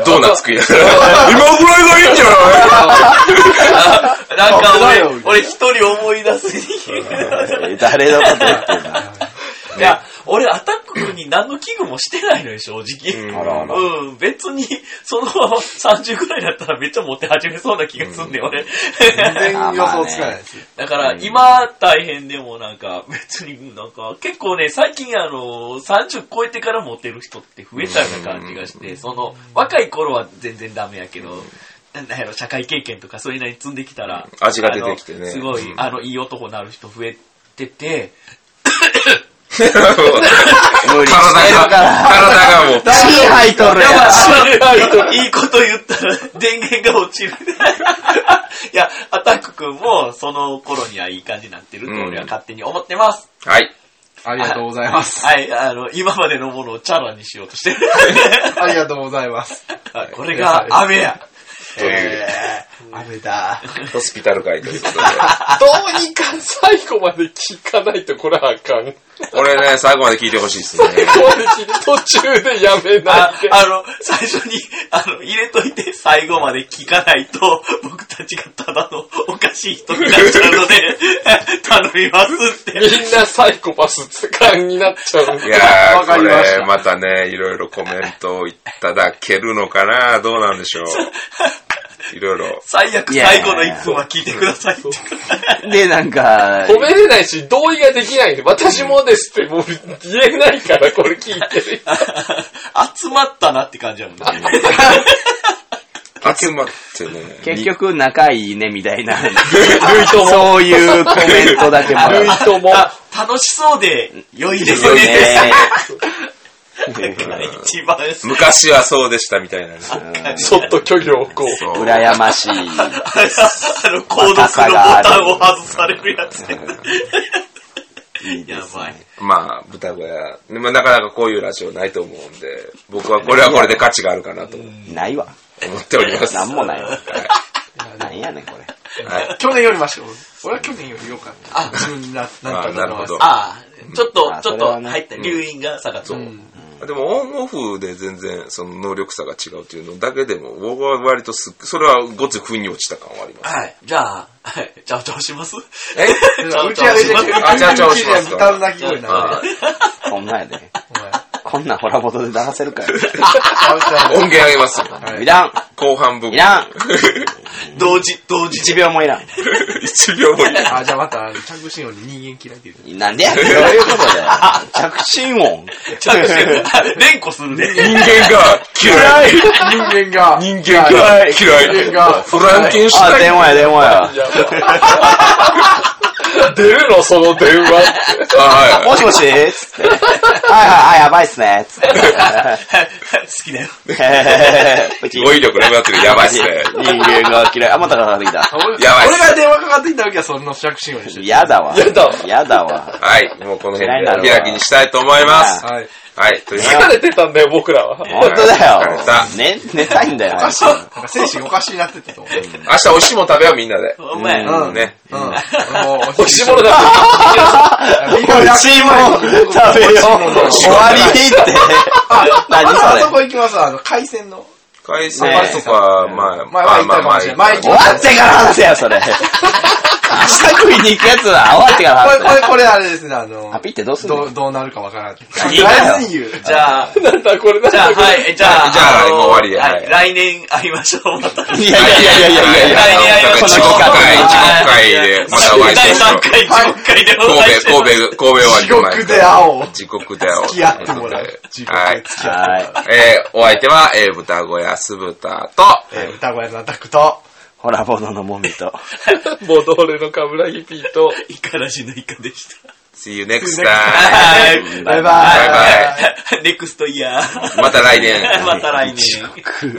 [SPEAKER 4] ードーナツ食いながら。今ぐらいがいいんじゃない
[SPEAKER 1] なんか
[SPEAKER 5] だよ
[SPEAKER 1] 俺、俺一人思い出すに。
[SPEAKER 2] 誰のこと言ってんだ。
[SPEAKER 1] いや、俺アタック君に何の危惧もしてないのよ、正直。
[SPEAKER 4] うん
[SPEAKER 2] あらあら。
[SPEAKER 1] うん、別に、その30ぐらいだったらめっちゃモテ始めそうな気がすんね、ん、俺。
[SPEAKER 5] 全然予想つかないです。
[SPEAKER 1] だから、今大変でもなんか、別になんか、結構ね、最近あの、30超えてからモテる人って増えたような感じがして、その、若い頃は全然ダメやけど、なんやろ、社会経験とかそういうのに積んできたら、
[SPEAKER 4] 味が出てきてね
[SPEAKER 1] あのすごい、あの、いい男になる人増えてて、
[SPEAKER 2] 無理してる
[SPEAKER 4] 体が、
[SPEAKER 2] から。
[SPEAKER 4] 体がもう。
[SPEAKER 2] 血吐いとるやん。
[SPEAKER 1] いいこと言ったら電源が落ちる。 *laughs* いや、アタック君もその頃にはいい感じになってると俺は勝手に思ってます。
[SPEAKER 4] はい。
[SPEAKER 5] ありがとうございます。
[SPEAKER 1] はい、あの、今までのものをチャラにしようとしてる。
[SPEAKER 5] *laughs* ありがとうございます。
[SPEAKER 1] これが雨や。
[SPEAKER 4] という。
[SPEAKER 1] えー
[SPEAKER 5] 雨だ。
[SPEAKER 4] ホスピタル会ということで。
[SPEAKER 6] どうにか最後まで聞かないとこれはあ
[SPEAKER 1] *laughs*
[SPEAKER 6] かん。
[SPEAKER 4] これね、最後まで聞いてほしいですね。
[SPEAKER 6] ここまで聞いて途中でやめな
[SPEAKER 1] あ
[SPEAKER 6] いで。
[SPEAKER 1] あの、最初に、あの、入れといて最後まで聞かないと、僕たちがただのおかしい人になっちゃうので、頼みますって。
[SPEAKER 6] みんなサイコパス図鑑になっちゃうん
[SPEAKER 4] い
[SPEAKER 6] で。
[SPEAKER 4] や
[SPEAKER 5] わ
[SPEAKER 4] ー、
[SPEAKER 5] か
[SPEAKER 4] こ
[SPEAKER 5] りました
[SPEAKER 4] れ、またね、いろいろコメントをいただけるのかなどうなんでしょう。いろいろ。
[SPEAKER 1] 最悪
[SPEAKER 2] いや
[SPEAKER 1] 最
[SPEAKER 2] いや
[SPEAKER 1] 後の1分は聞いてくださいって。
[SPEAKER 2] で、なんか、
[SPEAKER 6] 褒めれないし、同意ができないんで、私もですってもう言えないから、これ聞いてる。
[SPEAKER 1] 集まったなって感じやもんね。
[SPEAKER 4] 集まってね。
[SPEAKER 2] 結局仲いいねみたい
[SPEAKER 4] *laughs*
[SPEAKER 2] な、そういうコメントだけもら
[SPEAKER 6] ル
[SPEAKER 2] っ
[SPEAKER 6] イ
[SPEAKER 2] て
[SPEAKER 6] とも。
[SPEAKER 1] あ楽しそうで良いです
[SPEAKER 2] ね
[SPEAKER 4] *laughs*
[SPEAKER 1] ね。だから *laughs* 一番
[SPEAKER 4] み昔はそうでしたみたいなね。
[SPEAKER 6] そっと距離を置こう。
[SPEAKER 4] そう
[SPEAKER 2] 羨ましい。
[SPEAKER 1] あの、コードスのボタンを外されるやつね。やばい。
[SPEAKER 4] まあ、豚小屋。でもなかなかこういうラジオないと思うんで、僕はこれはこれで価値があるかなと思
[SPEAKER 2] ないわ。
[SPEAKER 4] っております。
[SPEAKER 2] なんもない
[SPEAKER 4] は
[SPEAKER 2] わ。なんやねん、これ。
[SPEAKER 4] い。はい
[SPEAKER 5] 去年よりマシかも。俺は去年より良かった。あ、自分にな、なん
[SPEAKER 4] まあ、
[SPEAKER 5] とか
[SPEAKER 4] な
[SPEAKER 5] な
[SPEAKER 4] る
[SPEAKER 5] り
[SPEAKER 4] ほ
[SPEAKER 5] ま
[SPEAKER 4] ど
[SPEAKER 5] す。。
[SPEAKER 1] ああ、ちょっと、
[SPEAKER 2] あ
[SPEAKER 1] ちょっ
[SPEAKER 2] それは
[SPEAKER 1] と
[SPEAKER 2] ね
[SPEAKER 1] 入った。留飲が下がった。
[SPEAKER 4] でも、オンオフで全然、その能力差が違うというのだけでも、僕は割とすっ、それはごつ腑に落ちた感はあります。
[SPEAKER 1] はい。じゃあ、 *laughs* はい。じゃあ、どうし
[SPEAKER 4] *laughs*
[SPEAKER 1] ます
[SPEAKER 4] え
[SPEAKER 5] 打ち上げで、
[SPEAKER 4] あじゃあじゃあ押しますか
[SPEAKER 5] 歌う鳴き声なんで。
[SPEAKER 4] あ
[SPEAKER 2] こんなんやで。
[SPEAKER 5] お前
[SPEAKER 2] こんなんホラボトで流せるかよ。
[SPEAKER 4] 音源あげますよ。
[SPEAKER 2] いらん
[SPEAKER 4] 後半部分。
[SPEAKER 2] いらん
[SPEAKER 1] 同時、同時。
[SPEAKER 2] !1 秒もいらん。
[SPEAKER 4] 1秒もいらん。
[SPEAKER 5] あ、じゃあまた、着信音に人間嫌いって言うて。
[SPEAKER 2] なんでやねんどういうことだよ。着信音。
[SPEAKER 1] ちょっと待ってあ連呼するね。
[SPEAKER 4] 人間が嫌い。
[SPEAKER 5] 人間が。
[SPEAKER 4] 人間が嫌い
[SPEAKER 5] 人間。が
[SPEAKER 4] フランケンシュ
[SPEAKER 2] あ、
[SPEAKER 4] タイン。
[SPEAKER 2] 電話や、電話や。
[SPEAKER 6] やば出るの、その電話。
[SPEAKER 4] あはい
[SPEAKER 2] もしもしつって。はいはい、あ、やばいっすね。つって。
[SPEAKER 1] 好きだよ。
[SPEAKER 2] *laughs* プチ
[SPEAKER 4] 語彙力なくなってる。やばいっすね。
[SPEAKER 2] 人間が嫌い。あ、またかかってきた。
[SPEAKER 5] 俺
[SPEAKER 4] やばいっす
[SPEAKER 5] 俺が電話かかってきた時はその着信音にしてる。
[SPEAKER 2] やだわ。
[SPEAKER 6] やだわ
[SPEAKER 2] やだわ。
[SPEAKER 4] はい。もうこの辺
[SPEAKER 2] 嫌いに
[SPEAKER 4] で
[SPEAKER 2] なるわ
[SPEAKER 4] 開きにしたいと思います。
[SPEAKER 5] はい。
[SPEAKER 4] はい。というわけで
[SPEAKER 6] 疲れてたんだよ、僕らは。
[SPEAKER 2] 本当だ
[SPEAKER 4] 疲れた
[SPEAKER 2] よ。ね、寝たいんだよ。
[SPEAKER 5] なんか精神おかしいなって言ってたもん。
[SPEAKER 4] 明日美味しいもん食べよう、みんなで。
[SPEAKER 1] お前、
[SPEAKER 5] うん
[SPEAKER 4] ね。
[SPEAKER 5] うん。もう、
[SPEAKER 6] 欲しいものだ
[SPEAKER 1] *laughs*
[SPEAKER 6] って。
[SPEAKER 5] 美
[SPEAKER 2] 美味しいもん食べよう。終わりって。何
[SPEAKER 5] あ
[SPEAKER 2] そ
[SPEAKER 5] そ
[SPEAKER 2] れ。
[SPEAKER 5] こ行きます、あの、海鮮の。
[SPEAKER 4] 海鮮とか、まあ、ま
[SPEAKER 5] 前
[SPEAKER 4] あ
[SPEAKER 5] は
[SPEAKER 4] まあ
[SPEAKER 5] 行
[SPEAKER 4] まあ
[SPEAKER 5] ったかもしれない
[SPEAKER 2] 終わってから話せや、それ。明日食いに行くやつだ。終わってから
[SPEAKER 5] これ、
[SPEAKER 2] 話
[SPEAKER 5] これ、これあれですね、あの、
[SPEAKER 2] せ。ピってどうすん
[SPEAKER 5] ど
[SPEAKER 2] の
[SPEAKER 5] う、どうなるかわからん。と
[SPEAKER 2] い
[SPEAKER 5] り
[SPEAKER 2] よ
[SPEAKER 5] あえず言う。
[SPEAKER 1] じゃあ、
[SPEAKER 6] なんだ、これなん
[SPEAKER 1] じ
[SPEAKER 4] *laughs*
[SPEAKER 1] ゃあ、
[SPEAKER 6] だ、これ。
[SPEAKER 1] はい、じゃあ、
[SPEAKER 4] じゃあ
[SPEAKER 1] の
[SPEAKER 4] もう終わりや
[SPEAKER 1] はい
[SPEAKER 4] はい
[SPEAKER 1] 来年会いましょう、また。
[SPEAKER 2] いやいやいやいやいや。
[SPEAKER 1] 来年会いましょう。
[SPEAKER 2] 地獄会
[SPEAKER 4] 地獄会でまたお会いしましょう
[SPEAKER 1] 第3回、地獄会でお会いしましょう
[SPEAKER 4] 神戸、神戸、神戸終わり
[SPEAKER 5] 地獄で会 *laughs* おう。
[SPEAKER 4] 地獄で会おう。
[SPEAKER 5] 付き合ってもらう。地獄
[SPEAKER 4] は
[SPEAKER 5] で
[SPEAKER 4] い。
[SPEAKER 5] 付き合ってもらう。
[SPEAKER 2] はい。
[SPEAKER 4] えー、お相手は、えー、豚小屋酢豚と、
[SPEAKER 5] えー、歌声のアタックと、
[SPEAKER 2] ホラボードのもみと。
[SPEAKER 6] ボドーレのカムラヒピーと。
[SPEAKER 1] イカラジのイカでした。
[SPEAKER 4] See you next time.
[SPEAKER 1] はい
[SPEAKER 5] バイバイ。
[SPEAKER 4] イバイ
[SPEAKER 1] *laughs* ネクストイヤー。
[SPEAKER 4] また来年。
[SPEAKER 1] また来年。
[SPEAKER 6] 地獄。